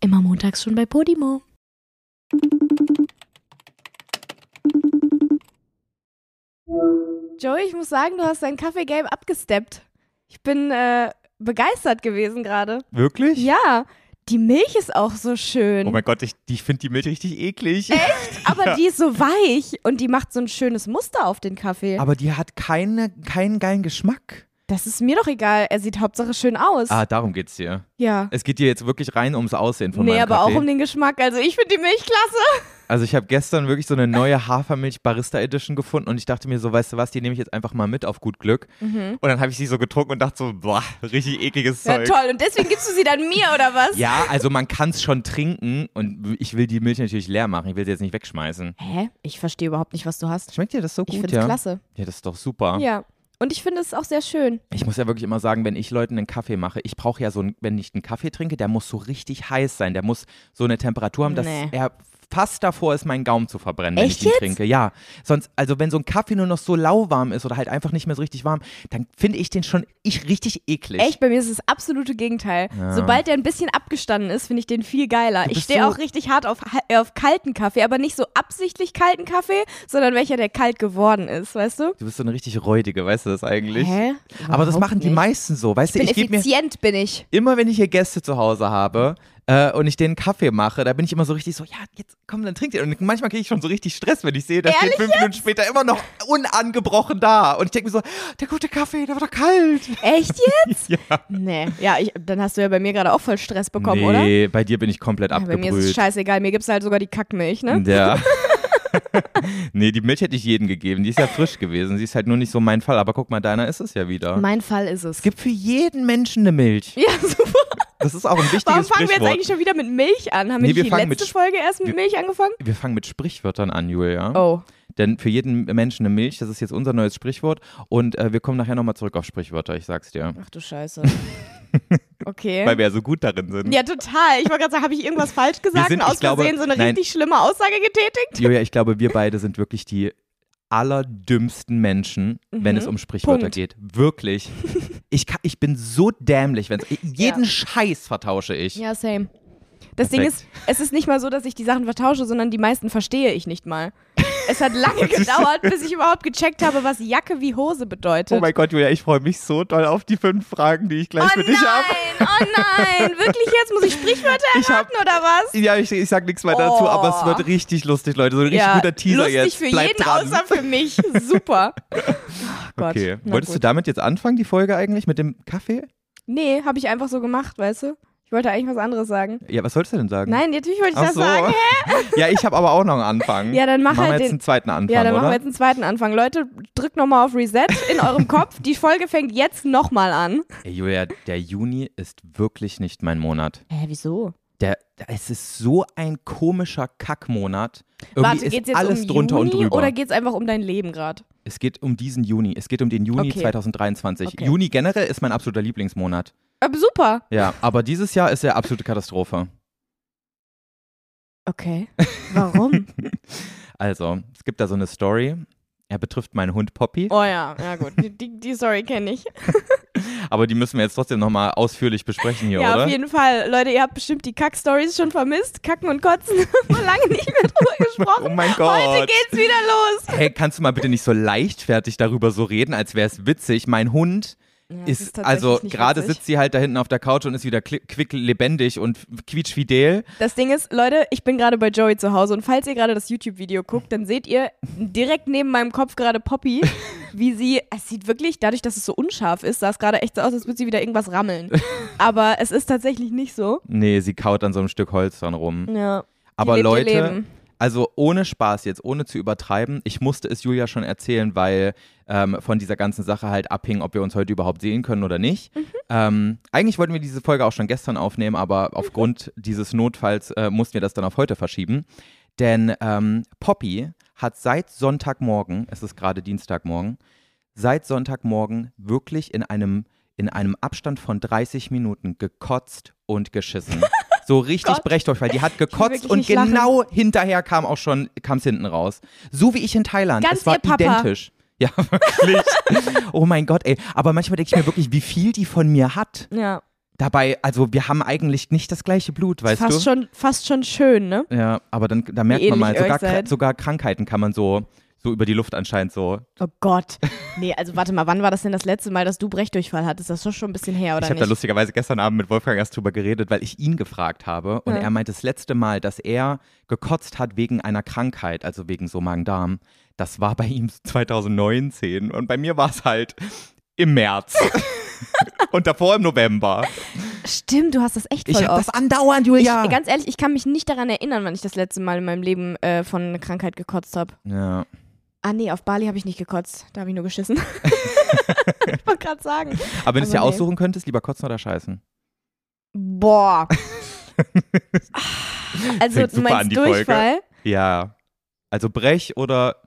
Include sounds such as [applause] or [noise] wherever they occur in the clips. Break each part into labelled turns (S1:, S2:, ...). S1: Immer montags schon bei Podimo.
S2: Joey, ich muss sagen, du hast dein Kaffee-Game abgesteppt. Ich bin äh, begeistert gewesen gerade.
S3: Wirklich?
S2: Ja, die Milch ist auch so
S3: Oh
S2: schön.
S3: mein Gott, ich, ich finde die Milch richtig eklig.
S2: aber die ist so weich und die macht so ein schönes Muster auf den Kaffee.
S3: Aber die hat keine, keinen geilen Geschmack.
S2: das ist mir doch egal. Er sieht Hauptsache schön aus.
S3: Ah, darum geht's dir.
S2: ja.
S3: Es geht dir jetzt wirklich rein ums Aussehen von
S2: Nee,
S3: meinem
S2: aber
S3: Kaffee.
S2: auch um den Geschmack. Also ich finde die Milch klasse.
S3: Also ich habe gestern wirklich so eine neue Hafermilch Barista Edition gefunden und ich dachte mir so, weißt du was, die nehme ich jetzt einfach mal mit auf gut Glück. Und dann habe ich sie so getrunken und dachte so, boah, richtig ekliges
S2: Mhm. Ja,
S3: Zeug.
S2: toll. Und deswegen gibst du sie dann mir oder was?
S3: Ja, also man kann es schon trinken und ich will die Milch natürlich leer machen, ich will sie jetzt nicht wegschmeißen.
S2: Hä? Ich verstehe überhaupt nicht, was du hast.
S3: Schmeckt dir das so gut,
S2: Ich finde es
S3: ja?
S2: klasse.
S3: Ja, das ist doch super.
S2: Ja. Und ich finde es auch sehr schön.
S3: Ich muss ja wirklich immer sagen, wenn ich Leuten einen Kaffee mache, ich brauche ja so, einen, wenn ich einen Kaffee trinke, der muss so richtig heiß sein, der muss so eine Temperatur haben, dass
S2: Nee.
S3: er fast davor ist, meinen Gaumen zu verbrennen, wenn
S2: Echt
S3: ich ihn
S2: jetzt?
S3: trinke. Ja, sonst, also wenn so ein Kaffee nur noch so lauwarm ist oder halt einfach nicht mehr so richtig warm, dann finde ich den schon ich richtig eklig.
S2: Echt, bei mir ist es das absolute Gegenteil.
S3: Ja.
S2: Sobald der ein bisschen abgestanden ist, finde ich den viel geiler.
S3: Du
S2: Ich
S3: bist
S2: stehe
S3: so-
S2: auch richtig hart auf, äh, auf kalten Kaffee, aber nicht so absichtlich kalten Kaffee, sondern welcher, der kalt geworden ist, weißt du?
S3: Du bist so eine richtig räudige, weißt du das eigentlich?
S2: Hä?
S3: Aber das
S2: Überhaupt
S3: machen die
S2: nicht.
S3: meisten so, weißt
S2: Bin
S3: du, ich gebe mir
S2: effizient, bin ich.
S3: immer wenn ich hier Gäste zu Hause habe äh, und ich denen Kaffee mache, da bin ich immer so richtig so, ja, jetzt komm, dann trink den. Und manchmal kriege ich schon so richtig Stress, wenn ich sehe, der steht fünf Minuten später immer noch unangebrochen da. Und ich denke mir so, der gute Kaffee, der war doch kalt.
S2: Echt jetzt? [laughs]
S3: [laughs] Ja.
S2: nee. Ja, ich, dann hast du ja bei mir gerade auch voll Stress bekommen, oder?
S3: nee, bei dir bin ich komplett
S2: Ja, bei mir ist es
S3: abgebrüht.
S2: scheißegal. Mir gibt's halt sogar die Kackmilch, ne? [laughs]
S3: Ja. [laughs] nee, die Milch hätte ich jedem gegeben. Die ist ja frisch gewesen. Sie ist halt nur nicht so mein Fall. Aber guck mal, deiner ist es ja wieder.
S2: Mein Fall ist es.
S3: es gibt für jeden Menschen eine Milch.
S2: [laughs] Ja, super.
S3: Das ist auch ein wichtiges
S2: Warum fangen wir jetzt
S3: Sprichwort.
S2: eigentlich schon wieder mit Milch an? Haben
S3: Nee,
S2: wir
S3: wir
S2: nicht die
S3: fangen mit
S2: letzte
S3: Sch-
S2: Folge erst mit
S3: wir-
S2: Milch angefangen?
S3: wir fangen mit Sprichwörtern an, Julia.
S2: Oh.
S3: Denn für jeden Menschen eine Milch, das ist jetzt unser neues Sprichwort. Und äh, wir kommen nachher nochmal zurück auf Sprichwörter, ich sag's dir.
S2: Ach du
S3: [laughs]
S2: Scheiße. Okay.
S3: Weil wir ja so gut darin sind.
S2: Ja, total. Ich wollte gerade sagen, habe ich irgendwas falsch gesagt
S3: sind-
S2: und aus
S3: ich glaube-
S2: Versehen so eine
S3: nein.
S2: richtig schlimme Aussage getätigt?
S3: Julia, ich glaube, wir beide sind wirklich die allerdümmsten Menschen, wenn es um Sprichwörter
S2: Mhm. Punkt.
S3: geht. Wirklich. Ich, kann, ich bin so dämlich, wenn jeden Scheiß vertausche ich.
S2: Ja, same. Das Ding
S3: Perfekt.
S2: ist, es ist nicht mal so, dass ich die Sachen vertausche, sondern die meisten verstehe ich nicht mal. Es hat
S3: [laughs]
S2: lange gedauert, bis ich überhaupt gecheckt habe, was Jacke wie Hose bedeutet.
S3: Oh mein Gott, Julia, ich freue mich so doll auf die fünf Fragen, die ich gleich
S2: oh
S3: für dich habe.
S2: nein, oh
S3: [laughs]
S2: nein. Wirklich jetzt? Muss ich Sprichwörter
S3: Ich hab-
S2: erraten oder was?
S3: Ja, ich, ich sag nichts mehr dazu,
S2: Oh.
S3: aber es wird richtig lustig, Leute. So ein richtig
S2: ja,
S3: guter Teaser
S2: lustig
S3: jetzt.
S2: für
S3: Bleibt
S2: jeden,
S3: dran.
S2: außer für mich.
S3: [laughs]
S2: Super. Oh Gott.
S3: Okay.
S2: Na
S3: Wolltest
S2: gut.
S3: du damit jetzt anfangen, die Folge eigentlich, mit dem Kaffee?
S2: Nee, habe ich einfach so gemacht, weißt du? Ich wollte eigentlich was anderes sagen.
S3: Ja, was sollst du denn sagen?
S2: Nein, natürlich wollte ich
S3: Ach
S2: das
S3: so.
S2: sagen.
S3: Ja, ich habe aber auch noch einen Anfang.
S2: Ja, dann mach
S3: machen wir
S2: halt
S3: jetzt
S2: den-
S3: einen zweiten Anfang,
S2: Ja, dann
S3: oder?
S2: machen wir jetzt einen zweiten Anfang. Leute, drückt nochmal auf Reset in
S3: [laughs]
S2: eurem Kopf. Die Folge fängt jetzt nochmal an.
S3: Ey, Julia, der Juni ist wirklich nicht mein Monat.
S2: Hä, wieso?
S3: Der, es ist so ein komischer Kackmonat. Irgendwie
S2: Warte,
S3: ist
S2: geht's jetzt
S3: alles
S2: um
S3: drunter
S2: Juni
S3: und drüber.
S2: oder geht's einfach um dein Leben gerade?
S3: es geht um diesen Juni. Es geht um den Juni
S2: Okay.
S3: 2023.
S2: Okay.
S3: Juni generell ist mein absoluter Lieblingsmonat.
S2: Aber Äh, super.
S3: Ja, aber dieses Jahr ist er absolute Katastrophe. [laughs]
S2: Okay. Warum?
S3: Also, es gibt da so eine Story. Er betrifft meinen Hund Poppy.
S2: oh ja, ja gut. Die, die, die Story kenne ich.
S3: Aber die müssen wir jetzt trotzdem nochmal ausführlich besprechen hier,
S2: Ja,
S3: oder?
S2: auf jeden Fall. Leute, ihr habt bestimmt die Kack-Stories schon vermisst. Kacken und Kotzen [laughs] haben wir lange nicht mehr drüber gesprochen.
S3: [laughs] Oh mein
S2: Heute
S3: Gott.
S2: geht's wieder los.
S3: Hey, kannst du mal bitte nicht so leichtfertig darüber so reden, als wäre es witzig? Mein Hund
S2: Ja, es
S3: ist,
S2: ist tatsächlich
S3: also
S2: nicht
S3: gerade
S2: witzig.
S3: sitzt sie halt da hinten auf der Couch und ist wieder kli- quick lebendig und quietschfidel.
S2: Das Ding ist, Leute, ich bin gerade bei Joey zu Hause und falls ihr gerade das YouTube-Video guckt, dann seht ihr direkt neben meinem Kopf gerade [laughs] Poppy, wie sie, es sieht wirklich, dadurch, dass es so unscharf ist, sah es gerade echt so aus, als würde sie wieder irgendwas rammeln. Aber es ist tatsächlich nicht so.
S3: Nee, sie kaut an so einem Stück Holz dran rum.
S2: Ja.
S3: Aber
S2: lebt ihr
S3: Leute,
S2: Leben.
S3: also ohne Spaß jetzt, ohne zu übertreiben, ich musste es Julia schon erzählen, weil ähm, von dieser ganzen Sache halt abhing, ob wir uns heute überhaupt sehen können oder nicht.
S2: Mhm.
S3: Ähm, eigentlich wollten wir diese Folge auch schon gestern aufnehmen, aber
S2: Mhm.
S3: aufgrund dieses Notfalls äh, mussten wir das dann auf heute verschieben. Denn ähm, Poppy hat seit Sonntagmorgen, es ist gerade Dienstagmorgen, seit Sonntagmorgen wirklich in einem, in einem Abstand von 30 Minuten gekotzt
S2: [laughs]
S3: und geschissen. So richtig
S2: Gott.
S3: brecht euch, weil die hat gekotzt
S2: wirklich
S3: und
S2: nicht lachen.
S3: genau hinterher kam auch schon, kam es hinten raus. So wie ich in Thailand.
S2: Ganz
S3: es war
S2: ihr Papa.
S3: identisch. Ja, [laughs] wirklich. oh mein Gott, ey. Aber manchmal denke ich mir wirklich, wie viel die von mir hat.
S2: Ja.
S3: Dabei, also wir haben eigentlich nicht das gleiche Blut, weißt
S2: fast
S3: du?
S2: Schon, fast schon schön, ne?
S3: Ja, aber dann da merkt man
S2: ähnlich
S3: mal,
S2: ihr euch
S3: sogar, Kra-
S2: seid.
S3: sogar Krankheiten kann man so, so über die Luft anscheinend so.
S2: Oh
S3: [laughs]
S2: Gott. Nee, also warte mal, wann war das denn das letzte Mal, dass du Brechdurchfall hattest? Das ist doch schon ein bisschen her, oder
S3: ich habe
S2: nicht?
S3: da lustigerweise gestern Abend mit Wolfgang erst drüber geredet, weil ich ihn gefragt habe und
S2: Ja.
S3: er meinte das letzte Mal, dass er gekotzt hat wegen einer Krankheit, also wegen so Magen-Darm. Das war bei ihm [laughs] 2019 und bei mir war es halt
S2: [laughs]
S3: im März. Und davor im November.
S2: Stimmt, du hast das echt
S3: Ich
S2: voll
S3: habe das
S2: oft.
S3: andauernd,
S2: Ich,
S3: Julia.
S2: Ganz ehrlich, ich kann mich nicht daran erinnern, wann ich das letzte Mal in meinem Leben äh, von einer Krankheit gekotzt habe.
S3: ja.
S2: Ah nee, auf Bali habe ich nicht gekotzt. Da habe ich nur geschissen. [laughs] ich wollte gerade sagen.
S3: Aber wenn du es
S2: Aber nee.
S3: dir aussuchen könntest, lieber kotzen oder scheißen? [laughs]
S2: Boah. also
S3: Fängt
S2: du
S3: super an,
S2: meinst
S3: die Folge.
S2: Durchfall?
S3: Ja. Also brech oder.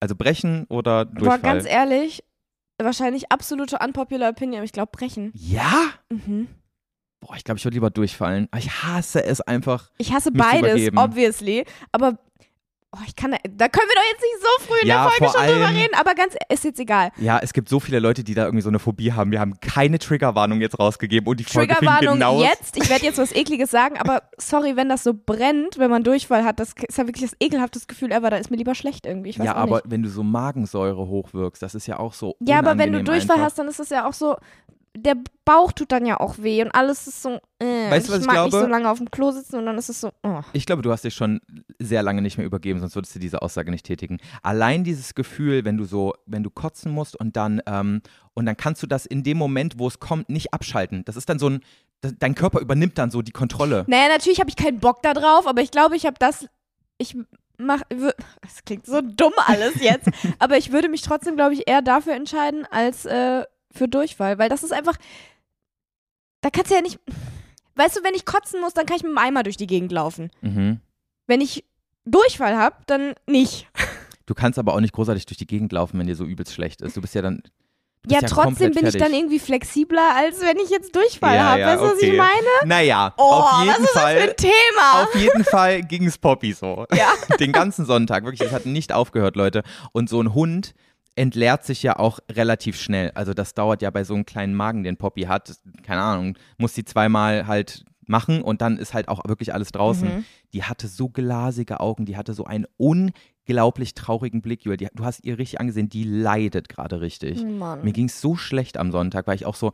S3: Also brechen oder Durchfall.
S2: Boah, ganz ehrlich, wahrscheinlich absolute unpopular Opinion, aber ich glaube brechen.
S3: ja?
S2: Mhm.
S3: Boah, ich glaube, ich würde lieber durchfallen. Aber Ich hasse es einfach.
S2: Ich hasse
S3: Mich
S2: beides,
S3: übergeben.
S2: obviously, aber oh, ich kann da, da können wir doch jetzt nicht so früh in
S3: Ja,
S2: der Folge
S3: vor
S2: schon drüber
S3: allem-
S2: reden, aber ganz ist jetzt egal.
S3: Ja, es gibt so viele Leute, die da irgendwie so eine Phobie haben. Wir haben keine Triggerwarnung jetzt rausgegeben und die Folge fing
S2: Triggerwarnung
S3: genau
S2: jetzt. Ich werde jetzt was ekliges sagen, aber sorry, wenn das so brennt, wenn man Durchfall hat, das ist ja wirklich das ekelhaftes Gefühl ever, da ist mir lieber schlecht irgendwie, ich weiß
S3: Ja,
S2: auch
S3: aber
S2: nicht.
S3: wenn du so Magensäure hochwirkst, das ist ja auch so.
S2: Ja, aber wenn du
S3: unangenehm
S2: Durchfall
S3: einfach.
S2: hast, dann ist das ja auch so der Bauch tut dann ja auch weh und alles ist so äh,
S3: Weißt du,
S2: und
S3: was
S2: ich mag
S3: ich
S2: nicht
S3: glaube?
S2: so lange auf dem Klo sitzen und dann ist es so oh.
S3: Ich glaube, du hast dich schon sehr lange nicht mehr übergeben, sonst würdest du diese Aussage nicht tätigen. Allein dieses Gefühl, wenn du so, wenn du kotzen musst und dann ähm, und dann kannst du das in dem Moment, wo es kommt, nicht abschalten. Das ist dann so ein, das, dein Körper übernimmt dann so die Kontrolle.
S2: Naja, natürlich habe ich keinen Bock da drauf, aber ich glaube, ich habe das. Ich mach. wür- Es klingt so dumm alles
S3: [laughs]
S2: jetzt, aber ich würde mich trotzdem, glaube ich, eher dafür entscheiden als äh, für Durchfall, weil das ist einfach. Da kannst du ja nicht. Weißt du, wenn ich kotzen muss, dann kann ich mit dem Eimer durch die Gegend laufen.
S3: Mhm.
S2: Wenn ich Durchfall habe, dann nicht.
S3: Du kannst aber auch nicht großartig durch die Gegend laufen, wenn dir so übelst schlecht ist. Du bist ja dann. Du bist
S2: Ja,
S3: ja
S2: trotzdem
S3: komplett
S2: bin ich
S3: fertig.
S2: dann irgendwie flexibler, als wenn ich jetzt Durchfall
S3: Ja,
S2: habe.
S3: ja,
S2: weißt du, was ich
S3: okay.
S2: meine?
S3: Naja,
S2: Oh,
S3: auf jeden
S2: was ist das für
S3: Fall.
S2: ein Thema?
S3: Auf jeden Fall ging es Poppy so.
S2: [laughs]
S3: [laughs]
S2: Ja.
S3: Den ganzen Sonntag. Wirklich, es hat nicht aufgehört, Leute. Und so ein Hund entleert sich ja auch relativ schnell. Also das dauert ja bei so einem kleinen Magen, den Poppy hat, keine Ahnung, muss die zweimal halt machen und dann ist halt auch wirklich alles
S2: Mhm.
S3: draußen. Die hatte so glasige Augen, die hatte so einen unglaublich traurigen Blick, Julia. Die, du hast ihr richtig angesehen, die leidet gerade richtig.
S2: Mann.
S3: Mir ging es so schlecht am Sonntag, weil ich auch so,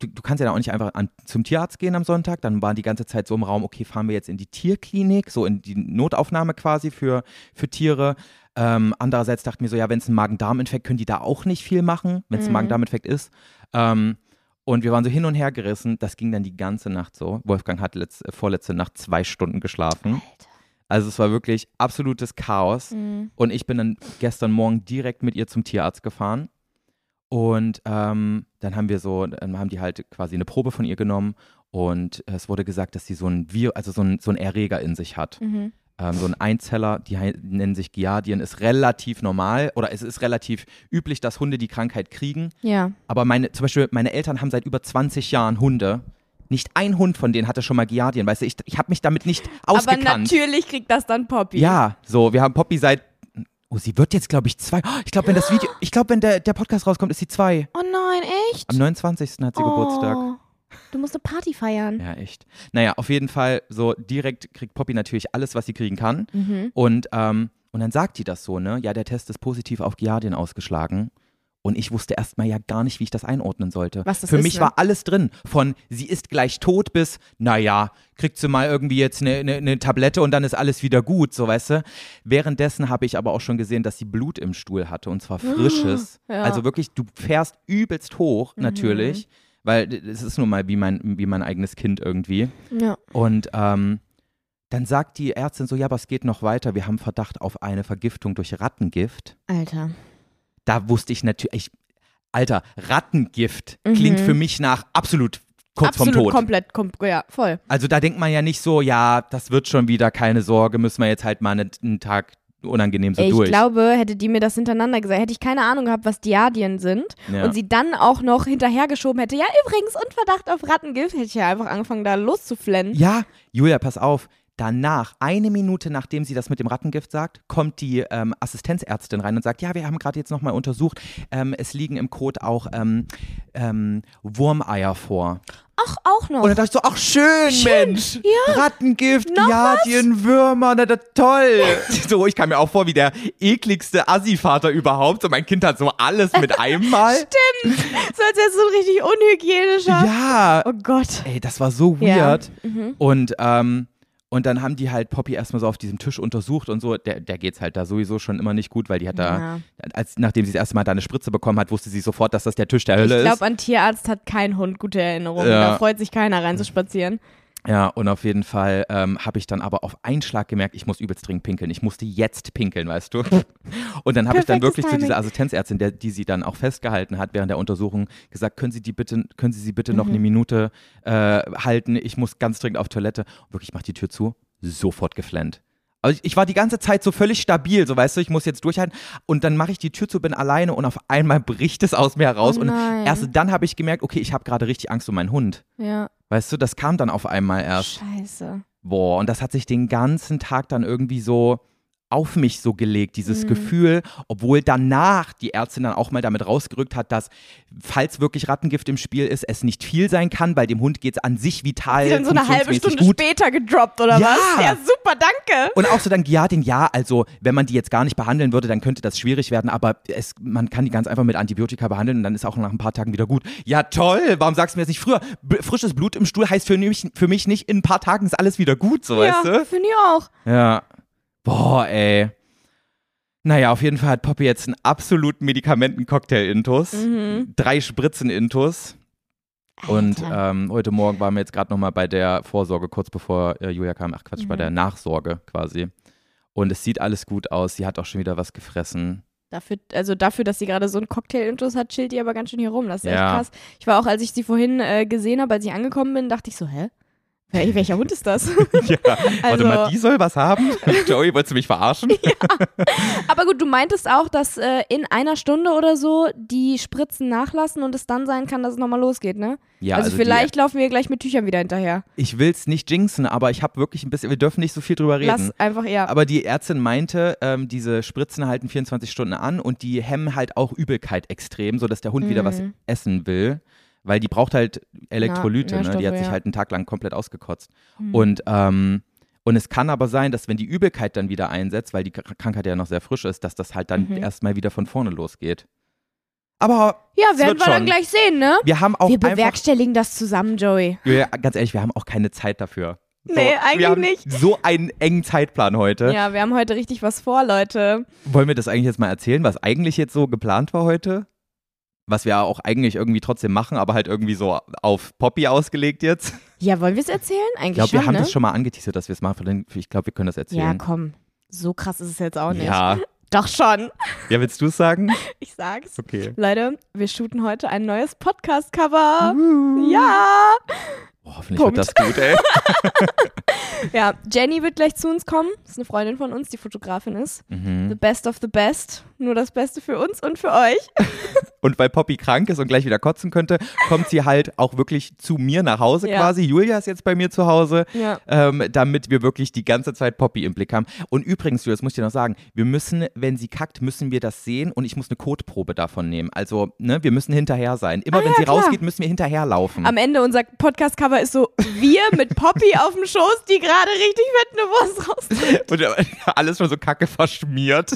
S3: du, du kannst ja da auch nicht einfach an, zum Tierarzt gehen am Sonntag. Dann war die ganze Zeit so im Raum, okay, fahren wir jetzt in die Tierklinik, so in die Notaufnahme quasi für, für Tiere. Ähm, andererseits dachte ich mir so, ja, wenn es ein Magen-Darm-Infekt, können die da auch nicht viel machen, wenn es ein
S2: Mhm.
S3: Magen-Darm-Infekt ist. Ähm, und wir waren so hin und her gerissen. Das ging dann die ganze Nacht so. Wolfgang hat letzt, äh, vorletzte Nacht zwei Stunden geschlafen. Also es war wirklich absolutes Chaos.
S2: Mhm.
S3: Und ich bin dann gestern Morgen direkt mit ihr zum Tierarzt gefahren. Und ähm, dann haben wir so, dann haben die halt quasi eine Probe von ihr genommen und es wurde gesagt, dass sie so ein Vir also so ein, so ein Erreger in sich hat.
S2: Mhm.
S3: Ähm, so ein Einzeller, die hei- nennen sich Giardien, ist relativ normal oder es ist relativ üblich, dass Hunde die Krankheit kriegen.
S2: Ja.
S3: Aber meine, zum Beispiel, meine Eltern haben seit über 20 Jahren Hunde. Nicht ein Hund von denen hatte schon mal Giardien, weißt du, ich, ich habe mich damit nicht
S2: Aber
S3: ausgekannt.
S2: natürlich kriegt das dann Poppy.
S3: Ja, so, wir haben Poppy seit. Oh, sie wird jetzt, glaube ich, zwei. Oh, ich glaube, wenn das Video. Ich glaube, wenn der, der Podcast rauskommt, ist sie zwei.
S2: Oh nein, echt? Oh.
S3: Am 29. hat sie Geburtstag.
S2: Du musst eine Party feiern.
S3: Ja, echt. Naja, auf jeden Fall, so direkt kriegt Poppy natürlich alles, was sie kriegen kann.
S2: Mhm.
S3: Und, ähm, und dann sagt die das so, ne? Ja, der Test ist positiv auf Giardien ausgeschlagen. Und ich wusste erstmal ja gar nicht, wie ich das einordnen sollte.
S2: Was das
S3: Für
S2: ist,
S3: mich
S2: ne?
S3: war alles drin. Von sie ist gleich tot bis, naja, kriegt sie mal irgendwie jetzt eine ne, ne Tablette und dann ist alles wieder gut, so weißt du. Währenddessen habe ich aber auch schon gesehen, dass sie Blut im Stuhl hatte und zwar frisches.
S2: Ah, Ja. Mhm.
S3: Also wirklich, du fährst übelst hoch, natürlich. Weil es ist nun mal wie mein, wie mein eigenes Kind irgendwie.
S2: Ja.
S3: Und ähm, dann sagt die Ärztin so, ja, aber es geht noch weiter. Wir haben Verdacht auf eine Vergiftung durch Rattengift.
S2: Alter.
S3: Da wusste ich natürlich, Alter, Rattengift
S2: Mhm.
S3: klingt für mich nach absolut kurz
S2: Absolut
S3: vorm Tod.
S2: komplett, kom ja, voll.
S3: also da denkt man ja nicht so, ja, das wird schon wieder, keine Sorge, müssen wir jetzt halt mal einen, einen Tag unangenehm so
S2: Ey, ich
S3: durch.
S2: glaube, hätte die mir das hintereinander gesagt, hätte ich keine Ahnung gehabt, was Diadien sind
S3: Ja.
S2: und sie dann auch noch hinterhergeschoben hätte, ja übrigens, und Verdacht auf Rattengift, hätte ich ja einfach angefangen, da loszuflennen.
S3: ja, Julia, pass auf. Danach, eine Minute nachdem sie das mit dem Rattengift sagt, kommt die ähm, Assistenzärztin rein und sagt, ja, wir haben gerade jetzt nochmal untersucht, ähm, es liegen im Kot auch ähm, ähm, Wurmeier vor.
S2: Ach, auch noch.
S3: Und dann dachte ich so, ach schön, Mensch, Rattengift,
S2: Noch
S3: Jadienwürmer, na das toll. [laughs] so, ich kam mir auch vor wie der ekligste Assi-Vater überhaupt. So, mein Kind hat so alles mit [laughs] einmal.
S2: so als wäre es so ein richtig unhygienischer.
S3: Ja,
S2: Oh Gott.
S3: ey, das war so
S2: Ja, Mhm.
S3: weird. Und, ähm, und dann haben die halt Poppy erstmal so auf diesem Tisch untersucht und so. Der, der geht's halt da sowieso schon immer nicht gut, weil die hat
S2: Ja.
S3: da, als, nachdem sie das erste Mal da eine Spritze bekommen hat, wusste sie sofort, dass das der Tisch der Hölle
S2: Ich
S3: ist.
S2: glaube, an Tierarzt hat kein Hund gute Erinnerungen.
S3: Ja.
S2: Da freut sich keiner reinzuspazieren.
S3: Ja, und auf jeden Fall ähm, habe ich dann aber auf einen Schlag gemerkt, ich muss übelst dringend pinkeln. Ich musste jetzt pinkeln, weißt du. [laughs] Und dann habe ich dann
S2: Perfektes
S3: wirklich zu
S2: Timing.
S3: dieser Assistenzärztin, der, die sie dann auch festgehalten hat während der Untersuchung, gesagt, können Sie die bitte, können Sie sie bitte
S2: Mhm.
S3: noch eine Minute äh, halten? Ich muss ganz dringend auf Toilette. Und wirklich, ich mach die Tür zu, sofort geflennt. Also ich, ich war die ganze Zeit so völlig stabil, so weißt du, ich muss jetzt durchhalten. Und dann mache ich die Tür zu, bin alleine und auf einmal bricht es aus mir heraus.
S2: Oh
S3: und
S2: nein.
S3: erst dann habe ich gemerkt, okay, ich habe gerade richtig Angst um meinen Hund.
S2: Ja.
S3: Weißt du, das kam dann auf einmal erst.
S2: Scheiße.
S3: Boah, und das hat sich den ganzen Tag dann irgendwie so auf mich so gelegt, dieses
S2: Mhm.
S3: Gefühl, obwohl danach die Ärztin dann auch mal damit rausgerückt hat, dass, falls wirklich Rattengift im Spiel ist, es nicht viel sein kann, weil dem Hund geht es an sich vital
S2: Die dann so eine halbe
S3: Äh, funktionsmäßig
S2: Stunde
S3: gut.
S2: später gedroppt, oder
S3: Ja.
S2: was? Ja, super, danke.
S3: Und auch so dann Giardin, ja, also wenn man die jetzt gar nicht behandeln würde, dann könnte das schwierig werden, aber es, man kann die ganz einfach mit Antibiotika behandeln und dann ist auch nach ein paar Tagen wieder gut. Ja, toll, warum sagst du mir das nicht früher? B frisches Blut im Stuhl heißt für mich, für mich nicht, in ein paar Tagen ist alles wieder gut, so weißt du?
S2: ja, finde ich auch.
S3: Ja. Boah, ey. Naja, auf jeden Fall hat Poppy jetzt einen absoluten Medikamenten-Cocktail-Intus.
S2: Mhm.
S3: Drei Spritzen-Intus. Und ähm, heute Morgen waren wir jetzt gerade nochmal bei der Vorsorge, kurz bevor äh, Julia kam. Ach Quatsch,
S2: Mhm.
S3: bei der Nachsorge quasi. Und es sieht alles gut aus. Sie hat auch schon wieder
S2: [laughs]
S3: was gefressen.
S2: Dafür, also dafür, dass sie gerade so einen Cocktail-Intus hat, chillt die aber ganz schön hier rum. Das ist
S3: Ja.
S2: echt krass. Ich war auch, als ich sie vorhin äh, gesehen habe, als ich angekommen bin, dachte ich so, hä? Wel- Welcher Hund ist das?
S3: ja, warte
S2: Also-
S3: mal, die soll was
S2: [laughs]
S3: haben? Joey, wolltest du mich verarschen?
S2: aber gut, du meintest auch, dass äh, in einer Stunde oder so die Spritzen nachlassen und es dann sein kann, dass es nochmal losgeht, ne?
S3: Ja,
S2: also,
S3: also die-
S2: vielleicht laufen wir gleich mit Tüchern wieder hinterher.
S3: Ich will es nicht jinxen, aber ich habe wirklich ein bisschen, wir dürfen nicht so viel drüber reden.
S2: Lass einfach, ja.
S3: Aber die Ärztin meinte, ähm, diese Spritzen halten 24 Stunden an und die hemmen halt auch Übelkeit extrem, sodass der Hund wieder was
S2: Mhm.
S3: essen will. Weil die braucht halt Elektrolyte, ne? Die hat
S2: Nährstoffe,
S3: sich
S2: ja. Mhm.
S3: halt einen Tag lang komplett ausgekotzt.
S2: Hm.
S3: Und, ähm, und es kann aber sein, dass wenn die Übelkeit dann wieder einsetzt, weil die Kr- Krankheit ja noch sehr frisch ist, dass das halt dann
S2: Mhm.
S3: erstmal wieder von vorne losgeht. Aber
S2: ja,
S3: es
S2: werden
S3: wird
S2: wir dann
S3: schon.
S2: gleich sehen, ne?
S3: wir haben auch
S2: Wir
S3: einfach,
S2: bewerkstelligen das zusammen, Joey.
S3: Ja, ganz ehrlich, wir haben auch keine Zeit dafür.
S2: Nee,
S3: wir
S2: eigentlich
S3: haben
S2: nicht.
S3: So einen engen Zeitplan heute.
S2: Ja, wir haben heute richtig was vor, Leute.
S3: Wollen wir das eigentlich jetzt mal erzählen, was eigentlich jetzt so geplant war heute? Was wir auch eigentlich irgendwie trotzdem machen, aber halt irgendwie so auf Poppy ausgelegt jetzt.
S2: Ja, wollen wir es erzählen?
S3: Ich
S2: Eigentlich
S3: glaube,
S2: schon,
S3: wir haben
S2: ne?
S3: das schon mal angeteasert, dass wir es machen. von den- Ich glaube, wir können das
S2: ja,
S3: erzählen.
S2: komm. So krass ist es jetzt auch nicht.
S3: ja.
S2: Doch schon. [laughs]
S3: ja willst du es sagen?
S2: Ich sag's.
S3: [laughs] Okay.
S2: Leute, wir shooten heute ein neues Podcast-Cover. Ja.
S3: Oh, hoffentlich
S2: Punkt.
S3: wird das gut, ey.
S2: Ja, Jenny wird gleich zu uns kommen. Ist eine Freundin von uns, die Fotografin ist.
S3: Mhm.
S2: The best of the best. Nur das Beste für uns und für euch.
S3: Und weil Poppy krank ist und gleich wieder kotzen könnte, kommt sie halt auch wirklich zu mir nach Hause
S2: Ja.
S3: quasi. Julia ist jetzt bei mir zu Hause,
S2: Ja.
S3: ähm, damit wir wirklich die ganze Zeit Poppy im Blick haben. Und übrigens, Julia, das muss ich dir noch sagen, wir müssen, wenn sie kackt, müssen wir das sehen und ich muss eine Kotprobe davon nehmen. Also, ne, wir müssen hinterher sein. Immer wenn
S2: Ah ja,
S3: sie
S2: klar.
S3: rausgeht, müssen wir hinterherlaufen.
S2: Am Ende unser Podcast-Cover ist so wir mit Poppy auf dem Schoß, die gerade richtig fett eine Wurst raus.
S3: [laughs] Und äh, alles schon so kacke verschmiert.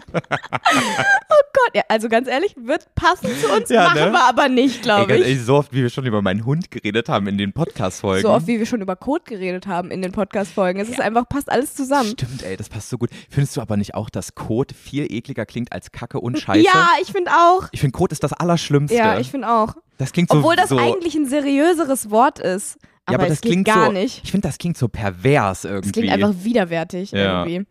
S2: Gott, ja, also ganz ehrlich, wird passen zu uns,
S3: Ja,
S2: machen
S3: ne?
S2: wir aber nicht,
S3: Ey,
S2: glaube
S3: ganz
S2: ich.
S3: ehrlich, so oft, wie wir schon über meinen Hund geredet haben in den Podcast-Folgen.
S2: So oft, wie wir schon über Code geredet haben in den Podcast-Folgen. Es ist einfach, passt alles zusammen.
S3: Stimmt, ey, das passt so gut. Findest du aber nicht auch, dass Kot viel ekliger klingt als Kacke und Scheiße?
S2: Ja, ich finde auch.
S3: Ich finde, Kot ist das Allerschlimmste.
S2: Ja, ich finde auch.
S3: das klingt so.
S2: Obwohl das
S3: so,
S2: eigentlich ein seriöseres Wort ist.
S3: ja,
S2: Aber,
S3: aber
S2: es
S3: das
S2: geht
S3: klingt
S2: gar
S3: so,
S2: nicht.
S3: Ich finde, das klingt so pervers irgendwie.
S2: Es klingt einfach widerwärtig
S3: Ja.
S2: irgendwie.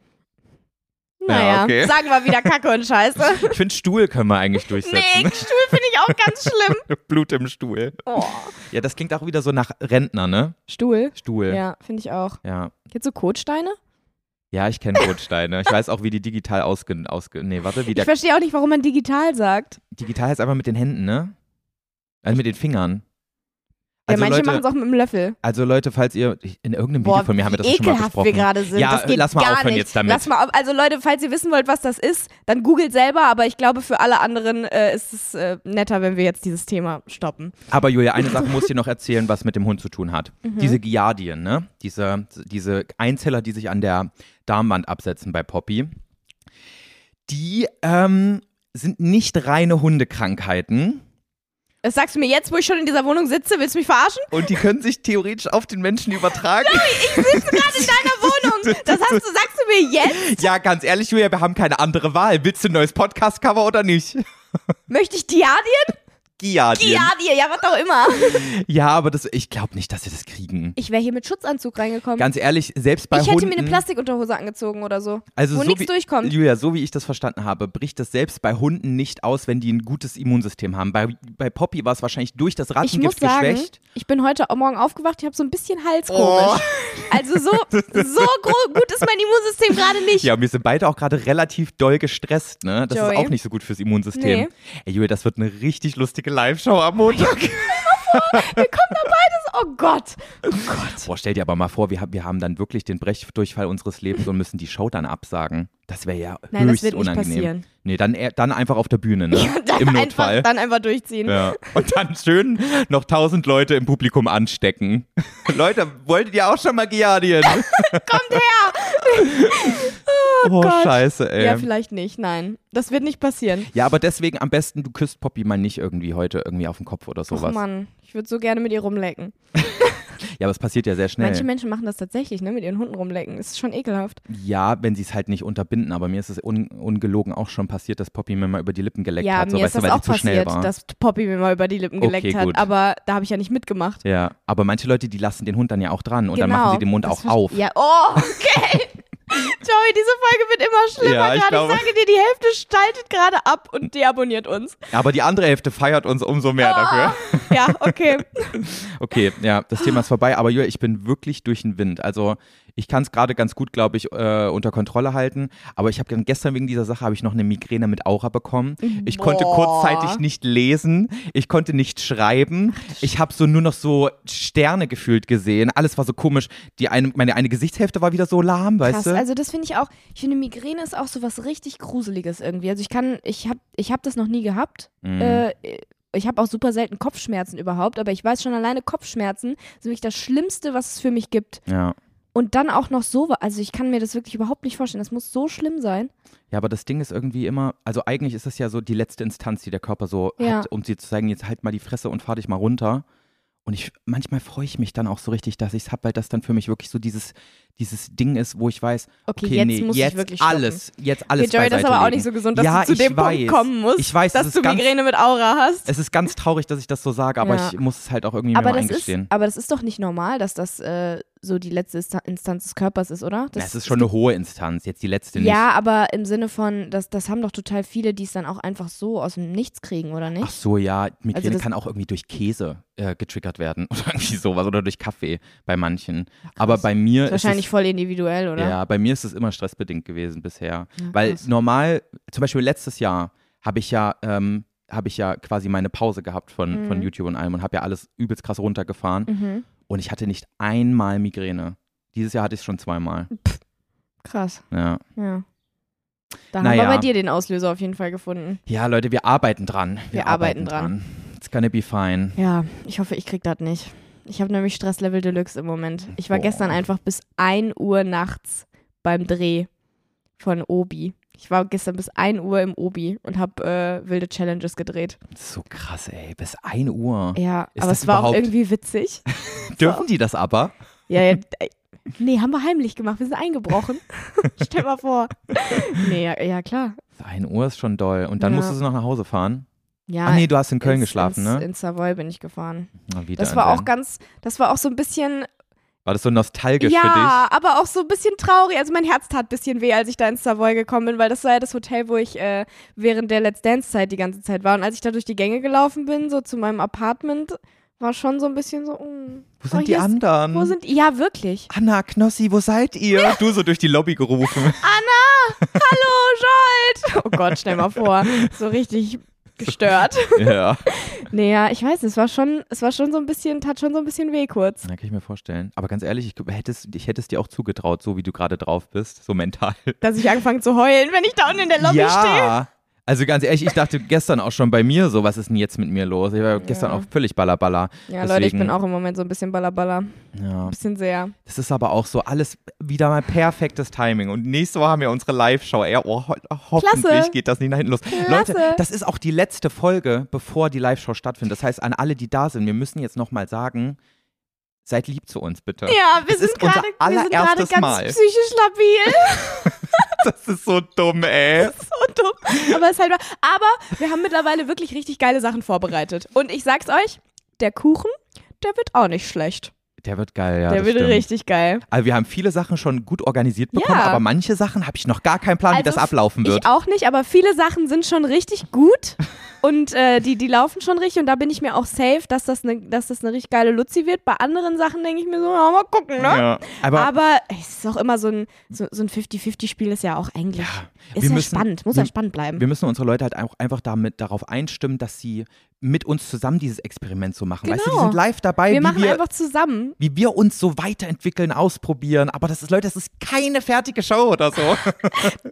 S3: Ja,
S2: Naja,
S3: okay. [laughs]
S2: sagen wir wieder Kacke und Scheiße.
S3: ich finde, Stuhl können wir eigentlich
S2: Nee,
S3: durchsetzen.
S2: Stuhl finde ich auch ganz schlimm.
S3: [laughs] Blut im Stuhl.
S2: Oh.
S3: Ja, das klingt auch wieder so nach Rentner, ne?
S2: Stuhl?
S3: Stuhl.
S2: Ja, finde ich auch.
S3: Ja,
S2: Jetzt so Kotsteine?
S3: Ja, ich kenne Kotsteine. Ich weiß auch, wie die digital ausge... ausge nee, warte, wie
S2: Ich
S3: der...
S2: verstehe auch nicht, warum man digital sagt.
S3: Digital heißt einfach mit den Händen, ne? Also mit den Fingern. Also,
S2: ja, manche machen
S3: Leute,
S2: es auch mit einem Löffel.
S3: also Leute, falls ihr in irgendeinem Video
S2: Boah,
S3: von mir haben wir
S2: wie
S3: das schon mal
S2: ekelhaft
S3: besprochen.
S2: wir gerade sind.
S3: Ja,
S2: das geht
S3: lass mal
S2: gar
S3: aufhören
S2: nicht.
S3: jetzt damit.
S2: Lass mal auf, also Leute, falls ihr wissen wollt, was das ist, dann googelt selber, aber ich glaube, für alle anderen äh, ist es äh, netter, wenn wir jetzt dieses Thema stoppen.
S3: Aber Julia, eine Sache muss ich dir noch erzählen, was mit dem Hund zu tun hat.
S2: Mhm.
S3: Diese Giardien, ne? Diese, diese Einzeller, die sich an der Darmwand absetzen bei Poppy, die ähm, sind nicht reine Hundekrankheiten.
S2: Das Äh, sagst du mir jetzt, wo ich schon in dieser Wohnung sitze, willst du mich verarschen?
S3: Und die können sich theoretisch auf den Menschen übertragen.
S2: Gerade in deiner
S3: [laughs]
S2: Wohnung. Das hast du, sagst du mir jetzt?
S3: Ja, ganz ehrlich, Julia, wir haben keine andere Wahl. Willst du ein neues Podcast-Cover oder nicht?
S2: Möchte ich Diadien?
S3: Giardien.
S2: Diadien, ja, was auch immer.
S3: Ja, aber das, ich glaube nicht, dass sie das kriegen.
S2: Ich wäre hier mit Schutzanzug reingekommen.
S3: Ganz ehrlich, selbst bei
S2: ich hätte
S3: Hunden.
S2: mir eine Plastikunterhose angezogen oder so.
S3: Also
S2: wo
S3: so
S2: nichts
S3: wie,
S2: durchkommt.
S3: Julia, so wie ich das verstanden habe, bricht das selbst bei Hunden nicht aus, wenn die ein gutes Immunsystem haben. Bei, bei Poppy war es wahrscheinlich durch das
S2: Ich muss
S3: Rattengift
S2: sagen,
S3: geschwächt.
S2: ich bin heute Morgen aufgewacht, ich habe so ein bisschen Hals
S3: Oh.
S2: komisch. Also
S3: [laughs]
S2: so, so gro- gut ist mein Immunsystem gerade nicht.
S3: Ja, und wir sind beide auch gerade relativ doll gestresst, ne? Das
S2: Joey.
S3: ist auch nicht so gut fürs Immunsystem.
S2: Nee.
S3: Ey, Julia, das wird eine richtig lustige Live-Show am Montag.
S2: Oh Gott.
S3: Boah, stell dir aber mal vor, wir, haben- wir haben dann wirklich den Brechdurchfall unseres Lebens und müssen die Show dann absagen. Das wäre ja
S2: Nein, das
S3: höchst
S2: wird nicht
S3: unangenehm.
S2: passieren.
S3: Nee, dann, eher- dann einfach auf der
S2: [laughs]
S3: Bühne, ne?
S2: Dann
S3: Im
S2: einfach,
S3: Notfall.
S2: dann einfach [laughs] durchziehen.
S3: Ja. Und dann schön noch tausend Leute im Publikum anstecken. [laughs] Leute, wolltet ihr auch schon mal
S2: [laughs]
S3: Giardien? Kommt her! [laughs] oh,
S2: Gott.
S3: scheiße, ey.
S2: Ja,
S3: Ja,
S2: vielleicht nicht. Nein, das wird nicht passieren.
S3: aber deswegen am besten, du küsst Poppy mal nicht irgendwie heute irgendwie auf den Kopf oder sowas.
S2: Och Mann, ich würde so gerne mit ihr rumlecken.
S3: ja, aber es passiert ja sehr schnell.
S2: Manche Menschen machen das tatsächlich, ne, mit ihren Hunden rumlecken. Ist schon ekelhaft.
S3: ja, wenn sie es halt nicht unterbinden, aber mir ist es un ungelogen auch schon passiert, dass Poppy mir mal über die Lippen geleckt
S2: ja,
S3: hat, so
S2: mir
S3: weißt
S2: ist das
S3: du, weil
S2: auch
S3: sie zu schnell
S2: passiert,
S3: war.
S2: dass Poppy mir mal über die Lippen geleckt
S3: Okay,
S2: hat,
S3: gut.
S2: aber da habe ich ja nicht mitgemacht.
S3: ja, aber manche Leute, die lassen den Hund dann ja auch dran und dann
S2: Genau.
S3: machen sie den Mund
S2: Das
S3: auch
S2: verste-
S3: auf.
S2: Ja, oh,
S3: [laughs]
S2: okay. Joey, diese Folge wird immer schlimmer
S3: Ja, ich
S2: gerade.
S3: glaube-
S2: Ich sage dir, die Hälfte staltet gerade ab und deabonniert uns.
S3: Aber die andere Hälfte feiert uns umso mehr
S2: Ah!
S3: dafür.
S2: Ja, okay.
S3: Okay, ja, das Thema ist vorbei, aber Julia, ich bin wirklich durch den Wind. Also ich kann es gerade ganz gut, glaube ich, äh, unter Kontrolle halten. Aber ich habe gestern wegen dieser Sache habe ich noch eine Migräne mit Aura bekommen. Ich konnte
S2: Boah.
S3: kurzzeitig nicht lesen, ich konnte nicht schreiben. Ich habe so nur noch so Sterne gefühlt gesehen. Alles war so komisch. Die eine, meine eine Gesichtshälfte war wieder so lahm, [laughs] weißt
S2: Krass.
S3: du?
S2: Also das finde ich auch, ich finde Migräne ist auch so was richtig Gruseliges irgendwie. Also ich kann, ich habe ich hab das noch nie gehabt.
S3: Mhm.
S2: Äh, ich habe auch super selten Kopfschmerzen überhaupt, aber ich weiß schon alleine Kopfschmerzen sind wirklich das Schlimmste, was es für mich gibt.
S3: ja.
S2: Und dann auch noch so, wa- also ich kann mir das wirklich überhaupt nicht vorstellen. Das muss so schlimm sein.
S3: Ja, aber das Ding ist irgendwie immer, also eigentlich ist das ja so die letzte Instanz, die der Körper so
S2: Ja.
S3: hat, um dir zu sagen, jetzt halt mal die Fresse und fahr dich mal runter. Und ich, manchmal freue ich mich dann auch so richtig, dass ich es habe, weil das dann für mich wirklich so dieses, dieses Ding ist, wo ich weiß,
S2: Okay,
S3: okay,
S2: jetzt
S3: nee,
S2: muss ich
S3: jetzt
S2: wirklich stoppen.
S3: alles, jetzt alles
S2: Okay, Joey, das ist
S3: beiseite
S2: aber auch
S3: legen.
S2: nicht so gesund, dass
S3: ja,
S2: du zu
S3: ich
S2: dem
S3: weiß,
S2: Punkt kommen musst,
S3: Ich weiß,
S2: dass
S3: es
S2: du
S3: ist ganz,
S2: Migräne mit Aura hast.
S3: es ist ganz traurig, dass ich das so sage, aber
S2: Ja.
S3: ich muss es halt auch irgendwie
S2: Aber
S3: mir mal
S2: das, ist,
S3: eingestehen.
S2: aber das ist doch nicht normal, dass das äh, so die letzte Insta- Instanz des Körpers ist, oder?
S3: Na, es ist schon eine hohe Instanz, jetzt die letzte nicht.
S2: Ja, aber im Sinne von, das, das haben doch total viele, die es dann auch einfach so aus dem Nichts kriegen, oder
S3: Ach
S2: nicht?
S3: so, ja, Migräne
S2: Also das-
S3: kann auch irgendwie durch Käse äh, getriggert werden [laughs] oder irgendwie sowas oder durch Kaffee bei manchen. Aber bei mir
S2: Ist
S3: ist
S2: wahrscheinlich
S3: ne, es,
S2: voll individuell, oder?
S3: ja, bei mir ist es immer stressbedingt gewesen bisher,
S2: Ja,
S3: weil
S2: krass.
S3: normal, zum Beispiel letztes Jahr habe ich ja ähm, habe ich ja quasi meine Pause gehabt von, von
S2: Mhm.
S3: YouTube und allem und habe ja alles übelst krass runtergefahren
S2: Mhm.
S3: und ich hatte nicht einmal Migräne. Dieses Jahr hatte ich es schon zweimal.
S2: Krass,
S3: Ja.
S2: ja. Da
S3: Naja.
S2: haben wir bei dir den Auslöser auf jeden Fall gefunden.
S3: ja, Leute, wir arbeiten dran.
S2: Wir arbeiten dran.
S3: It's gonna be fine.
S2: Ja, ich hoffe, ich krieg das nicht. Ich habe nämlich Stresslevel Deluxe im Moment. Ich war
S3: Boah.
S2: gestern einfach bis 1 Uhr nachts beim Dreh von Obi. Ich war gestern bis 1 Uhr im Obi und habe äh, wilde Challenges gedreht.
S3: So krass, ey. Bis 1 Uhr.
S2: Ja,
S3: Ist
S2: aber
S3: das
S2: es war auch
S3: überhaupt-
S2: irgendwie witzig.
S3: Dürfen die das aber?
S2: Ja, ja. äh, Nee, haben wir heimlich gemacht. Wir sind
S3: [laughs]
S2: eingebrochen. Stell mal vor. Nee, ja, ja klar.
S3: 1 Uhr ist schon doll. Und dann
S2: Ja.
S3: musstest du noch nach Hause fahren.
S2: Ja.
S3: Ach nee, du hast in Köln
S2: ins-
S3: geschlafen,
S2: ins,
S3: ne?
S2: In Savoy bin ich gefahren.
S3: Na, wieder
S2: Das
S3: ein
S2: war auch
S3: Ding.
S2: ganz, das war auch so ein bisschen,
S3: War das so nostalgisch
S2: ja, aber auch so ein bisschen traurig. Also mein Herz tat ein bisschen weh, als ich da ins Savoy gekommen bin, weil das war ja das Hotel, wo ich äh, während der Let's Dance Zeit die ganze Zeit war. Und als ich da durch die Gänge gelaufen bin, so zu meinem Apartment, war schon so ein bisschen so, mm,
S3: für dich? Wo
S2: oh,
S3: sind die
S2: hier ist-
S3: anderen?
S2: Wo sind, ja
S3: [laughs]
S2: wirklich.
S3: Anna, Knossi, wo seid ihr? Du so durch die
S2: [laughs]
S3: Lobby gerufen. [laughs]
S2: Hallo, Scholt! Oh Gott, stell mal vor. So richtig gestört.
S3: ja.
S2: Naja, ich weiß, es war schon, es war schon so ein bisschen, tat schon so ein bisschen weh kurz.
S3: Na, kann ich mir vorstellen. Aber ganz ehrlich, ich, glaub, hättest, ich hätte es dir auch zugetraut, so wie du gerade drauf bist, so mental.
S2: Dass ich angefangen zu heulen, wenn ich da unten in der [laughs] Lobby stehe.
S3: Also ganz ehrlich, ich dachte gestern auch schon bei mir so, was ist denn jetzt mit mir los? Ich war gestern
S2: Ja.
S3: auch völlig ballerballer.
S2: Ja, Leute, ich
S3: Deswegen-
S2: bin auch im Moment so ein bisschen ballerballer. Ein
S3: Ja.
S2: bisschen sehr.
S3: Das ist aber auch so alles wieder mal perfektes Timing. Und nächste Woche haben wir unsere Live-Show. Ja, oh, ho hoffentlich
S2: Klasse.
S3: geht das nicht nach hinten los. Leute, das ist auch die letzte Folge, bevor die Live-Show stattfindet. Das heißt, an alle, die da sind, wir müssen jetzt nochmal sagen, seid lieb zu uns, bitte.
S2: Ja, wir
S3: Das
S2: sind
S3: ist unser
S2: gerade wir sind gerade
S3: allererstes
S2: ganz
S3: Mal.
S2: psychisch
S3: [laughs]
S2: labil
S3: Das ist so dumm, ey.
S2: und dumm. Aber es ist halt wahr. Aber wir haben mittlerweile wirklich richtig geile Sachen vorbereitet. Und ich sag's euch, der Kuchen, der wird auch nicht schlecht.
S3: Der wird geil, ja.
S2: der
S3: das
S2: wird
S3: stimmt.
S2: richtig geil.
S3: Also wir haben viele Sachen schon gut organisiert
S2: Ja.
S3: bekommen, aber manche Sachen habe ich noch gar keinen Plan, wie
S2: Also
S3: das ablaufen wird.
S2: Ich auch nicht, aber viele Sachen sind schon richtig
S3: [laughs]
S2: gut und äh, die, die laufen schon richtig und da bin ich mir auch safe, dass das eine dass das ne richtig geile Luzi wird. Bei anderen Sachen denke ich mir so, ja, mal gucken, ne?
S3: Ja. Aber,
S2: Aber ey, es ist auch immer so ein, so, so ein 50-50-Spiel ist ja auch eigentlich. ist
S3: wir
S2: ja
S3: müssen-
S2: spannend, muss
S3: wir-
S2: ja spannend bleiben.
S3: wir müssen unsere Leute halt auch einfach damit, darauf einstimmen, dass sie mit uns zusammen dieses Experiment so machen. Weißt du, die
S2: Genau.
S3: sind live dabei,
S2: Wir,
S3: wie,
S2: machen
S3: wir,
S2: einfach zusammen.
S3: wie wir uns so weiterentwickeln, ausprobieren. Aber das ist, Leute, das ist keine fertige Show oder so.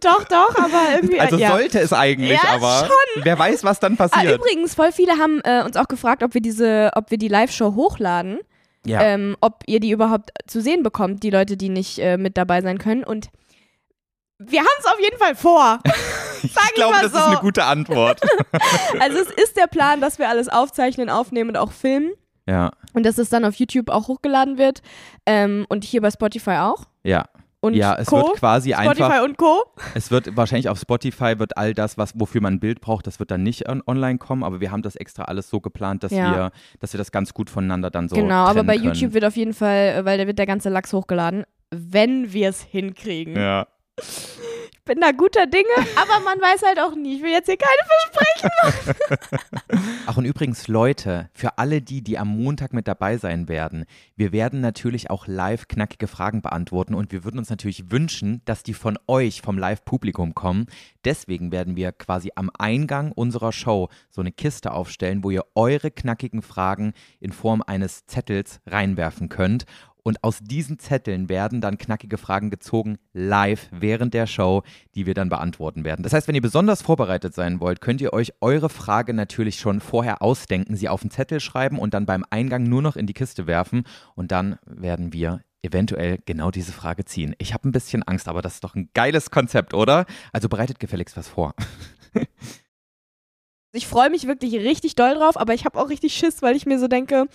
S2: Doch, doch, aber irgendwie. [laughs]
S3: Also
S2: ja.
S3: sollte es eigentlich,
S2: Ja,
S3: aber wer weiß, was dann
S2: Ah,
S3: passiert.
S2: übrigens, voll viele haben äh, uns auch gefragt, ob wir diese, ob wir die Live-Show hochladen,
S3: ja.
S2: ähm, ob ihr die überhaupt zu sehen bekommt, die Leute, die nicht äh, mit dabei sein können. Und wir haben es auf jeden Fall
S3: [laughs]
S2: vor.
S3: ich glaube,
S2: mal
S3: das
S2: so.
S3: ist eine
S2: [laughs]
S3: gute Antwort.
S2: Also es ist der Plan, dass wir alles aufzeichnen, aufnehmen und auch filmen
S3: ja,
S2: und dass es dann auf YouTube auch hochgeladen wird ähm, und hier bei Spotify auch.
S3: ja.
S2: Und
S3: ja, es
S2: Co.
S3: wird quasi
S2: Spotify
S3: einfach
S2: und Co.
S3: Es wird wahrscheinlich auf Spotify wird all das, was wofür man ein Bild braucht, das wird dann nicht on online kommen, aber wir haben das extra alles so geplant, dass
S2: Ja.
S3: wir, dass wir das ganz gut voneinander dann so
S2: genau, aber
S3: trennen
S2: bei
S3: können.
S2: YouTube wird auf jeden Fall, äh, weil da wird der ganze Lachs hochgeladen, wenn wir es hinkriegen.
S3: ja.
S2: Ich bin da guter Dinge, aber man weiß halt auch nie. Ich will jetzt hier keine
S3: Ach und übrigens Leute, für alle die, die am Montag mit dabei sein werden, wir werden natürlich auch live knackige Fragen beantworten und wir würden uns natürlich wünschen, dass die von euch vom Live Publikum kommen. Deswegen werden wir quasi am Eingang unserer Show so eine Kiste aufstellen, wo ihr eure knackigen Fragen in Form eines Zettels reinwerfen könnt. Und aus diesen Zetteln werden dann knackige Fragen gezogen, live während der Show, die wir dann beantworten werden. Das heißt, wenn ihr besonders vorbereitet sein wollt, könnt ihr euch eure Frage natürlich schon vorher ausdenken, sie auf den Zettel schreiben und dann beim Eingang nur noch in die Kiste werfen. Und dann werden wir eventuell genau diese Frage ziehen. Ich habe ein bisschen Angst, aber das ist doch ein geiles Konzept, oder? Also bereitet gefälligst was vor.
S2: Ich freue mich wirklich richtig doll drauf, aber ich habe auch richtig Schiss, weil ich mir so denke,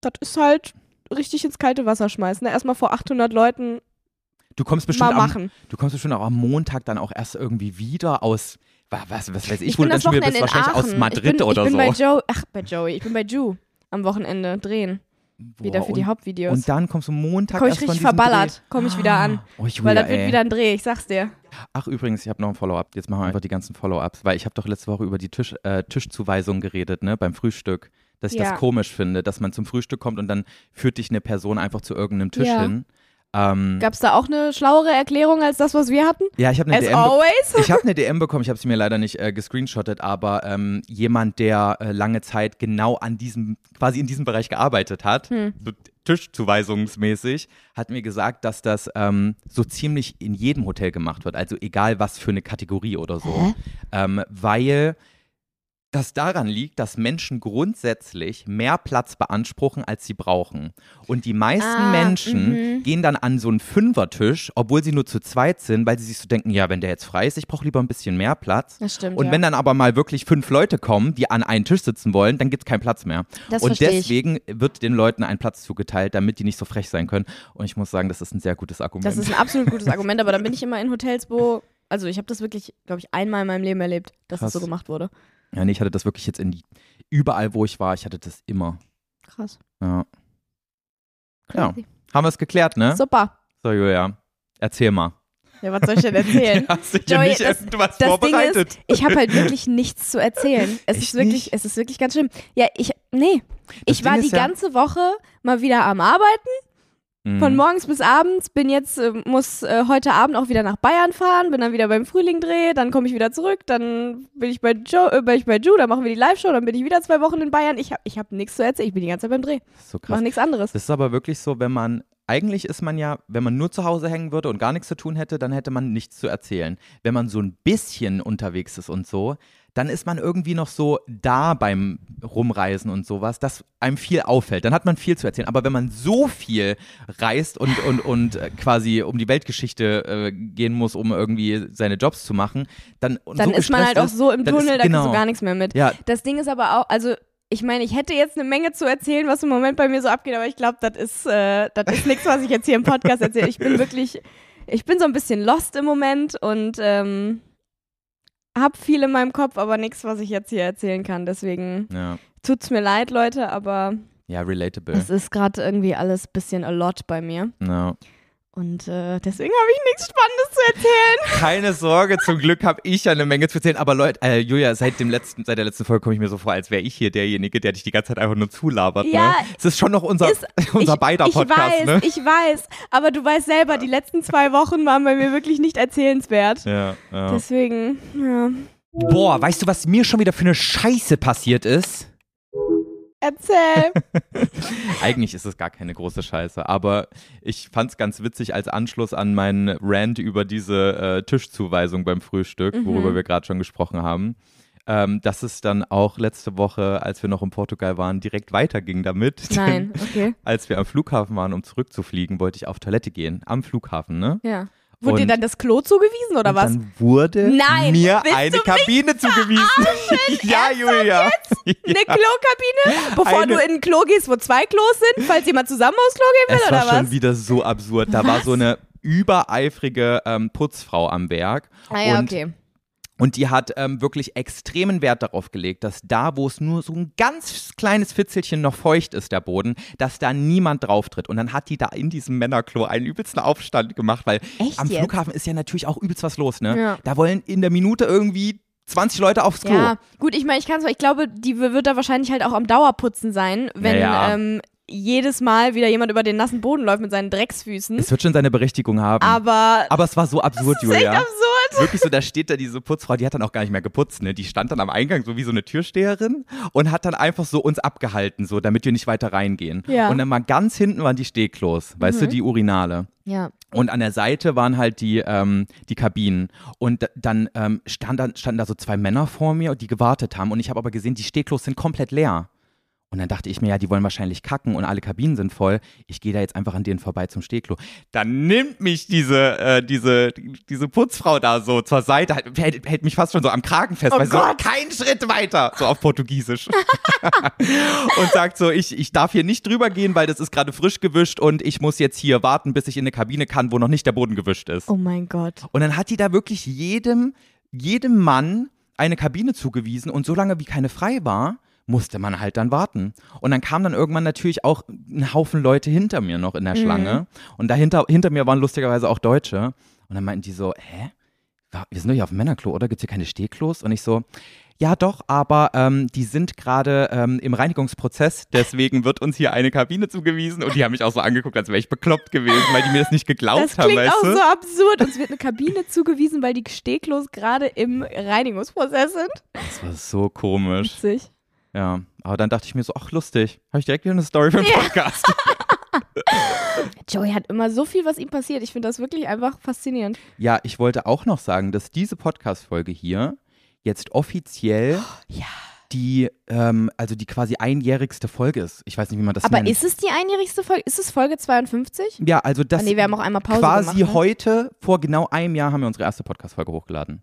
S2: das ist halt richtig ins kalte Wasser schmeißen. ne? Erstmal vor 800 Leuten
S3: Du kommst bestimmt,
S2: mal
S3: am,
S2: machen.
S3: du kommst bestimmt auch am Montag dann auch erst irgendwie wieder aus, wa- was, was weiß ich,
S2: bin
S3: wo du dann
S2: das
S3: schon wieder
S2: Wochenende
S3: bist,
S2: in
S3: wahrscheinlich
S2: Aachen.
S3: aus Madrid
S2: ich bin,
S3: oder
S2: ich bin
S3: so.
S2: Bei Joe, ach, bei Joey. Ich bin bei Ju am Wochenende drehen. Wieder
S3: Boah,
S2: für die
S3: und-
S2: Hauptvideos.
S3: Und dann kommst du Montag
S2: Komm ich
S3: erst von
S2: richtig
S3: diesem
S2: verballert.
S3: Dreh.
S2: Komm ich wieder an.
S3: Oh, Julia,
S2: Weil das wird
S3: ey. Hm.
S2: wieder ein Dreh, ich sag's dir.
S3: Ach übrigens, ich habe noch ein Follow-up. Jetzt machen wir einfach die ganzen Follow-ups, weil ich habe doch letzte Woche über die Tisch, äh, Tischzuweisung geredet, ne, beim Frühstück, dass ich
S2: Ja.
S3: das komisch finde, dass man zum Frühstück kommt und dann führt dich eine Person einfach zu irgendeinem Tisch
S2: Ja.
S3: hin. Ähm,
S2: Gab's da auch eine schlauere Erklärung als das, was wir hatten?
S3: ja, ich habe eine
S2: As
S3: DM be-
S2: always?
S3: [laughs] ich habe eine DM bekommen, ich habe sie mir leider nicht äh, gescreenshottet, aber ähm, jemand, der äh, lange Zeit genau an diesem, quasi in diesem Bereich gearbeitet
S2: Hm.
S3: hat, so tischzuweisungsmäßig, hat mir gesagt, dass das ähm, so ziemlich in jedem Hotel gemacht wird, also egal was für eine Kategorie oder so, ähm, weil das daran liegt, dass Menschen grundsätzlich mehr Platz beanspruchen, als sie brauchen. Und die meisten
S2: Ah,
S3: Menschen
S2: mhm.
S3: gehen dann an so einen Fünfertisch, obwohl sie nur zu zweit sind, weil sie sich so denken, ja, wenn der jetzt frei ist, ich brauche lieber ein bisschen mehr Platz.
S2: Das stimmt.
S3: Und
S2: ja.
S3: wenn dann aber mal wirklich fünf Leute kommen, die an einen Tisch sitzen wollen, dann gibt es keinen Platz mehr.
S2: Das
S3: und
S2: verstehe ich.
S3: deswegen wird den Leuten ein Platz zugeteilt, damit die nicht so frech sein können. Und ich muss sagen, das ist ein sehr gutes Argument.
S2: Das ist ein absolut gutes Argument, aber dann bin ich immer in Hotels, wo. Also ich habe das wirklich, glaube ich, einmal in meinem Leben erlebt, dass
S3: Krass.
S2: das so gemacht wurde.
S3: ja, nee, ich hatte das wirklich jetzt in die, überall, wo ich war, ich hatte das immer.
S2: Krass.
S3: Ja. Ja. Haben wir es geklärt, ne?
S2: Super.
S3: So, Julia, erzähl mal.
S2: Ja, was soll ich denn
S3: [laughs]
S2: erzählen?
S3: Hast du
S2: Joey, das-
S3: irgendwas
S2: das Ding ist, ich habe halt wirklich nichts zu erzählen. Es
S3: Echt
S2: ist wirklich,
S3: nicht?
S2: es ist wirklich ganz schlimm. Ja, ich, nee.
S3: Das
S2: ich
S3: Ding
S2: war
S3: ist
S2: die
S3: ja-
S2: ganze Woche mal wieder am Arbeiten
S3: Mhm.
S2: Von morgens bis abends bin jetzt, äh, muss äh, heute Abend auch wieder nach Bayern fahren, bin dann wieder beim Frühling Dreh, dann komme ich wieder zurück, dann bin ich bei Joe, äh, bin ich bei Ju, dann machen wir die Live-Show, dann bin ich wieder zwei Wochen in Bayern. Ich habe ich hab nichts zu erzählen, ich bin die ganze Zeit beim Dreh,
S3: So krass.
S2: mache nichts anderes.
S3: Das ist aber wirklich so, wenn man, eigentlich ist man ja, wenn man nur zu Hause hängen würde und gar nichts zu tun hätte, dann hätte man nichts zu erzählen. Wenn man so ein bisschen unterwegs ist und so, dann ist man irgendwie noch so da beim Rumreisen und sowas, dass einem viel auffällt. Dann hat man viel zu erzählen. Aber wenn man so viel reist und, und, und äh, quasi um die Weltgeschichte äh, gehen muss, um irgendwie seine Jobs zu machen, dann, und
S2: Dann
S3: so
S2: ist man halt
S3: gestresst
S2: auch so im
S3: dann ist-
S2: Tunnel, da kriegst
S3: genau.
S2: du gar nichts mehr mit.
S3: Ja,
S2: Das Ding ist aber auch, also ich meine, ich hätte jetzt eine Menge zu erzählen, was im Moment bei mir so abgeht, aber ich glaube, das ist, äh, das ist nichts, was ich jetzt hier im Podcast erzähle. Ich
S3: [laughs]
S2: bin wirklich, ich bin so ein bisschen lost im Moment und ähm, hab viel in meinem Kopf, aber nichts, was ich jetzt hier erzählen kann. Deswegen
S3: ja,
S2: tut's mir leid, Leute, aber
S3: ja, relatable.
S2: es ist gerade irgendwie alles bisschen a lot bei mir.
S3: Ja.
S2: Und äh, deswegen habe ich nichts Spannendes zu erzählen.
S3: Keine Sorge, zum Glück habe ich ja eine Menge zu erzählen. Aber Leute, äh, Julia, seit, dem letzten, seit der letzten Folge komme ich mir so vor, als wäre ich hier derjenige, der dich die ganze Zeit einfach nur zulabert.
S2: Ja,
S3: ne? Es ist schon noch unser,
S2: ist-
S3: [laughs] unser beider
S2: ich
S3: Podcast,
S2: weiß,
S3: ne?
S2: ich weiß, aber du weißt selber, die letzten zwei Wochen waren bei mir wirklich nicht erzählenswert.
S3: Ja, ja.
S2: Deswegen, ja.
S4: Boah, weißt du, was mir schon wieder für eine Scheiße passiert ist?
S3: [laughs]
S2: Erzähl.
S3: Eigentlich ist es gar keine große Scheiße, aber ich fand es ganz witzig als Anschluss an meinen Rant über diese äh, Tischzuweisung beim Frühstück,
S2: Mhm.
S3: worüber wir gerade schon gesprochen haben. Ähm, dass es dann auch letzte Woche, als wir noch in Portugal waren, direkt weiterging damit. [laughs] Denn
S2: Nein, okay.
S3: als wir am Flughafen waren, um zurückzufliegen, wollte ich auf Toilette gehen. Am Flughafen, ne?
S2: Ja. Wurde dir
S3: Und-
S2: dann das Klo zugewiesen oder
S3: und [laughs]
S2: was?
S3: Dann wurde
S2: Nein,
S3: mir
S2: willst
S3: eine
S2: du mich
S3: Kabine zugewiesen. [laughs] ja, Julia.
S2: Eine Klokabine? Bevor
S3: Eine-
S2: du in ein Klo gehst, wo zwei Klos sind, falls jemand zusammen aufs Klo gehen will
S3: Es war
S2: oder
S3: schon
S2: was?
S3: wieder so absurd. Da war so eine übereifrige ähm, Putzfrau am Werk.
S2: Ah ja,
S3: und
S2: okay.
S3: Und die hat ähm, wirklich extremen Wert darauf gelegt, dass da, wo es nur so ein ganz kleines Fitzelchen noch feucht ist, der Boden, dass da niemand drauf tritt. Und dann hat die da in diesem Männerklo einen übelsten Aufstand gemacht, weil
S2: Echt
S3: am
S2: jetzt?
S3: Flughafen ist ja natürlich auch übelst was los, ne?
S2: Ja.
S3: Da wollen in der Minute irgendwie 20 Leute aufs Klo.
S2: Ja, gut, ich meine, ich kann es, ich glaube, die w- wird da wahrscheinlich halt auch am Dauerputzen sein, wenn
S3: Ja, ja.
S2: Ähm, jedes Mal wieder jemand über den nassen Boden läuft mit seinen Drecksfüßen.
S3: Es wird schon seine Berechtigung haben.
S2: Aber
S3: Aber es war so absurd,
S2: das ist echt
S3: Julia.
S2: absurd.
S3: Wirklich so, da steht da diese Putzfrau, die hat dann auch gar nicht mehr geputzt, ne? Die stand dann am Eingang so wie so eine Türsteherin und hat dann einfach so uns abgehalten, so, damit wir nicht weiter reingehen.
S2: Ja.
S3: Und dann mal ganz hinten waren die Stehklos, weißt du, die Urinale.
S2: Ja.
S3: Und an der Seite waren halt die, ähm, die Kabinen. Und d- dann ähm, stand, da- standen da so zwei Männer vor mir, die gewartet haben. Und ich habe aber gesehen, die Stehklos sind komplett leer. Und dann dachte ich mir, ja, die wollen wahrscheinlich kacken und alle Kabinen sind voll. Ich gehe da jetzt einfach an denen vorbei zum Stehklo. Dann nimmt mich diese, äh, diese, diese Putzfrau da so zur Seite, halt, hält, hält mich fast schon so am Kragen fest,
S2: Oh
S3: weil so
S2: Gott.
S3: keinen Schritt weiter, so auf Portugiesisch. und sagt so, ich, ich darf hier nicht drüber gehen, weil das ist gerade frisch gewischt und ich muss jetzt hier warten, bis ich in eine Kabine kann, wo noch nicht der Boden gewischt ist.
S2: Oh mein Gott.
S3: Und dann hat die da wirklich jedem, jedem Mann eine Kabine zugewiesen und solange wie keine frei war, musste man halt dann warten. Und dann kam dann irgendwann natürlich auch ein Haufen Leute hinter mir noch
S2: Mhm.
S3: in der Schlange. Und dahinter hinter mir waren lustigerweise auch Deutsche. Und dann meinten die so, hä? Wa- Wir sind doch hier auf dem Männerklo, oder? Gibt es hier keine Stehklos? Und ich so, ja doch, aber ähm, die sind gerade ähm, im Reinigungsprozess, deswegen wird uns hier eine Kabine zugewiesen. Und die haben mich auch so angeguckt, als wäre ich bekloppt gewesen, weil die mir das nicht geglaubt
S2: Das
S3: haben,
S2: klingt
S3: weißt
S2: auch
S3: du?
S2: so absurd. Uns wird eine Kabine [laughs] zugewiesen, weil die Stehklos gerade im Reinigungsprozess sind.
S3: Das war so komisch.
S2: Witzig.
S3: Ja, aber dann dachte ich mir so, ach lustig, habe ich direkt wieder eine Story für
S2: [laughs]
S3: den Podcast.
S2: Joey hat immer so viel, was ihm passiert. Ich finde das wirklich einfach faszinierend.
S3: ja, ich wollte auch noch sagen, dass diese Podcast-Folge hier jetzt offiziell
S2: Oh,
S3: die, ähm, also die quasi einjährigste Folge ist. Ich weiß nicht, wie man das
S2: Aber
S3: nennt.
S2: ist es die einjährigste Folge? Ist es Folge 52?
S3: ja, also das
S2: Ah, nee, wir haben auch einmal Pause
S3: quasi
S2: gemacht. ne?
S3: heute, vor genau einem Jahr, haben wir unsere erste Podcast-Folge hochgeladen.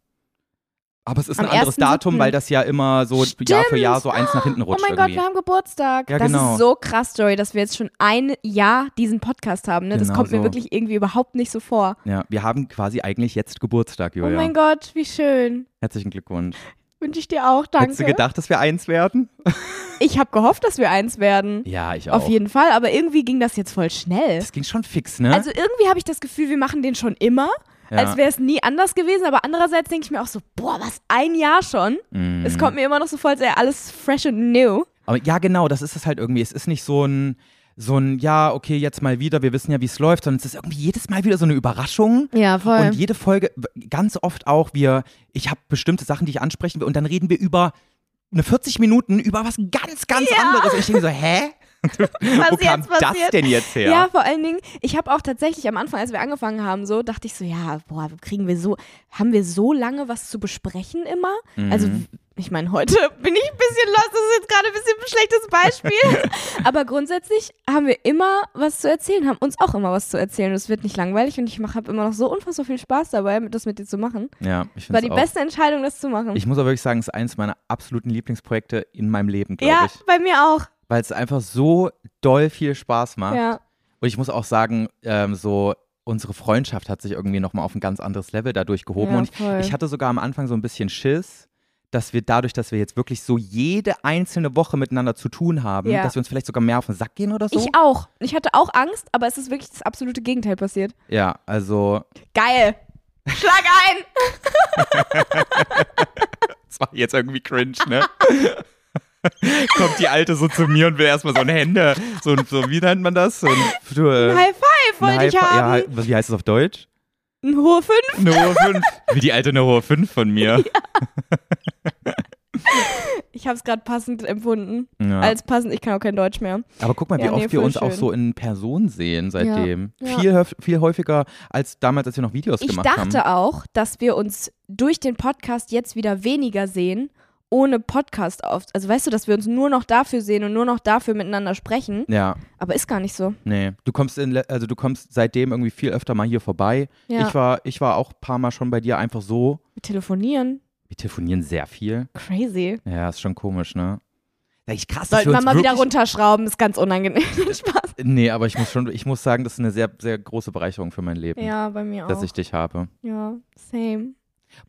S3: Aber es ist ein
S2: Am
S3: anderes
S2: 1.7..
S3: Datum, weil das ja immer so Jahr für Jahr so eins nach hinten
S2: ne? Oh
S3: rutscht
S2: mein Gott,
S3: irgendwie.
S2: wir haben Geburtstag.
S3: Ja,
S2: das
S3: genau.
S2: ist so krass, Joey, dass wir jetzt schon ein Jahr diesen Podcast haben. Ne? Das
S3: Genau
S2: kommt
S3: so.
S2: mir wirklich irgendwie überhaupt nicht so vor.
S3: ja, wir haben quasi eigentlich jetzt Geburtstag,
S2: Oh
S3: Julia.
S2: mein Gott, wie schön.
S3: Herzlichen Glückwunsch.
S2: Wünsche ich dir auch, danke.
S3: Hättest du gedacht, dass wir eins werden?
S2: ich habe gehofft, dass wir eins werden.
S3: Ja, ich
S2: Auf jeden Fall, aber irgendwie ging das jetzt voll schnell.
S3: Das ging schon fix, ne?
S2: Also irgendwie habe ich das Gefühl, wir machen den schon immer,
S3: Ja.
S2: als wäre es nie anders gewesen. Aber andererseits denke ich mir auch so, boah, was, ein Jahr schon?
S3: Mhm.
S2: Es kommt mir immer noch so vor, als wäre alles fresh and new.
S3: Aber ja, genau, das ist es halt irgendwie. Es ist nicht so ein so ein, ja, okay, jetzt mal wieder, wir wissen ja, wie es läuft, sondern es ist irgendwie jedes Mal wieder so eine Überraschung.
S2: Ja, voll.
S3: Und jede Folge, w- ganz oft auch, wir, ich habe bestimmte Sachen, die ich ansprechen will, und dann reden wir über eine 40 Minuten über was ganz, ganz anderes. Und ich denke so, hä?
S2: Was
S3: Wo kam das denn jetzt her?
S2: Ja, vor allen Dingen, ich habe auch tatsächlich am Anfang, als wir angefangen haben, so dachte ich so, ja, boah, kriegen wir so, haben wir so lange was zu besprechen immer? Also
S3: Mhm.
S2: ich meine, heute [laughs] bin ich ein bisschen lost, das ist jetzt gerade ein bisschen ein schlechtes
S3: [laughs]
S2: Beispiel, aber grundsätzlich haben wir immer was zu erzählen, haben uns auch immer was zu erzählen und es wird nicht langweilig und ich habe immer noch so unfassbar viel Spaß dabei, das mit dir zu machen.
S3: Ja, ich
S2: War
S3: finde
S2: die
S3: auch.
S2: beste Entscheidung, das zu machen.
S3: Ich muss aber wirklich sagen, es ist eines meiner absoluten Lieblingsprojekte in meinem Leben, glaube
S2: ja,
S3: ich.
S2: bei mir auch.
S3: Weil es einfach so doll viel Spaß macht.
S2: Ja.
S3: Und ich muss auch sagen, ähm, so unsere Freundschaft hat sich irgendwie nochmal auf ein ganz anderes Level dadurch gehoben.
S2: Ja,
S3: und ich,
S2: voll.
S3: ich hatte sogar am Anfang so ein bisschen Schiss, dass wir dadurch, dass wir jetzt wirklich so jede einzelne Woche miteinander zu tun haben,
S2: Ja.
S3: dass wir uns vielleicht sogar mehr auf den Sack gehen oder so.
S2: Ich auch. Ich hatte auch Angst, aber es ist wirklich das absolute Gegenteil passiert.
S3: ja, also
S2: Geil. Schlag ein.
S3: das war jetzt irgendwie cringe, ne? [laughs] Kommt die Alte so zu mir und will erstmal so ein Hände, so ein, so, wie nennt man das? So ein,
S2: Ein High Five wollte ich haben.
S3: äh, Ja, halt- was- wie heißt das auf Deutsch?
S2: Ein hohe 5.
S3: Eine hohe 5. Wie die alte eine hohe 5
S2: [laughs]
S3: von mir.
S2: Ich habe es gerade passend empfunden.
S3: Ja.
S2: Als passend, ich kann auch kein Deutsch mehr.
S3: Aber guck mal, wie
S2: Ja, nee,
S3: oft wir
S2: voll
S3: uns auch
S2: schön.
S3: so in Person sehen seitdem.
S2: Ja.
S3: Viel, höf- viel häufiger als damals, als wir noch Videos
S2: Ich
S3: gemacht haben.
S2: dachte auch, dass wir uns durch den Podcast jetzt wieder weniger sehen, ohne Podcast auf. Also weißt du, dass wir uns nur noch dafür sehen und nur noch dafür miteinander sprechen.
S3: Ja,
S2: Aber ist gar nicht so.
S3: nee. Du kommst in, le- also du kommst seitdem irgendwie viel öfter mal hier vorbei.
S2: Ja.
S3: Ich war, ich war auch ein paar Mal schon bei dir einfach so.
S2: Wir telefonieren.
S3: Wir telefonieren sehr viel.
S2: Crazy.
S3: Ja, ist schon komisch, ne? Ja, Ich krass, dass
S2: Sollten
S3: wir
S2: wir
S3: uns
S2: mal wieder
S3: wirklich-
S2: runterschrauben, ist ganz unangenehm. [laughs] Spaß.
S3: Nee, aber ich muss schon, ich muss sagen, das ist eine sehr, sehr große Bereicherung für mein Leben,
S2: Ja, bei mir auch.
S3: dass ich dich habe.
S2: ja, same.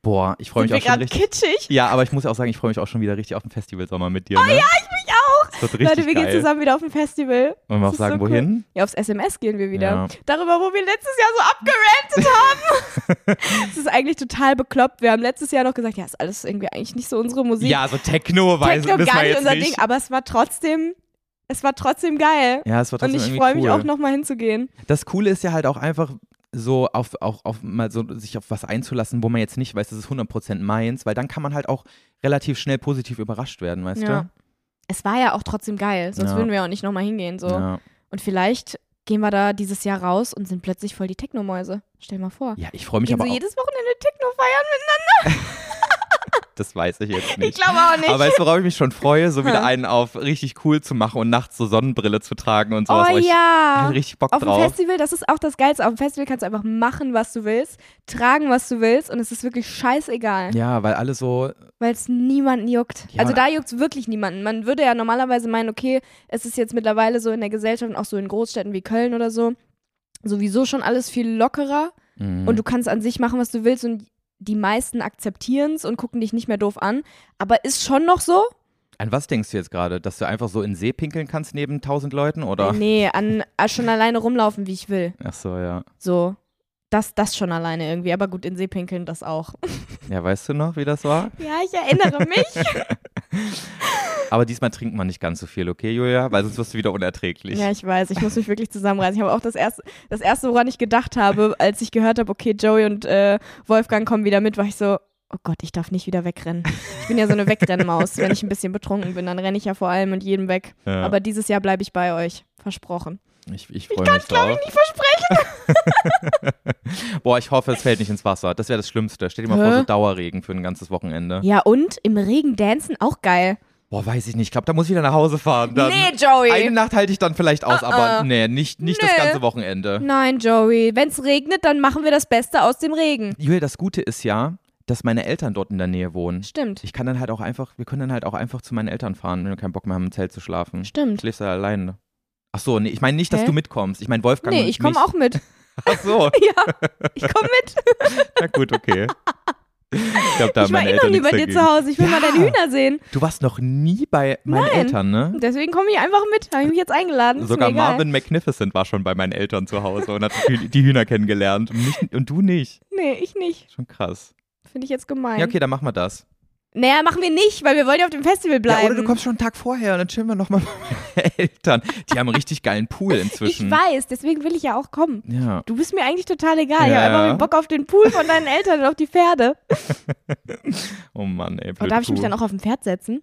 S3: Boah, ich freue mich
S2: Sind wir
S3: auch schon
S2: gerade
S3: richtig.
S2: kitschig?
S3: Ja, aber ich muss auch sagen, ich freue mich auch schon wieder richtig auf den Festivalsommer mit dir. Oh ne? ja, ich mich
S2: auch.
S3: Das wird richtig
S2: Leute, wir
S3: geil.
S2: gehen zusammen wieder auf ein Festival.
S3: Wollen wir auch
S2: Das ist
S3: sagen,
S2: so cool.
S3: wohin?
S2: Ja, aufs SMS gehen wir wieder.
S3: Ja.
S2: Darüber, wo wir letztes Jahr so abgerantet
S3: [laughs]
S2: haben. das ist eigentlich total bekloppt. Wir haben letztes Jahr noch gesagt, ja, ist alles irgendwie eigentlich nicht so unsere Musik.
S3: Ja, so Techno, weiß
S2: Techno
S3: wissen
S2: gar
S3: wir
S2: nicht
S3: jetzt
S2: unser
S3: nicht.
S2: Ding, aber es war trotzdem, es war trotzdem geil.
S3: ja, es
S2: Und
S3: war trotzdem
S2: ich
S3: irgendwie
S2: freue mich
S3: cool.
S2: auch nochmal hinzugehen.
S3: Das Coole ist ja halt auch einfach so auf, auch auf mal so sich auf was einzulassen, wo man jetzt nicht weiß, das ist 100% meins, weil dann kann man halt auch relativ schnell positiv überrascht werden, weißt
S2: Ja. Es war ja auch trotzdem geil, sonst
S3: Ja.
S2: würden wir auch nicht nochmal hingehen. So.
S3: du? Ja.
S2: Und vielleicht gehen wir da dieses Jahr raus und sind plötzlich voll die Technomäuse. Stell mal vor.
S3: Ja, ich freue mich
S2: Gehen
S3: aber
S2: so
S3: auch.
S2: jedes Wochenende Techno feiern miteinander?
S3: Das weiß ich jetzt
S2: Ich
S3: nicht.
S2: glaube auch nicht.
S3: aber weißt du, worauf ich mich schon freue? So wieder
S2: Ha.
S3: einen auf richtig cool zu machen und nachts so Sonnenbrille zu tragen und sowas.
S2: oh
S3: Aber ich
S2: ja.
S3: hab richtig Bock
S2: Auf dem
S3: drauf.
S2: Festival, das ist auch das Geilste. Auf dem Festival kannst du einfach machen, was du willst, tragen, was du willst und es ist wirklich scheißegal,
S3: [laughs] Ja, weil alle so,
S2: weil es niemanden juckt.
S3: Ja,
S2: also
S3: man-
S2: da juckt es wirklich niemanden. Man würde ja normalerweise meinen, okay, es ist jetzt mittlerweile so in der Gesellschaft und auch so in Großstädten wie Köln oder so sowieso schon alles viel lockerer
S3: Mhm.
S2: und du kannst an sich machen, was du willst und die meisten akzeptieren es und gucken dich nicht mehr doof an. Aber ist schon noch so?
S3: an was denkst du jetzt gerade? Dass du einfach so in den See pinkeln kannst neben tausend Leuten oder?
S2: Nee, an, an schon alleine rumlaufen, wie ich will.
S3: Ach so, ja.
S2: So. Das, das schon alleine irgendwie. Aber gut, in See pinkeln das auch.
S3: Ja, weißt du noch, wie das war?
S2: Ja, ich
S3: [laughs]
S2: erinnere mich.
S3: Aber diesmal trinkt man nicht ganz so viel, okay, Julia? Weil sonst wirst du wieder unerträglich.
S2: ja, ich weiß, ich muss mich wirklich zusammenreißen. Ich habe auch das erste, das erste, woran ich gedacht habe, als ich gehört habe, okay, Joey und äh, Wolfgang kommen wieder mit, war ich so, oh Gott, ich darf nicht wieder wegrennen. Ich bin ja so eine Wegrennmaus. Wenn ich ein bisschen betrunken bin, dann renne ich ja vor allem und jedem weg.
S3: Ja.
S2: Aber dieses Jahr bleibe ich bei euch. Versprochen.
S3: ich ich freue mich drauf.
S2: Ich verspreche.
S3: Boah, ich hoffe, es fällt nicht ins Wasser. Das wäre das Schlimmste. Stell dir mal vor,
S2: Hä?
S3: so Dauerregen für ein ganzes Wochenende.
S2: Ja, und im Regen dancen auch geil.
S3: Boah, weiß ich nicht. Ich glaube, da muss ich wieder nach Hause fahren. Dann
S2: nee, Uh-uh. Joey.
S3: Eine Nacht halte ich dann vielleicht aus, aber nee, nicht, nicht das
S2: Nö.
S3: ganze Wochenende.
S2: Nein, Joey. Wenn es regnet, dann machen wir das Beste aus dem Regen.
S3: Julia, das Gute ist ja, dass meine Eltern dort in der Nähe wohnen.
S2: Stimmt.
S3: Ich kann dann halt auch einfach, wir können dann halt auch einfach zu meinen Eltern fahren, wenn wir keinen Bock mehr haben, im Zelt zu schlafen.
S2: Stimmt.
S3: Schläfst du ja alleine. Ach so, nee, ich meine nicht, dass
S2: Hä?
S3: du mitkommst. Ich meine Wolfgang
S2: Nee,
S3: und
S2: ich komme
S3: mich.
S2: auch mit.
S3: [laughs] Ach so.
S2: Ja, ich komme mit.
S3: Na gut, okay. Ich glaube, da haben
S2: ich war
S3: meine
S2: eh noch
S3: Eltern
S2: nie
S3: nichts
S2: bei dir
S3: dagegen.
S2: zu Hause. Ich will mal
S3: Ja.
S2: deine Hühner sehen.
S3: Du warst noch nie bei meinen
S2: Nein.
S3: Eltern, ne?
S2: Und deswegen komme ich einfach mit. Habe ich mich jetzt eingeladen. Ist
S3: Sogar
S2: mir egal.
S3: Marvin Magnificent war schon bei meinen Eltern zu Hause und hat Hü- die Hühner kennengelernt. Und, mich, und du nicht.
S2: Nee, ich nicht.
S3: Schon krass.
S2: Finde ich jetzt gemein.
S3: Ja, okay, dann machen wir das.
S2: Naja, machen wir nicht, weil wir wollen ja auf dem Festival bleiben.
S3: Ja, oder du kommst schon einen Tag vorher und dann chillen wir nochmal [laughs] bei meinen Eltern. Die haben einen richtig geilen Pool inzwischen.
S2: ich weiß, deswegen will ich ja auch kommen.
S3: Ja.
S2: Du bist mir eigentlich total egal. Ich
S3: Ja,
S2: habe einfach
S3: ja.
S2: den Bock auf den Pool von deinen Eltern und auf die
S3: [laughs]
S2: Pferde.
S3: Oh Mann, ey.
S2: Oh,
S3: blöd
S2: darf ich mich
S3: Kuh.
S2: dann auch auf ein Pferd setzen?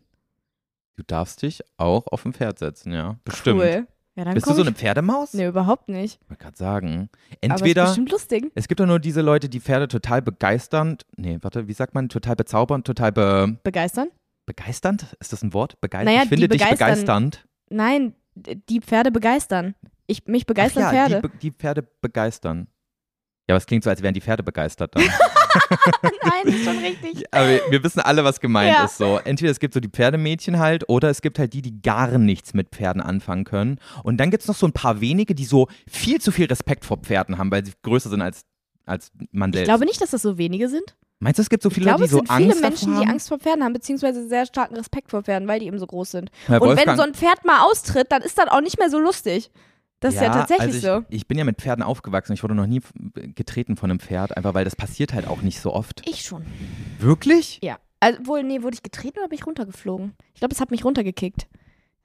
S3: Du darfst dich auch auf ein Pferd setzen, ja. Bestimmt.
S2: Cool. Ja, dann
S3: Bist du
S2: komm
S3: so eine
S2: ich.
S3: Pferdemaus?
S2: Nee, überhaupt nicht.
S3: Ich wollte gerade sagen.
S2: Aber
S3: Entweder.
S2: ist bestimmt lustig.
S3: Es gibt doch nur diese Leute, die Pferde total begeisternd. Nee, warte, wie sagt man? Total bezaubernd, total be,
S2: Begeistern?
S3: begeisternd? Ist das ein Wort? Begeisternd?
S2: Naja,
S3: ich finde
S2: die
S3: dich
S2: begeistern-
S3: begeisternd.
S2: Nein, d- die Pferde begeistern. Ich, mich begeistern
S3: Ach ja,
S2: Pferde.
S3: Die, be- die Pferde begeistern. Ja, aber es klingt so, als wären die Pferde begeistert dann.
S2: [laughs] Nein, ist schon
S3: [laughs]
S2: richtig.
S3: Aber wir, wir wissen alle, was gemeint
S2: Ja.
S3: ist. So, entweder es gibt so die Pferdemädchen halt, oder es gibt halt die, die gar nichts mit Pferden anfangen können. Und dann gibt es noch so ein paar wenige, die so viel zu viel Respekt vor Pferden haben, weil sie größer sind als, als man
S2: Ich
S3: selbst.
S2: glaube nicht, dass das so wenige sind.
S3: Meinst du, es gibt so
S2: Ich
S3: viele,
S2: glaube,
S3: die
S2: es
S3: so
S2: sind
S3: Angst
S2: viele
S3: davor
S2: Menschen,
S3: haben?
S2: die Angst vor Pferden haben, beziehungsweise sehr starken Respekt vor Pferden, weil die eben so groß sind.
S3: Weil
S2: Und wenn
S3: Wolfgang-
S2: so ein Pferd mal austritt, dann ist das auch nicht mehr so lustig. Das ist ja tatsächlich
S3: also
S2: so.
S3: ich, Ich bin ja mit Pferden aufgewachsen. Ich wurde noch nie f- getreten von einem Pferd, einfach weil das passiert halt auch nicht so oft.
S2: Ich schon.
S3: Wirklich?
S2: Ja. Also, wohl, nee, wurde ich getreten oder bin ich runtergeflogen? Ich glaube, es hat mich runtergekickt.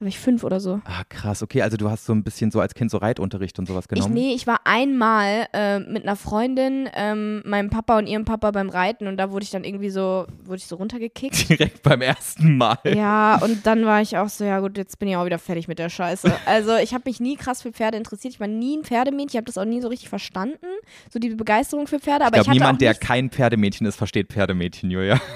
S2: Da war ich fünf oder so.
S3: Ah, krass. Okay, also du hast so ein bisschen so als Kind so Reitunterricht und sowas
S2: Ich,
S3: genommen.
S2: nee, ich war einmal äh, mit einer Freundin, ähm, meinem Papa und ihrem Papa beim Reiten und da wurde ich dann irgendwie so, wurde ich so runtergekickt.
S3: [laughs] Direkt beim ersten Mal. [laughs]
S2: ja, und dann war ich auch so, ja gut, jetzt bin ich auch wieder fertig mit der Scheiße. Also ich habe mich nie krass für Pferde interessiert. Ich war nie ein Pferdemädchen, ich habe das auch nie so richtig verstanden, so die Begeisterung für Pferde. Aber
S3: ich
S2: ich,
S3: glaube,
S2: hatte
S3: niemand,
S2: auch
S3: der
S2: nichts-
S3: kein Pferdemädchen ist, versteht Pferdemädchen, Julia. [laughs]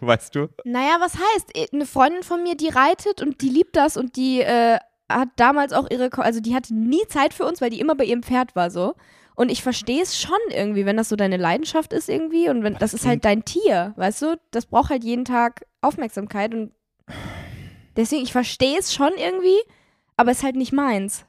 S3: weißt du?
S2: Naja, was heißt? äh, Eine Freundin von mir, die reitet und die liebt das und die äh, hat damals auch ihre, Ko- also die hatte nie Zeit für uns, weil die immer bei ihrem Pferd war so. Und ich verstehe es schon irgendwie, wenn das so deine Leidenschaft ist irgendwie und wenn das, ist halt dein Tier, weißt du? Das braucht halt jeden Tag Aufmerksamkeit und deswegen ich verstehe es schon irgendwie, aber es ist halt nicht meins.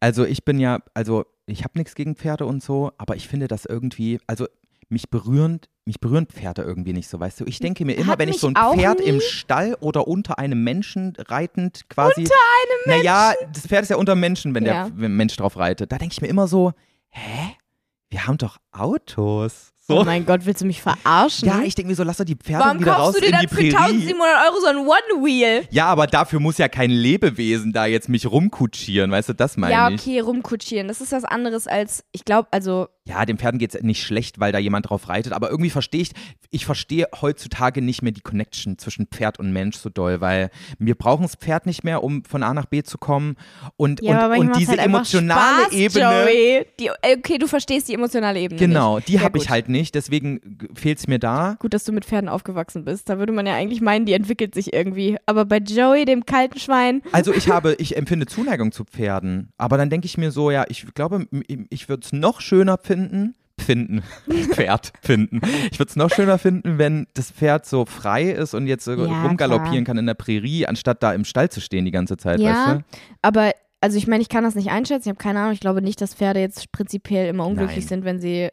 S3: Also ich bin ja, also ich habe nichts gegen Pferde und so, aber ich finde das irgendwie, also mich berührend, mich berühren Pferde irgendwie nicht so, weißt du? Ich denke mir immer,
S2: Hat
S3: wenn ich
S2: mich
S3: so ein
S2: auch
S3: Pferd im
S2: nie.
S3: Stall oder unter einem Menschen reitend quasi. Unter einem Menschen? Naja, das Pferd ist ja unter Menschen, wenn
S2: Ja.
S3: der wenn ein Mensch drauf reitet. Da denke ich mir immer so, hä? Wir haben doch Autos. So.
S2: Oh mein Gott, willst du mich verarschen?
S3: ja, ich denke mir so, lass doch die Pferde
S2: Warum
S3: wieder raus
S2: kaufst du dir
S3: in
S2: dann
S3: die
S2: für
S3: Prärie.
S2: 1700 Euro so ein One-Wheel?
S3: Ja, aber dafür muss ja kein Lebewesen da jetzt mich rumkutschieren, weißt du, das meine
S2: Ja,
S3: ich.
S2: okay, rumkutschieren. Das ist was anderes als, ich glaube, also
S3: Ja, den Pferden geht's nicht schlecht, weil da jemand drauf reitet, aber irgendwie verstehe ich, ich verstehe heutzutage nicht mehr die Connection zwischen Pferd und Mensch so doll, weil wir brauchen das Pferd nicht mehr, um von A nach B zu kommen und,
S2: Ja, aber manchmal
S3: und, und diese
S2: macht's halt einfach
S3: emotionale
S2: Spaß,
S3: Ebene.
S2: Joey. Die, äh, okay, du verstehst die emotionale Ebene.
S3: Genau,
S2: nicht.
S3: die
S2: Ja,
S3: habe ich
S2: gut.
S3: halt nicht, deswegen g- fehlt's mir da.
S2: Gut, dass du mit Pferden aufgewachsen bist. Da würde man ja eigentlich meinen, die entwickelt sich irgendwie. Aber bei Joey, dem kalten Schwein,
S3: Also ich habe, ich empfinde Zuneigung zu Pferden, aber dann denke ich mir so, ja, ich glaube, m- ich würde es noch schöner finden, finden, [laughs] Pferd finden. Ich würde es noch schöner finden, wenn das Pferd so frei ist und jetzt so
S2: Ja, klar.
S3: rumgaloppieren kann in der Prärie, anstatt da im Stall zu stehen die ganze Zeit,
S2: Ja,
S3: weißt
S2: aber also ich meine, ich kann das nicht einschätzen. Ich habe keine Ahnung. Ich glaube nicht, dass Pferde jetzt prinzipiell immer unglücklich
S3: Nein.
S2: sind, wenn sie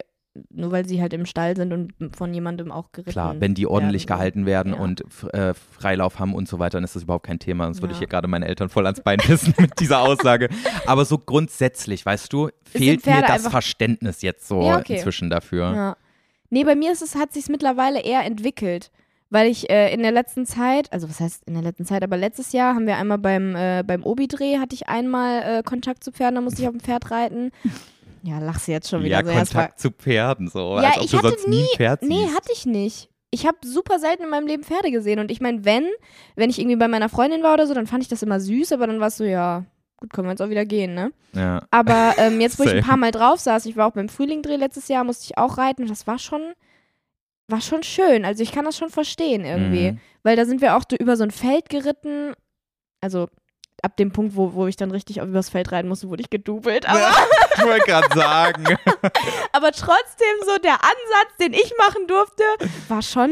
S2: nur weil sie halt im Stall sind und von jemandem auch
S3: du?
S2: geritten.
S3: Klar, wenn die ordentlich
S2: werden.
S3: gehalten werden
S2: Ja.
S3: und f- äh, Freilauf haben und so weiter, dann ist das überhaupt kein Thema. Sonst würde ich
S2: Ja.
S3: hier gerade meine Eltern voll ans Bein pissen mit dieser Aussage. Aber so grundsätzlich, weißt du,
S2: sind
S3: fehlt mir
S2: Pferde
S3: das
S2: einfach-
S3: Verständnis jetzt so
S2: Ja, okay.
S3: inzwischen dafür.
S2: Ja. Nee, bei mir ist es, hat sich's mittlerweile eher entwickelt. Weil ich äh, in der letzten Zeit, also was heißt in der letzten Zeit, aber letztes Jahr haben wir einmal beim, äh, beim Obi-Dreh, hatte ich einmal äh, Kontakt zu Pferden, da musste ich auf dem Pferd reiten. [laughs] Ja, lachst du jetzt schon wieder.
S3: Ja,
S2: so, ja, es war-
S3: Kontakt zu Pferden, so.
S2: Ja,
S3: als ob
S2: ich
S3: du
S2: hatte
S3: sonst nie, ein Pferd
S2: Nee,
S3: siehst.
S2: hatte ich nicht. Ich habe super selten in meinem Leben Pferde gesehen. Und ich meine, wenn, wenn ich irgendwie bei meiner Freundin war oder so, dann fand ich das immer süß, aber dann war es so, ja, gut, können wir jetzt auch wieder gehen, ne?
S3: Ja.
S2: Aber ähm, jetzt, wo ich ein
S3: Same.
S2: paar Mal drauf saß, ich war auch beim Frühlingdreh letztes Jahr, musste ich auch reiten und das war schon, war schon schön. Also ich kann das schon verstehen irgendwie.
S3: Mhm.
S2: Weil da sind wir auch so über so ein Feld geritten. Also ab dem Punkt, wo, wo ich dann richtig auf übers Feld reiten musste, wurde ich gedubelt. Aber,
S3: Ich wollte gerade sagen.
S2: [laughs] aber trotzdem so der Ansatz, den ich machen durfte, war schon,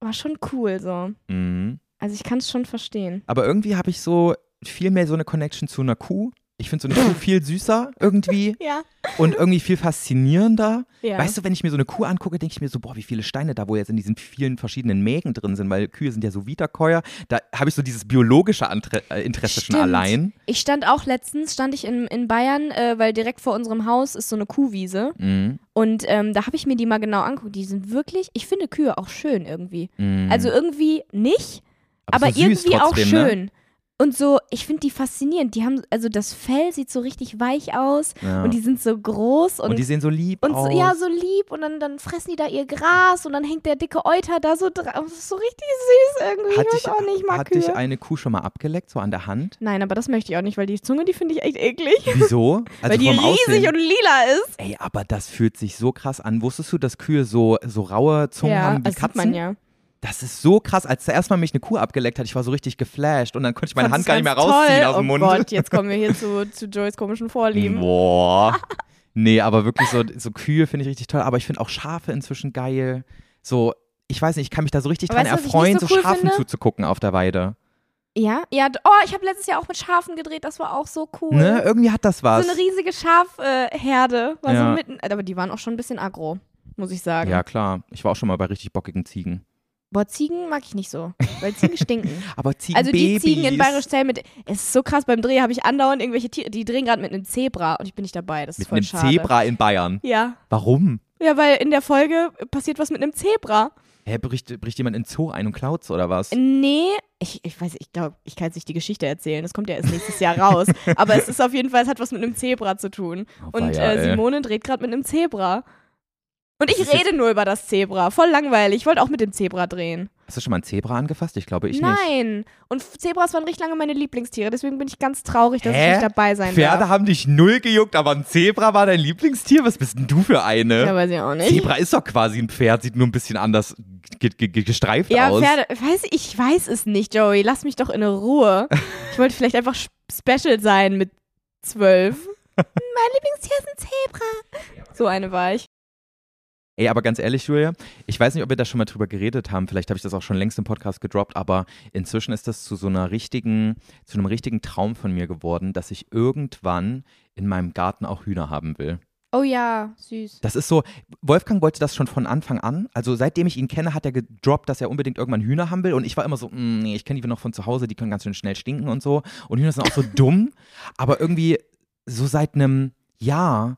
S2: war schon cool so.
S3: Mhm.
S2: Also ich kann es schon verstehen.
S3: Aber irgendwie habe ich so viel mehr so eine Connection zu einer Kuh. Ich finde so
S2: [laughs]
S3: eine Kuh viel süßer irgendwie
S2: Ja.
S3: und irgendwie viel faszinierender.
S2: ja.
S3: Weißt du, wenn ich mir so eine Kuh angucke, denke ich mir so, boah, wie viele Steine da wohl jetzt in diesen vielen verschiedenen Mägen drin sind, weil Kühe sind ja so Wiederkäuer. Da habe ich so dieses biologische Antre äh, Interesse schon
S2: Stimmt.
S3: allein.
S2: Ich stand auch letztens, stand ich in, in Bayern, äh, weil direkt vor unserem Haus ist so eine Kuhwiese.
S3: Mhm.
S2: Und ähm, da habe ich mir die mal genau angeguckt. Die sind wirklich, ich finde Kühe auch schön irgendwie.
S3: Mhm.
S2: Also irgendwie nicht,
S3: Aber
S2: aber,
S3: so süß
S2: irgendwie auch
S3: trotzdem, ne?
S2: schön. Und so, ich finde die faszinierend. Die haben, also das Fell sieht so richtig weich aus
S3: Ja.
S2: und die sind so groß und,
S3: und die sehen so lieb
S2: und so,
S3: aus.
S2: ja, so lieb und dann, dann fressen die da ihr Gras und dann hängt der dicke Euter da so drauf. Das ist so richtig süß irgendwie.
S3: hat
S2: ich weiß
S3: dich,
S2: auch nicht, ich mag
S3: hat
S2: Kühe.
S3: dich eine Kuh schon mal abgeleckt, so an der Hand?
S2: Nein, aber das möchte ich auch nicht, weil die Zunge, die finde ich echt eklig. [laughs]
S3: Wieso? Also
S2: weil die
S3: vom
S2: riesig
S3: Aussehen.
S2: und lila ist.
S3: Ey, aber das fühlt sich so krass an. Wusstest du, dass Kühe so, so raue Zungen haben wie
S2: das
S3: Katzen?
S2: sieht man ja.
S3: Das ist so krass. Als zuerst mal mich eine Kuh abgeleckt hat, ich war so richtig geflasht und dann konnte ich meine
S2: Fand
S3: Hand
S2: es
S3: gar nicht mehr
S2: ganz
S3: rausziehen
S2: toll.
S3: aus dem
S2: oh
S3: Mund.
S2: Gott, jetzt kommen wir hier zu, zu Joys komischen Vorlieben. [laughs]
S3: Boah. Nee, aber wirklich so, so Kühe finde ich richtig toll. Aber ich finde auch Schafe inzwischen geil. So, ich weiß nicht, ich kann mich da so richtig
S2: Aber
S3: dran
S2: weißt du, was ich
S3: erfreuen,
S2: nicht
S3: so,
S2: so cool
S3: Schafen
S2: finde?
S3: zuzugucken auf der Weide.
S2: Ja, ja. d- Oh, ich habe letztes Jahr auch mit Schafen gedreht, das war auch so cool.
S3: Ne? Irgendwie hat das was.
S2: So eine riesige Schafherde äh, Herde war so
S3: Ja.
S2: mitten, aber die waren auch schon ein bisschen aggro, muss ich sagen.
S3: ja, klar. Ich war auch schon mal bei richtig bockigen Ziegen.
S2: Boah, Ziegen mag ich nicht so, weil Ziegen
S3: [laughs]
S2: stinken.
S3: Aber Ziegen
S2: Also die Ziegen in Bayerisch Zell mit, es ist so krass, beim Dreh habe ich andauernd irgendwelche Tiere, die drehen gerade mit einem Zebra und ich bin nicht dabei, das ist
S3: Mit
S2: voll
S3: einem
S2: schade.
S3: Zebra in Bayern.
S2: Ja,
S3: Warum?
S2: ja, weil in der Folge passiert was mit einem Zebra.
S3: Hä, bricht, bricht jemand in den Zoo ein und klaut's oder was?
S2: Nee, ich, ich weiß, ich glaube, ich kann jetzt nicht die Geschichte erzählen. Das kommt ja erst nächstes Jahr
S3: [laughs]
S2: raus. Aber es ist auf jeden Fall, es hat was mit einem Zebra zu tun.
S3: Oh,
S2: Und
S3: weia,
S2: äh,
S3: ey.
S2: Simone dreht gerade mit einem Zebra. Und ich
S3: Das ist jetzt-
S2: rede nur über das Zebra. Voll langweilig. Ich wollte auch mit dem Zebra drehen.
S3: Hast du schon mal ein Zebra angefasst? Ich glaube, ich nicht.
S2: Nein. Und F- Zebras waren richtig lange meine Lieblingstiere. Deswegen bin ich ganz traurig, dass
S3: Hä?
S2: ich nicht dabei sein
S3: Pferde
S2: darf.
S3: haben dich null gejuckt, aber ein Zebra war dein Lieblingstier? Was bist denn du für eine?
S2: Ja, weiß ich auch nicht.
S3: Zebra ist doch quasi ein Pferd, sieht nur ein bisschen anders ge ge ge gestreift
S2: ja,
S3: aus.
S2: Pferde. Weiß ich, ich weiß es nicht, Joey. Lass mich doch in Ruhe. ich wollte vielleicht einfach sp- special sein mit zwölf. mein Lieblingstier ist ein Zebra. So eine war ich.
S3: Ey, aber ganz ehrlich, Julia, ich weiß nicht, ob wir da schon mal drüber geredet haben. Vielleicht habe ich das auch schon längst im Podcast gedroppt, aber inzwischen ist das zu so einer richtigen, zu einem richtigen Traum von mir geworden, dass ich irgendwann in meinem Garten auch Hühner haben will.
S2: Oh ja, süß.
S3: Das ist so, Wolfgang wollte das schon von Anfang an. Also seitdem ich ihn kenne, hat er gedroppt, dass er unbedingt irgendwann Hühner haben will. Und ich war immer so, "Mm, nee, ich kenne die noch von zu Hause, die können ganz schön schnell stinken und so. Und Hühner sind auch
S2: [laughs]
S3: so dumm. Aber irgendwie so seit einem Jahr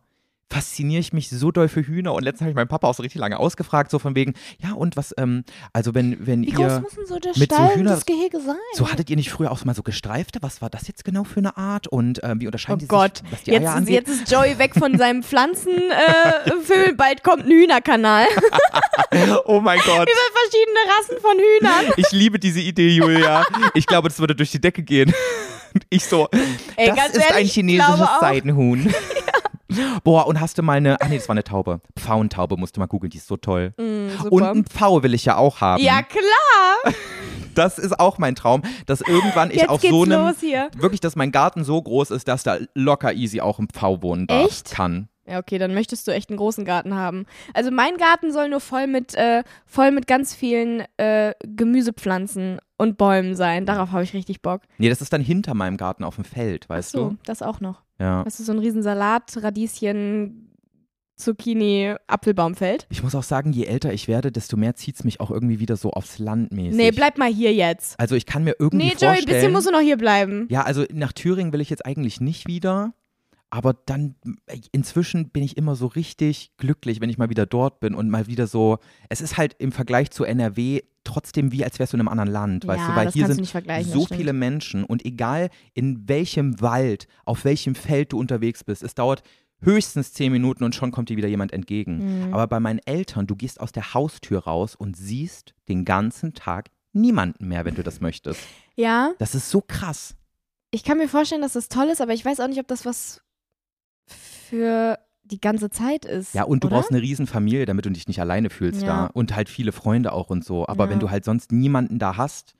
S3: fasziniere ich mich so doll für Hühner. Und letztens habe ich meinen Papa auch so richtig lange ausgefragt, so von wegen, ja und was, ähm, also wenn, wenn
S2: Wie
S3: ihr...
S2: groß muss denn so der
S3: mit so
S2: Stall und
S3: Hühner-
S2: das Gehege sein?
S3: so hattet ihr nicht früher auch mal so gestreifte? Was war das jetzt genau für eine Art? Und ähm, wie
S2: Oh
S3: unterscheiden die
S2: Gott,
S3: sich, was die Eier
S2: jetzt, ist-
S3: angeht?
S2: jetzt ist Joey weg von seinem Pflanzenfilm.
S3: [laughs]
S2: Äh, Film. Bald kommt ein Hühnerkanal über
S3: oh
S2: [laughs]
S3: mein Gott.
S2: verschiedene Rassen von Hühnern.
S3: Ich liebe diese Idee, Julia. Ich glaube, das würde durch die Decke gehen. Und ich so,
S2: Ey,
S3: das
S2: ganz
S3: ist ein
S2: ehrlich, ich glaube
S3: chinesisches
S2: auch.
S3: Seidenhuhn.
S2: [laughs]
S3: Boah, und hast du mal eine, ah nee, das war eine Taube. Pfauentaube, musst du mal googeln, die ist so toll. und
S2: Mm, super.
S3: ein Pfau will ich ja auch haben.
S2: Ja klar,
S3: Das ist auch mein Traum, dass irgendwann ich
S2: jetzt
S3: auf
S2: geht's
S3: so einem,
S2: los hier.
S3: wirklich, dass mein Garten so groß ist, dass da locker easy auch ein Pfau wohnen darf,
S2: Echt?
S3: kann.
S2: Ja, okay, dann möchtest du echt einen großen Garten haben. Also mein Garten soll nur voll mit, äh, voll mit ganz vielen äh, Gemüsepflanzen und Bäumen sein. Darauf habe ich richtig Bock.
S3: Nee, das ist dann hinter meinem Garten auf dem Feld, weißt
S2: so, das auch noch.
S3: du? Ja.
S2: Weißt du, so ein riesen Salat, Radieschen, Zucchini, Apfelbaumfeld.
S3: Ich muss auch sagen, je älter ich werde, desto mehr zieht es mich auch irgendwie wieder so aufs Land mäßig.
S2: Nee, bleib mal hier jetzt.
S3: Also ich kann mir irgendwie
S2: Nee, Joey,
S3: vorstellen.
S2: ein bisschen musst du noch hier bleiben.
S3: ja, also nach Thüringen will ich jetzt eigentlich nicht wieder. Aber dann, inzwischen bin ich immer so richtig glücklich, wenn ich mal wieder dort bin und mal wieder so. Es ist halt im Vergleich zu NRW trotzdem wie, als wärst du in einem anderen Land, weißt
S2: ja,
S3: du? Weil
S2: das
S3: hier
S2: kannst
S3: sind
S2: du nicht vergleichen.
S3: so
S2: das stimmt.
S3: viele Menschen und egal in welchem Wald, auf welchem Feld du unterwegs bist, es dauert höchstens zehn Minuten und schon kommt dir wieder jemand
S2: Mhm.
S3: entgegen. Aber bei meinen Eltern, du gehst aus der Haustür raus und siehst den ganzen Tag niemanden mehr, wenn du das möchtest.
S2: Ja,
S3: Das ist so krass.
S2: ich kann mir vorstellen, dass das toll ist, aber ich weiß auch nicht, ob das was für die ganze Zeit ist.
S3: Ja, und du
S2: oder?
S3: brauchst eine Riesenfamilie, damit du dich nicht alleine fühlst da.
S2: Ja.
S3: Und halt viele Freunde auch und so. Aber
S2: Ja.
S3: wenn du halt sonst niemanden da hast,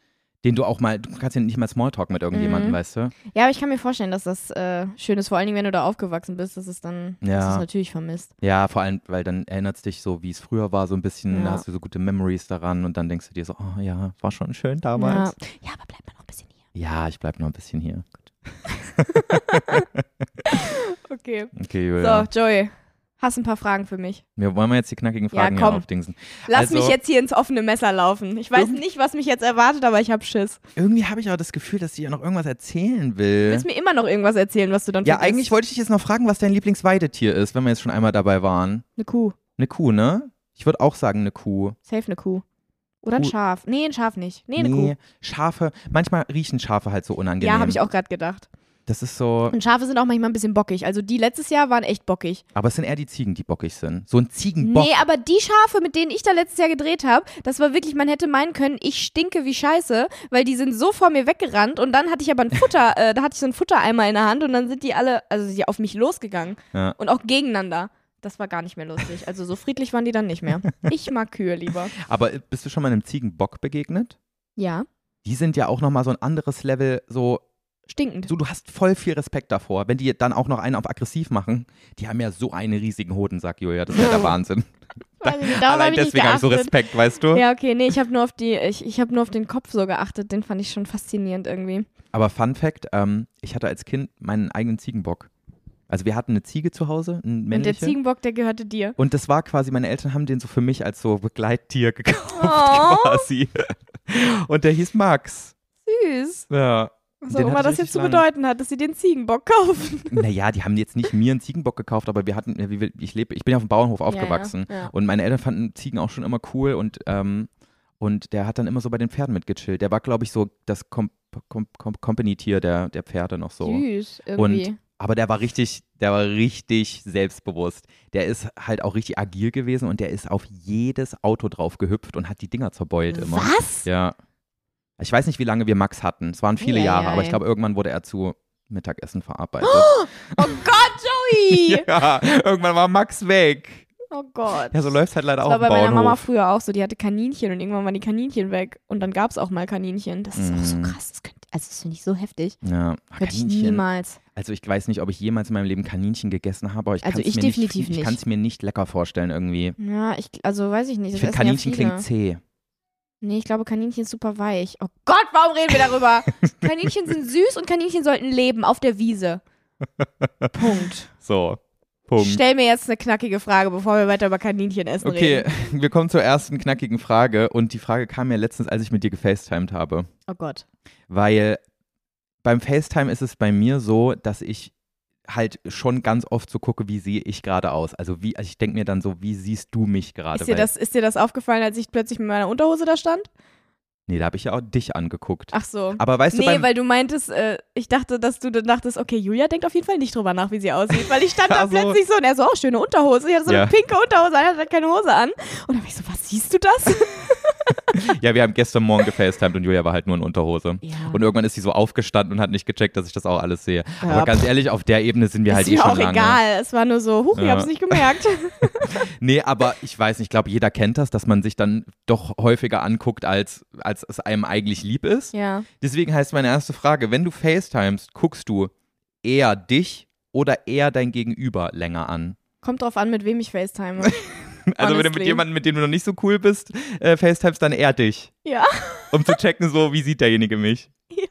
S3: den du auch mal, du kannst ja nicht mal Smalltalk mit irgendjemandem,
S2: Mhm.
S3: weißt du?
S2: Ja, aber ich kann mir vorstellen, dass das äh, schön ist, vor allen Dingen, wenn du da aufgewachsen bist, dass es dann
S3: Ja.
S2: dass du es natürlich vermisst.
S3: Ja, vor allem, weil dann erinnert's dich so, wie es früher war, so ein bisschen,
S2: Ja.
S3: da hast du so gute Memories daran und dann denkst du dir so, oh ja, war schon schön damals.
S2: Ja. ja, aber bleib mal noch ein bisschen hier.
S3: Ja, ich bleib noch ein bisschen hier.
S2: Okay.
S3: Okay,
S2: So,
S3: Julia.
S2: Joey, hast ein paar Fragen für mich.
S3: Wir wollen mal jetzt die knackigen
S2: Ja,
S3: Fragen
S2: komm.
S3: hier aufdingsen.
S2: Lass
S3: Also-
S2: mich jetzt hier ins offene Messer laufen. Ich weiß
S3: Irgend-
S2: nicht, was mich jetzt erwartet, aber ich hab Schiss.
S3: Irgendwie habe ich auch das Gefühl, dass sie ja noch irgendwas erzählen
S2: Du
S3: will.
S2: willst mir immer noch irgendwas erzählen, was du dann
S3: Ja,
S2: vergisst.
S3: eigentlich wollte ich dich jetzt noch fragen, was dein Lieblingsweidetier ist, wenn wir jetzt schon einmal dabei waren.
S2: Eine Kuh.
S3: Eine Kuh, ne? Ich würde auch sagen, eine Kuh.
S2: Safe eine Kuh. Oder ein
S3: Kuh.
S2: Schaf. Nee, ein Schaf nicht. Nee, eine Kuh.
S3: Nee, Schafe, manchmal riechen Schafe halt so unangenehm.
S2: Ja, habe ich auch gerade gedacht.
S3: Das ist so,
S2: Und Schafe sind auch manchmal ein bisschen bockig. Also die letztes Jahr waren echt bockig.
S3: aber es sind eher die Ziegen, die bockig sind. So ein Ziegenbock.
S2: Nee, aber die Schafe, mit denen ich da letztes Jahr gedreht habe, das war wirklich, man hätte meinen können, ich stinke wie Scheiße, weil die sind so vor mir weggerannt und dann hatte ich aber ein
S3: [laughs]
S2: Futter, äh, da hatte ich so einen Futtereimer in der Hand und dann sind die alle, also sind die auf mich losgegangen
S3: Ja.
S2: und auch gegeneinander. Das war gar nicht mehr lustig. Also so friedlich waren die dann nicht mehr. Ich mag Kühe lieber.
S3: Aber bist du schon mal einem Ziegenbock begegnet?
S2: Ja,
S3: Die sind ja auch nochmal so ein anderes Level, so,
S2: stinkend.
S3: so, du hast voll viel Respekt davor. Wenn die dann auch noch einen auf aggressiv machen, die haben ja so einen riesigen Hodensack, Julia, das ist ja
S2: [laughs]
S3: der Wahnsinn.
S2: Weiß ich nicht, darauf
S3: Allein
S2: hab ich nicht
S3: deswegen habe ich so
S2: geachtet.
S3: Respekt, weißt du?
S2: Ja, okay, nee, ich habe nur auf die, ich, ich habe nur auf den Kopf so geachtet. Den fand ich schon faszinierend irgendwie.
S3: Aber Fun Fact, ähm, ich hatte als Kind meinen eigenen Ziegenbock. Also wir hatten eine Ziege zu Hause, ein
S2: Und der
S3: männliche.
S2: Ziegenbock, der gehörte
S3: [laughs]
S2: dir.
S3: Und das war quasi, meine Eltern haben den so für mich als so Begleittier [laughs] gekauft
S2: Oh.
S3: quasi. Und der hieß Max.
S2: Oh, Süß.
S3: Ja.
S2: Was auch
S3: Den
S2: immer
S3: hatte
S2: um das
S3: ich
S2: jetzt zu
S3: lang.
S2: bedeuten hat, dass sie den Ziegenbock kaufen.
S3: Naja, die haben jetzt nicht mir einen Ziegenbock gekauft, aber wir hatten, wie wir- ich lebe, ich bin ja auf dem Bauernhof [laughs] aufgewachsen.
S2: ja.
S3: Und meine Eltern fanden Ziegen auch schon immer cool und, ähm, und der hat dann immer so bei den Pferden mitgechillt. Der war, glaube ich, so das Com Com Com Company-Tier der, der Pferde noch so.
S2: Süß, irgendwie.
S3: Und, aber der war richtig, der war richtig selbstbewusst. Der ist halt auch richtig agil gewesen und der ist auf jedes Auto drauf gehüpft und hat die Dinger zerbeult halt immer.
S2: Was?
S3: Ja. Ich weiß nicht, wie lange wir Max hatten. Es waren viele
S2: Eieiei.
S3: Jahre, aber ich glaube, irgendwann wurde er zu Mittagessen verarbeitet. [laughs]
S2: Oh Gott, Joey!
S3: ja, irgendwann war Max weg.
S2: Oh Gott.
S3: Ja, so läuft's halt leider
S2: das
S3: auch
S2: war
S3: im
S2: bei meiner Mama
S3: Bauernhof.
S2: früher auch so, die hatte Kaninchen und irgendwann waren die Kaninchen weg. Und dann gab es auch mal Kaninchen. Das ist auch so
S3: Mm.
S2: krass. Das könnte, also das finde ich so heftig.
S3: Ja, Ach,
S2: Hätte ich
S3: Kaninchen.
S2: niemals.
S3: Also ich weiß nicht, ob ich jemals in meinem Leben Kaninchen gegessen habe, aber ich
S2: Also
S3: kann's
S2: ich
S3: mir
S2: definitiv
S3: nicht, Ich
S2: nicht.
S3: kann es mir nicht lecker vorstellen irgendwie.
S2: Ja, ich, also weiß ich nicht.
S3: Ich
S2: Das
S3: finde,
S2: essen ja
S3: Kaninchen
S2: viele.
S3: klingt zäh.
S2: Nee, ich glaube, Kaninchen ist super weich. Oh Gott, warum reden wir
S3: [laughs]
S2: darüber? Kaninchen sind süß und Kaninchen sollten leben auf der
S3: [laughs]
S2: Wiese. Punkt.
S3: So, Punkt.
S2: Stell mir jetzt eine knackige Frage, bevor wir weiter über Kaninchen essen
S3: Okay,
S2: reden.
S3: [laughs] wir kommen zur ersten knackigen Frage. Und die Frage kam mir letztens, als ich mit dir gefacetimed habe.
S2: Oh Gott.
S3: Weil beim Facetime ist es bei mir so, dass ich halt schon ganz oft so gucke, wie sehe ich gerade aus. Also wie, also ich denke mir dann so, wie siehst du mich gerade?
S2: Ist dir,
S3: Weil-
S2: das, ist dir das aufgefallen, als ich plötzlich mit meiner Unterhose da stand?
S3: Nee, da habe ich ja auch dich angeguckt.
S2: Ach so.
S3: Aber Ah, weißt du,
S2: Ah, nee,
S3: beim,
S2: weil du meintest, äh, ich dachte, dass du dann dachtest, okay, Julia denkt auf jeden Fall nicht drüber nach, wie sie aussieht. Weil ich
S3: [laughs]
S2: stand da
S3: Ach so.
S2: plötzlich so und er so, oh, schöne Unterhose. Ich hatte so
S3: Also Ja.
S2: eine pinke Unterhose, er hat keine Hose an. Und dann war ich so, was siehst du
S3: [laughs]
S2: das?
S3: [laughs] ja, wir haben gestern Morgen gefacetimed und Julia war halt nur in Unterhose.
S2: Ja.
S3: Und irgendwann ist sie so aufgestanden und hat nicht gecheckt, dass ich das auch alles sehe.
S2: Ja,
S3: Aber ganz ehrlich, auf der Ebene sind wir halt
S2: ist
S3: eh
S2: mir
S3: schon
S2: auch
S3: lange.
S2: egal. Es war nur so, huch, ich
S3: Ja.
S2: hab's nicht
S3: [laughs]
S2: gemerkt.
S3: Nee, aber ich weiß nicht, ich glaube, jeder kennt das, dass man sich dann doch häufiger anguckt, als, als es einem eigentlich lieb ist.
S2: ja.
S3: Deswegen heißt meine erste Frage, wenn du FaceTimest, guckst du eher dich oder eher dein Gegenüber länger an? [laughs]
S2: Kommt drauf an, mit wem ich FaceTime.
S3: Also wenn du mit
S2: Honestly.
S3: jemandem, mit dem du noch nicht so cool bist, äh, FaceTimest, dann eher dich,
S2: ja.
S3: [laughs] um zu checken, so, wie sieht derjenige mich?
S2: Ja.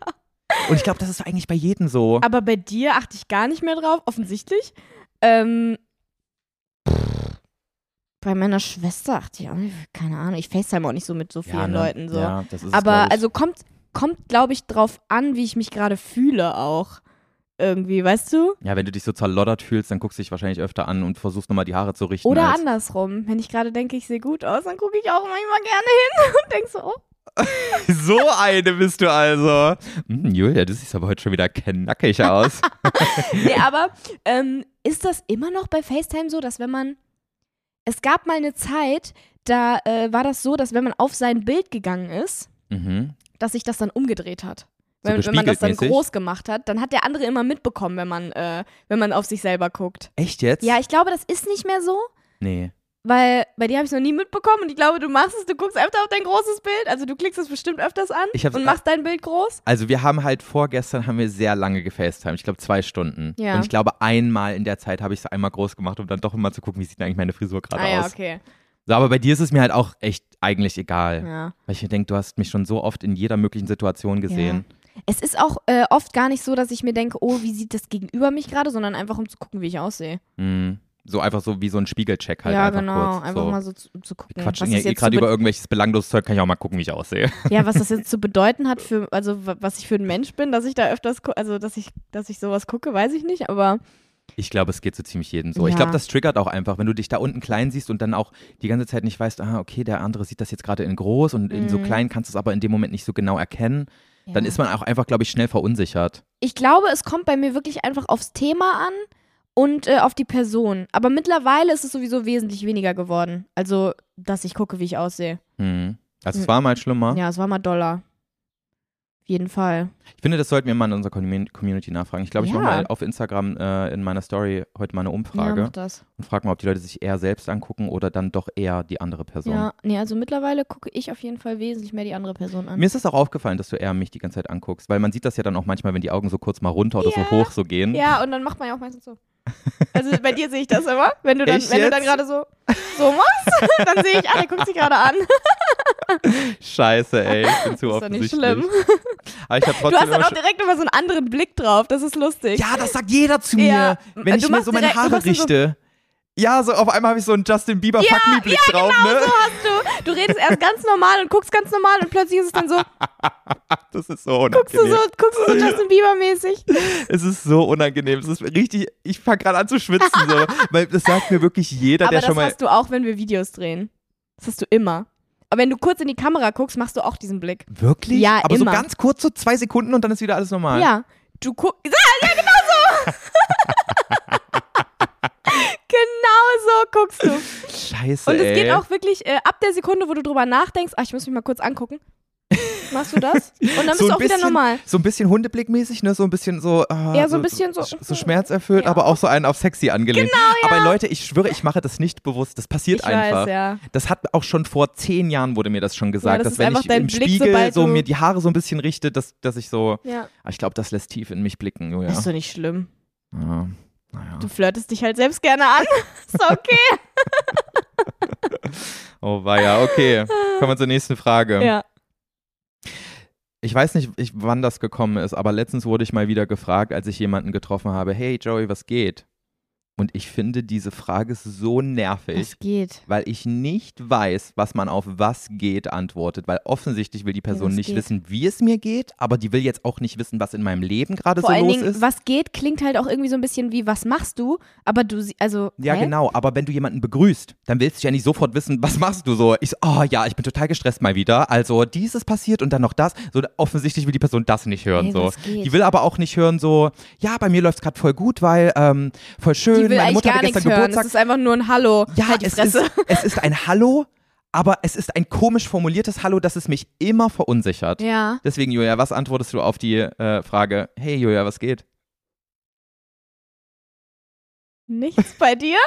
S3: Und ich glaube, das ist eigentlich bei jedem so.
S2: Aber bei dir achte ich gar nicht mehr drauf, offensichtlich. Ähm, bei meiner Schwester achte ich auch nicht, keine Ahnung. Ich facetime auch nicht so mit so vielen
S3: ne?
S2: Leuten so.
S3: Ja, das ist es, glaub
S2: Aber
S3: ich.
S2: also kommt, kommt glaube ich, drauf an, wie ich mich gerade fühle auch. Irgendwie, weißt du?
S3: Ja, wenn du dich so zerloddert fühlst, dann guckst du dich wahrscheinlich öfter an und versuchst nochmal die Haare zu richten.
S2: Oder
S3: als,
S2: andersrum. Wenn ich gerade denke, ich sehe gut aus, dann gucke ich auch manchmal gerne hin [laughs] und denke so, oh,
S3: [laughs] So eine bist du also. Hm, Julia, du siehst aber heute schon wieder knackig
S2: [laughs]
S3: aus.
S2: Nee, aber ähm, ist das immer noch bei FaceTime so, dass wenn man. Es gab mal eine Zeit, da äh, war das so, dass wenn man auf sein Bild gegangen ist,
S3: mhm.
S2: dass sich das dann umgedreht hat.
S3: So
S2: Wenn, wenn man das dann
S3: gespiegelt-mäßig?
S2: groß gemacht hat, dann hat der andere immer mitbekommen, wenn man, äh, wenn man auf sich selber guckt.
S3: Echt jetzt?
S2: Ja, ich glaube, das ist nicht mehr so,
S3: nee.
S2: weil bei dir habe ich es noch nie mitbekommen und ich glaube, du machst es, du guckst öfter auf dein großes Bild, also du klickst es bestimmt öfters an
S3: Ich hab's-
S2: und machst dein Bild groß.
S3: Also wir haben halt vorgestern haben wir sehr lange gefacetimed. Ich glaube zwei Stunden.
S2: Ja.
S3: Und ich glaube einmal in der Zeit habe ich es einmal groß gemacht, um dann doch immer zu gucken, wie sieht denn eigentlich meine Frisur gerade
S2: Ah ja,
S3: aus.
S2: okay.
S3: So, aber bei dir ist es mir halt auch echt eigentlich egal.
S2: Ja.
S3: Weil ich mir denke, du hast mich schon so oft in jeder möglichen Situation gesehen.
S2: Es ist auch äh, oft gar nicht so, dass ich mir denke, oh, wie sieht das gegenüber mich gerade, sondern einfach um zu gucken, wie ich aussehe.
S3: Mhm. So einfach so wie so ein Spiegelcheck halt
S2: ja,
S3: einfach
S2: genau.
S3: kurz.
S2: einfach
S3: so.
S2: mal so zu, um zu gucken.
S3: Quatschen
S2: was
S3: ja
S2: das
S3: eh
S2: jetzt zu
S3: gerade
S2: be-
S3: über irgendwelches belangloses Zeug, kann ich auch mal gucken, wie ich aussehe.
S2: Ja,
S3: [laughs]
S2: was das jetzt zu bedeuten hat für, also wa- was ich für ein Mensch bin, dass ich da öfters, gu- also dass ich, dass ich sowas gucke, weiß ich nicht, aber
S3: Ich glaube, es geht so ziemlich jedem so. Ich
S2: Ja.
S3: glaube, das triggert auch einfach, wenn du dich da unten klein siehst und dann auch die ganze Zeit nicht weißt, ah, okay, der andere sieht das jetzt gerade in groß und in so
S2: Mhm.
S3: klein kannst du es aber in dem Moment nicht so genau erkennen. Dann
S2: ja.
S3: ist man auch einfach, glaube ich, schnell verunsichert.
S2: ich glaube, es kommt bei mir wirklich einfach aufs Thema an und äh, auf die Person. Aber mittlerweile ist es sowieso wesentlich weniger geworden. Also, dass ich gucke, wie ich aussehe.
S3: Mhm. Also es
S2: Mhm.
S3: war mal schlimmer.
S2: Ja, es war mal Dollar. Auf jeden Fall.
S3: Ich finde, das sollten wir mal in unserer Commun- Community nachfragen. Ich glaube, ich
S2: Ja.
S3: mache mal auf Instagram äh, in meiner Story heute mal eine Umfrage
S2: Ja, mach das.
S3: und frage mal, ob die Leute sich eher selbst angucken oder dann doch eher die andere Person.
S2: Ja, nee, also mittlerweile gucke ich auf jeden Fall wesentlich mehr die andere Person an.
S3: Mir ist das auch aufgefallen, dass du eher mich die ganze Zeit anguckst, weil man sieht das ja dann auch manchmal, wenn die Augen so kurz mal runter oder so
S2: Ja.
S3: hoch so gehen.
S2: ja, und dann macht man ja auch meistens
S3: [laughs]
S2: so. Also bei dir sehe ich das immer. Wenn du dann,
S3: Ich
S2: wenn du
S3: jetzt?
S2: dann gerade so, so machst, [laughs] dann sehe ich, ah, der guckt sich gerade an.
S3: Scheiße, ey,
S2: [laughs]
S3: ich bin zu
S2: Ist doch nicht
S3: offensichtlich.
S2: schlimm.
S3: Aber ich habe
S2: Du
S3: trotzdem
S2: hast dann
S3: immer
S2: auch
S3: schon,
S2: direkt immer so einen anderen Blick drauf. Das ist lustig.
S4: Ja, das sagt jeder zu mir,
S2: Ja.
S4: wenn ich
S2: Du
S4: mir
S2: machst
S4: so meine
S2: direkt- du
S4: Haare
S2: machst dann so-
S4: richte.
S3: ja, so auf einmal habe ich so einen Justin Bieber
S2: Ja, genau
S3: Fuck Me Blick drauf, ne?
S2: Du, du redest erst ganz normal und guckst ganz normal und plötzlich ist es
S3: [laughs]
S2: dann so,
S3: Das ist so
S2: guckst du
S3: unangenehm.
S2: so, guckst du so Justin Bieber mäßig.
S3: Es ist so unangenehm. Es ist richtig, ich fange gerade an zu schwitzen
S2: [laughs]
S3: so, weil das sagt mir wirklich jeder,
S2: Aber
S3: der
S2: das
S3: schon mal
S2: hast du auch, wenn wir Videos drehen. Das hast du immer. Aber wenn du kurz in die Kamera guckst, machst du auch diesen Blick.
S3: wirklich,
S2: Ja,
S3: aber
S2: immer.
S3: so ganz kurz so zwei Sekunden und dann ist wieder alles normal.
S2: Ja, du guckst. Ja, ja,
S3: [laughs]
S2: genau so. genau so guckst du.
S3: Scheiße,
S2: Und
S3: ey.
S2: es geht auch wirklich äh, ab der Sekunde, wo du drüber nachdenkst, ach, ich muss mich mal kurz angucken. Machst du das? Und dann bist
S3: So
S2: du
S3: ein
S2: auch wieder
S3: bisschen-
S2: normal.
S3: so ein bisschen hundeblickmäßig, ne? So ein bisschen so. ah,
S2: Ja, so ein bisschen so- mhm.
S3: So schmerzerfüllt,
S2: Ja.
S3: aber auch so einen auf sexy angelehnt. Genau, ja. Aber Leute, ich schwöre, ich mache das nicht bewusst. Das passiert
S2: Ich
S3: einfach.
S2: weiß, ja.
S3: Das hat auch schon vor zehn Jahren wurde mir das schon gesagt,
S2: das
S3: dass
S2: ist
S3: wenn
S2: einfach
S3: ich
S2: dein
S3: im
S2: Blick,
S3: Spiegel
S2: sobald
S3: so
S2: du-
S3: mir die Haare so ein bisschen richte, dass, dass ich so.
S2: ja.
S3: Ah, Ich glaube, das lässt tief in mich blicken, Julia.
S2: Ist doch nicht schlimm.
S3: Ja. Naja.
S2: Du flirtest dich halt selbst gerne an. [laughs] Ist okay.
S3: Oh weia,
S2: [laughs]
S3: okay. Kommen wir zur nächsten Frage.
S2: Ja.
S3: Ich weiß nicht, ich, wann das gekommen ist, aber letztens wurde ich mal wieder gefragt, als ich jemanden getroffen habe, hey Joey, was geht? Und ich finde diese Frage so nervig,
S2: Das geht.
S3: weil ich nicht weiß, was man auf was geht antwortet, weil offensichtlich will die Person
S2: was
S3: nicht
S2: geht.
S3: wissen, wie es mir geht, aber die will jetzt auch nicht wissen, was in meinem Leben gerade so
S2: Vor allen
S3: los
S2: Dingen,
S3: ist.
S2: was geht, klingt halt auch irgendwie so ein bisschen wie, was machst du? Aber du, sie- also.
S3: Ja,
S2: hä?
S3: genau, aber wenn du jemanden begrüßt, dann willst du ja nicht sofort wissen, was machst du so? Ich so, oh ja, ich bin total gestresst mal wieder. Also, dieses passiert und dann noch das. So offensichtlich will die Person das nicht hören
S2: Hey,
S3: so.
S2: was geht?
S3: Die will aber auch nicht hören so, ja, bei mir läuft's grad voll gut, weil ähm, voll schön,
S2: Die will
S3: meine
S2: eigentlich
S3: Mutter
S2: gar
S3: hatte
S2: nichts
S3: gestern
S2: hören.
S3: Geburtstag.
S2: Es ist einfach nur ein Hallo.
S3: ja,
S2: halt die
S3: es
S2: Fresse.
S3: ist es ist ein Hallo, aber es ist ein komisch formuliertes Hallo, das es mich immer verunsichert.
S2: Ja.
S3: Deswegen Julia, was antwortest du auf die äh, Frage, hey Julia, was geht?
S2: Nichts bei dir?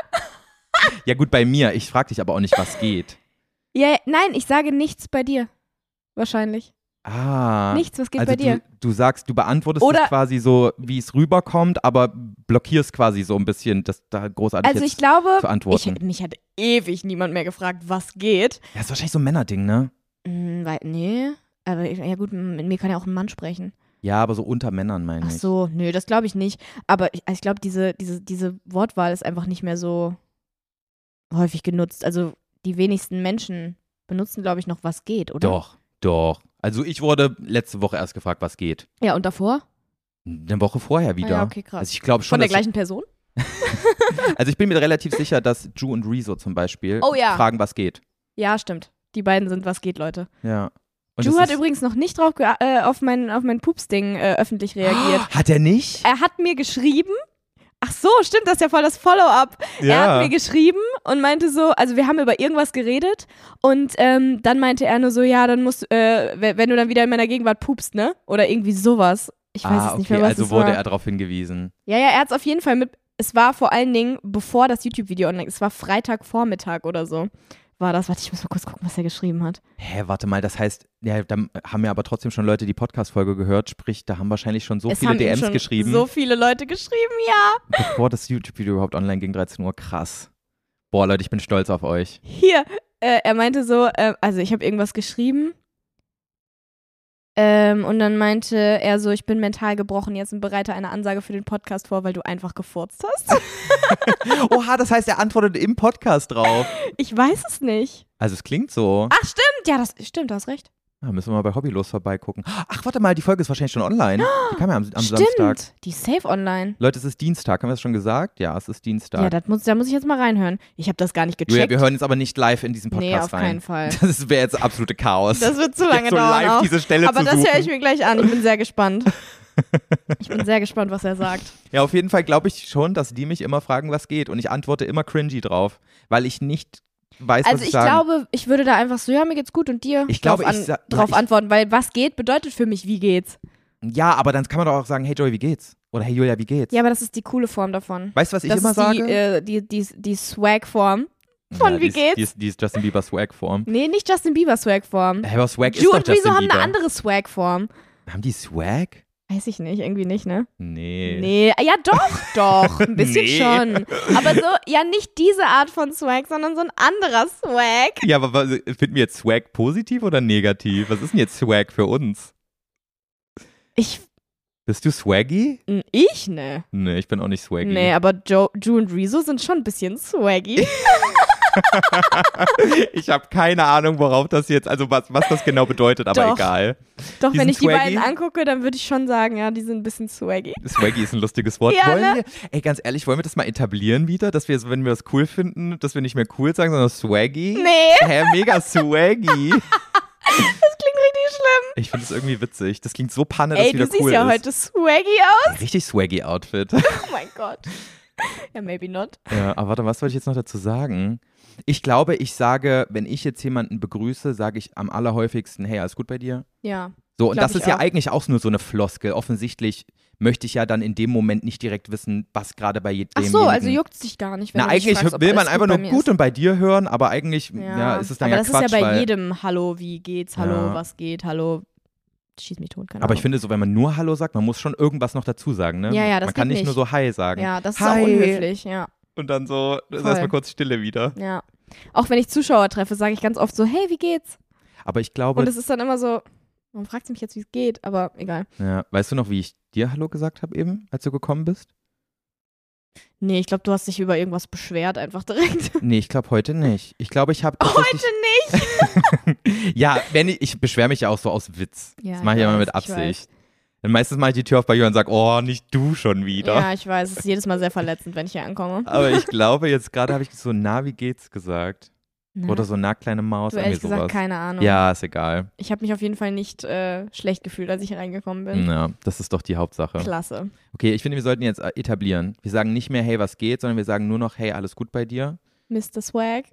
S3: Ja, gut, bei mir, ich frag dich aber auch nicht, was
S2: [laughs]
S3: geht.
S2: Ja, nein, ich sage nichts bei dir. Wahrscheinlich.
S3: Ah.
S2: Nichts, was geht
S3: also
S2: bei dir?
S3: Du, du sagst, du beantwortest
S2: Oder-
S3: es quasi so, wie es rüberkommt, aber blockierst quasi so ein bisschen, das da großartig
S2: also
S3: jetzt
S2: ich glaube,
S3: zu
S2: ich,
S3: antworten.
S2: mich hat ewig niemand mehr gefragt, was geht.
S3: das ist wahrscheinlich so ein Männerding, ne?
S2: Hm, weil, nee. Aber ich- ja gut, m- mit mir kann ja auch ein Mann sprechen.
S3: Ja, aber so unter Männern meine
S2: Ach
S3: ich.
S2: so, nö, das glaube ich nicht. Aber ich, also ich glaube, diese, diese, diese Wortwahl ist einfach nicht mehr so häufig genutzt. Also die wenigsten Menschen benutzen, glaube ich, noch was geht, oder?
S3: Doch, doch. Also ich wurde letzte Woche erst gefragt, was geht.
S2: Ja, und davor?
S3: Eine Woche vorher wieder.
S2: Ah ja, okay, krass.
S3: Also ich glaube
S2: Von
S3: schon,
S2: der
S3: dass
S2: gleichen Person?
S3: ich, also ich bin mir relativ sicher, dass Ju und Rezo zum Beispiel
S2: Oh ja.
S3: fragen, was geht.
S2: Ja, stimmt. Die beiden sind was geht, Leute.
S3: Ja. Und
S2: Ju
S3: das
S2: hat
S3: ist-
S2: übrigens noch nicht drauf gea- äh, auf mein, auf mein Pups-Ding äh, öffentlich
S3: [gasps]
S2: reagiert.
S3: Hat er nicht?
S2: Er hat mir geschrieben. Ach so, stimmt, das ist ja voll das Follow-up. Er hat mir geschrieben und meinte so, also wir haben über irgendwas geredet und ähm, dann meinte er nur so, ja, dann musst du, äh, we- wenn du dann wieder in meiner Gegenwart pupst, ne? Oder irgendwie sowas. Ich weiß
S3: ah,
S2: es
S3: okay,
S2: nicht mehr, was
S3: also
S2: es
S3: wurde
S2: war.
S3: er darauf hingewiesen.
S2: Ja, ja, er hat es auf jeden Fall mit. Es war vor allen Dingen, bevor das YouTube-Video online es war Freitagvormittag oder so, war das. Warte, ich muss mal kurz gucken, was er geschrieben hat.
S3: Hä, warte mal, das heißt, ja, da haben ja aber trotzdem schon Leute die Podcast-Folge gehört, sprich, da haben wahrscheinlich schon so
S2: es
S3: viele
S2: haben ihm
S3: DMs
S2: schon
S3: geschrieben,
S2: so viele Leute geschrieben, ja.
S3: bevor das YouTube-Video überhaupt online ging, 13 Uhr, krass. Boah, Leute, ich bin stolz
S2: [laughs]
S3: auf euch.
S2: Hier, äh, er meinte so, äh, also ich habe irgendwas geschrieben. Ähm, und dann meinte er so, ich bin mental gebrochen, jetzt bereite eine Ansage für den Podcast vor, weil du einfach gefurzt [laughs] hast.
S3: Oha, das heißt, er antwortet im Podcast drauf.
S2: Ich weiß es nicht.
S3: Also es klingt so.
S2: Ach, stimmt, ja, das stimmt, du hast recht.
S3: Da Ah, müssen wir mal bei Hobbylos vorbeigucken. Ach, warte mal, die Folge ist wahrscheinlich schon online. Die kam ja am, am
S2: stimmt,
S3: Samstag.
S2: die ist safe online.
S3: Leute, es ist Dienstag. Haben wir das schon gesagt? Ja, es ist
S2: Ja,
S3: Dienstag.
S2: das muss, da muss ich jetzt mal reinhören. Ich habe das gar nicht
S3: Julia,
S2: gecheckt.
S3: wir hören jetzt aber nicht live in diesen Podcast
S2: nee, auf
S3: rein.
S2: keinen Fall.
S3: [laughs] Das wäre jetzt absolute Chaos.
S2: [laughs] Das wird zu
S3: Jetzt
S2: lange
S3: so
S2: dauern.
S3: live
S2: auch.
S3: diese Stelle
S2: Aber
S3: zu
S2: das höre ich
S3: suchen.
S2: mir gleich an. Ich bin
S3: [laughs]
S2: sehr gespannt. Ich bin sehr gespannt, was er sagt.
S3: Ja, auf jeden Fall glaube ich schon, dass die mich immer fragen, was geht. Und ich antworte immer cringy drauf, weil ich nicht weiß, was
S2: Also
S3: ich,
S2: ich
S3: sagen
S2: glaube, ich würde da einfach so, ja, mir geht's gut und dir
S3: Ich glaube,
S2: drauf,
S3: ich
S2: an,
S3: sa-
S2: drauf
S3: ich-
S2: antworten, weil was geht bedeutet für mich, wie geht's.
S3: Ja, aber dann kann man doch auch sagen, hey Joey, wie geht's? Oder hey Julia, wie geht's?
S2: Ja, aber das ist die coole Form davon.
S3: Weißt du, was ich
S2: das
S3: immer
S2: ist
S3: sage?
S2: Die, äh, die, die, die Swag-Form. von
S3: ja,
S2: wie
S3: die ist-
S2: geht's?
S3: Die ist, die ist Justin Bieber Swag-Form.
S2: Nee, nicht Justin Bieber Swag-Form.
S3: Hey, aber Äh, Swag
S2: Ju
S3: ist doch
S2: und Rezo
S3: Justin
S2: haben
S3: Bieber.
S2: eine andere Swag-Form.
S3: Haben die Swag?
S2: Weiß ich nicht, irgendwie nicht, ne?
S3: Nee.
S2: Nee, äh, ja
S3: [laughs]
S2: doch, doch, ein bisschen
S3: Nee.
S2: schon. Aber so, ja nicht diese Art von Swag, sondern so ein anderer Swag.
S3: Ja, aber was- finden wir jetzt Swag positiv oder negativ? Was ist denn jetzt Swag für uns?
S2: Ich,
S3: Bist du swaggy?
S2: n- ich ne.
S3: Nee, ich bin auch nicht swaggy.
S2: Nee, aber Joe, Ju und Rezo sind schon ein bisschen swaggy.
S3: [laughs] Ich habe keine Ahnung, worauf das jetzt, also was, was das genau bedeutet, aber
S2: Doch.
S3: egal.
S2: Doch,
S3: Die
S2: wenn
S3: sind
S2: ich die
S3: swaggy?
S2: beiden angucke, dann würde ich schon sagen, ja, die sind ein bisschen swaggy.
S3: Swaggy ist ein lustiges Wort.
S2: Ja,
S3: wollen
S2: ne?
S3: wir, ey, ganz ehrlich, wollen wir das mal etablieren wieder, dass wir, wenn wir das cool finden, dass wir nicht mehr cool sagen, sondern swaggy?
S2: Nee,
S3: Hä, mega swaggy.
S2: das klingt richtig schlimm.
S3: Ich finde es irgendwie witzig. Das klingt so panne, dass
S2: Ey, du
S3: wieder
S2: siehst
S3: cool
S2: ja
S3: ist.
S2: heute swaggy aus.
S3: Richtig swaggy Outfit.
S2: Oh mein Gott.
S3: [laughs]
S2: Ja, maybe not.
S3: Ja, aber warte, was wollte ich jetzt noch dazu sagen? Ich glaube, ich sage, wenn ich jetzt jemanden begrüße, sage ich am allerhäufigsten, hey, alles gut bei dir?
S2: Ja.
S3: So, und
S2: Glaub
S3: das
S2: ich
S3: ist ja
S2: auch.
S3: eigentlich auch nur so eine Floskel. Offensichtlich möchte ich ja dann in dem Moment nicht direkt wissen, was gerade bei jedem.
S2: Ach so, also juckt's dich gar nicht, wenn
S3: Na,
S2: du dich
S3: eigentlich
S2: fragst, ob
S3: will man
S2: alles
S3: einfach
S2: gut bei
S3: nur
S2: mir
S3: gut
S2: ist.
S3: und bei dir hören, aber eigentlich ja. ist es dann
S2: aber
S3: ja
S2: das
S3: Quatsch.
S2: ist ja bei
S3: weil,
S2: jedem Hallo, wie geht's, Hallo,
S3: Ja.
S2: was geht, Hallo, schieß mich tot, keine
S3: aber ich
S2: Ahnung.
S3: finde so, wenn man nur Hallo sagt, man muss schon irgendwas noch dazu sagen, ne?
S2: Ja, ja, das
S3: man kann
S2: geht
S3: nicht nur
S2: nicht.
S3: so Hi sagen.
S2: Ja, das ist
S3: Hi.
S2: auch unhöflich, ja,
S3: Und dann so, das ist
S2: Voll.
S3: erstmal kurz Stille wieder.
S2: ja. Auch wenn ich Zuschauer treffe, sage ich ganz oft so, hey, wie geht's?
S3: Aber ich glaube,
S2: Und es ist dann immer so, man fragt mich jetzt, wie es geht, aber egal.
S3: ja, weißt du noch, wie ich dir Hallo gesagt habe eben, als du gekommen bist?
S2: Nee, ich glaube, du hast dich über irgendwas beschwert, einfach direkt.
S3: Nee, ich glaube heute nicht. Ich glaube, ich habe
S2: Heute nicht.
S3: Ja, wenn ich, ich beschwere mich ja auch so aus Witz.
S2: Ja,
S3: das
S2: ich
S3: mache ich, immer
S2: weiß,
S3: mit
S2: ich
S3: Absicht. Dann meistens mache ich die Tür auf bei Jörn und sage, oh, nicht du schon wieder.
S2: Ja, ich weiß, es ist jedes Mal sehr verletzend, wenn ich hier ankomme.
S3: Aber ich glaube, jetzt gerade habe ich so, na, wie geht's gesagt.
S2: Na,
S3: Oder so, na, kleine Maus,
S2: du
S3: irgendwie
S2: ehrlich
S3: sowas.
S2: gesagt, keine Ahnung.
S3: ja, ist egal.
S2: Ich habe mich auf jeden Fall nicht äh, schlecht gefühlt, als ich hier reingekommen bin.
S3: Ja, das ist doch die Hauptsache.
S2: Klasse.
S3: Okay, ich finde, wir sollten jetzt äh, etablieren. Wir sagen nicht mehr, hey, was geht, sondern wir sagen nur noch, hey, alles gut bei dir.
S2: Mr. Swag,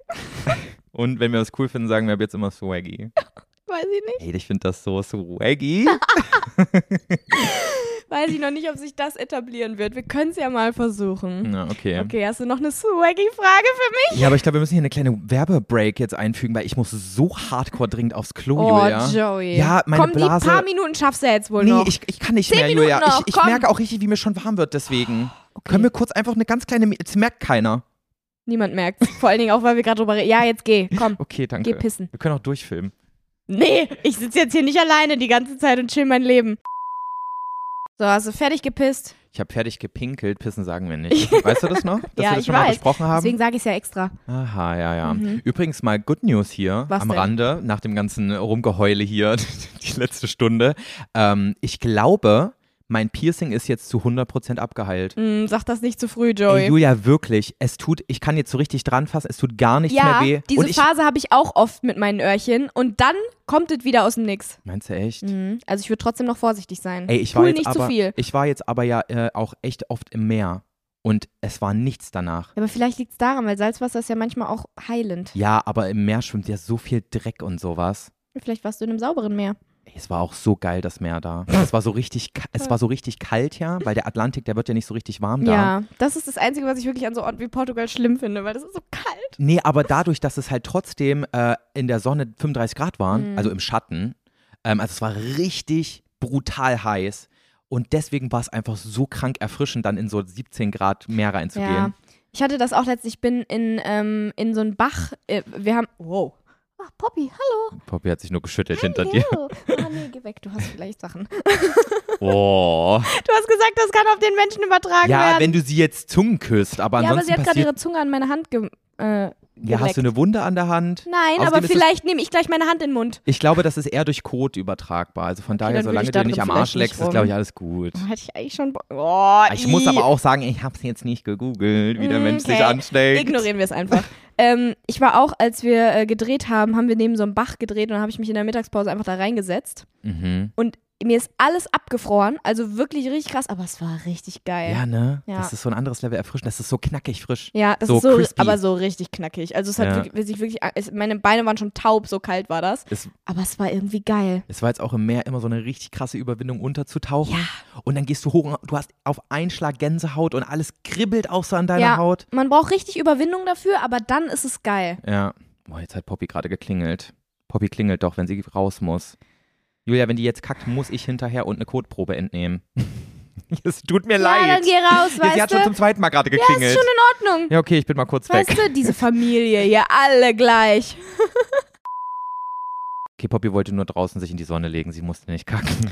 S3: Und wenn wir was cool finden, sagen wir ab jetzt immer swaggy.
S2: weiß ich nicht.
S3: Ey, ich finde das
S2: [laughs]
S3: so swaggy.
S2: Weiß ich noch nicht, ob sich das etablieren wird. Wir können es ja mal versuchen.
S3: Na, okay.
S2: Okay, hast du noch eine swaggy Frage für mich?
S3: Ja, aber ich glaube, wir müssen hier eine kleine Werbebreak jetzt einfügen, weil ich muss so hardcore dringend aufs Klo,
S2: Oh,
S3: Julia.
S2: Joey.
S3: Ja, meine
S2: Komm,
S3: Blase.
S2: die paar Minuten schaffst du ja jetzt wohl
S3: Nee,
S2: noch.
S3: ich, ich kann nicht
S2: Zehn
S3: mehr,
S2: Minuten
S3: Julia.
S2: noch,
S3: ich ich
S2: komm.
S3: merke auch richtig, wie mir schon warm wird, deswegen. Können wir kurz einfach eine ganz kleine. Mi- Das merkt keiner.
S2: Niemand merkt. Vor allen Dingen auch, weil wir gerade drüber reden. Ja, jetzt geh.
S3: [laughs]
S2: Komm,
S3: Okay, danke.
S2: geh pissen.
S3: wir können auch durchfilmen.
S2: Nee, ich sitze jetzt hier nicht alleine die ganze Zeit und chill mein Leben. So, hast du fertig gepisst?
S3: Ich habe fertig gepinkelt, pissen sagen wir
S2: [laughs]
S3: nicht. Weißt du das noch? Dass
S2: Ja,
S3: wir das
S2: ich
S3: schon mal
S2: weiß.
S3: besprochen haben?
S2: Deswegen sage ich es ja extra.
S3: Aha, ja, ja.
S2: Mhm.
S3: Übrigens mal Good News hier
S2: Was
S3: am
S2: denn?
S3: Rande, nach dem ganzen Rumgeheule hier, [laughs] die letzte Stunde. Ähm, ich glaube, mein Piercing ist jetzt zu 100% abgeheilt.
S2: Mm, sag das nicht zu früh,
S3: Ey,
S2: Joey.
S3: Julia, wirklich, es tut, ich kann jetzt so richtig dran fassen, es tut gar nichts
S2: ja,
S3: mehr weh.
S2: diese
S3: und ich,
S2: Phase habe ich auch oft mit meinen Öhrchen und dann kommt es wieder aus dem Nix.
S3: meinst du echt?
S2: Mhm. Also ich würde trotzdem noch vorsichtig sein.
S3: Ey, ich
S2: Pool
S3: war jetzt
S2: nicht
S3: aber,
S2: zu viel.
S3: ich war jetzt aber ja äh, auch echt oft im Meer und es war nichts danach.
S2: Ja, Aber vielleicht liegt es daran, weil Salzwasser ist ja manchmal auch heilend.
S3: Ja, aber im Meer schwimmt ja so viel Dreck und sowas.
S2: Vielleicht warst du in einem sauberen Meer.
S3: Ey, es war auch so geil das
S2: [laughs]
S3: Meer da. Es war so richtig, ka- es war so richtig kalt ja, weil der Atlantik, der wird ja nicht so richtig warm da.
S2: Ja, das ist das Einzige, was ich wirklich an so Orten wie Portugal schlimm finde, weil das ist so kalt.
S3: Nee, aber dadurch, dass es halt trotzdem äh, in der Sonne 35 Grad waren,
S2: Mhm.
S3: also im Schatten, ähm, also es war richtig brutal heiß. Und deswegen war es einfach so krank erfrischend, dann in so 17 Grad Meer reinzugehen.
S2: Ich hatte das auch letztens. Ich bin in, ähm, in so einen Bach. Äh, wir haben. Wow. Ach, Poppy, hallo.
S3: Poppy hat sich nur geschüttelt hinter dir.
S2: Hallo. Ah, nee, geh weg, du hast vielleicht Sachen. Du [laughs]
S3: Oh.
S2: hast gesagt, das kann auf den Menschen übertragen
S3: Ja,
S2: werden.
S3: wenn du sie jetzt Zungen küsst, aber
S2: ja, aber
S3: ansonsten
S2: sie hat gerade
S3: passiert.
S2: ihre Zunge an meine Hand ge äh,
S3: ja, hast du
S2: geleckt.
S3: eine Wunde an der Hand?
S2: Nein,
S3: Außerdem
S2: aber
S3: ist es-
S2: vielleicht nehme ich gleich meine Hand in den Mund.
S3: Ich glaube, das ist eher durch Kot übertragbar. Also von daher,
S2: dann würde
S3: solange
S2: ich
S3: du
S2: darin
S3: nicht am
S2: vielleicht
S3: Arsch
S2: nicht
S3: leckst, ist,
S2: rum.
S3: glaube ich, alles gut.
S2: Hätte ich eigentlich schon. Bo oh,
S3: Ah, Ich muss
S2: ih.
S3: aber auch sagen, ich habe es jetzt nicht gegoogelt, wie der
S2: Mm,
S3: Mensch sich
S2: okay.
S3: anstellt.
S2: Ignorieren wir es einfach.
S3: [laughs]
S2: ähm, ich war auch, als wir äh, gedreht haben, haben wir neben so einem Bach gedreht und dann habe ich mich in der Mittagspause einfach da reingesetzt.
S3: Mhm.
S2: Und mir ist alles abgefroren. Also wirklich richtig krass, aber es war richtig geil.
S3: Ja, ne?
S2: Ja.
S3: Das ist so ein anderes Level erfrischend. Das ist so knackig frisch.
S2: Ja, das
S3: So
S2: ist so,
S3: crispy.
S2: aber so richtig knackig. Also es hat
S3: Ja.
S2: wirklich, sich wirklich, es, meine Beine waren schon taub, so kalt war das.
S3: Es-
S2: aber es war irgendwie geil.
S3: Es war jetzt auch im Meer immer so eine richtig krasse Überwindung, unterzutauchen.
S2: Ja.
S3: Und dann gehst du hoch und du hast auf einen Schlag Gänsehaut und alles kribbelt auch so an deiner
S2: ja,
S3: Haut.
S2: man braucht richtig Überwindung dafür, aber dann ist es geil.
S3: Ja. Boah, jetzt hat Poppy gerade geklingelt. Poppy klingelt doch, wenn sie raus muss. Julia, wenn die jetzt kackt, muss ich hinterher und eine Kotprobe entnehmen. [laughs] es tut mir
S2: Ja, dann
S3: leid.
S2: geh raus,
S3: [laughs] Ja, sie hat
S2: weißt du.
S3: schon zum zweiten Mal gerade
S2: Ja, ist
S3: geklingelt.
S2: schon in Ordnung.
S3: Ja, okay, ich bin mal kurz weg.
S2: Weißt du, diese Familie hier, alle
S3: [laughs]
S2: gleich.
S3: Okay, Poppy wollte nur draußen sich in die Sonne legen, sie musste nicht kacken.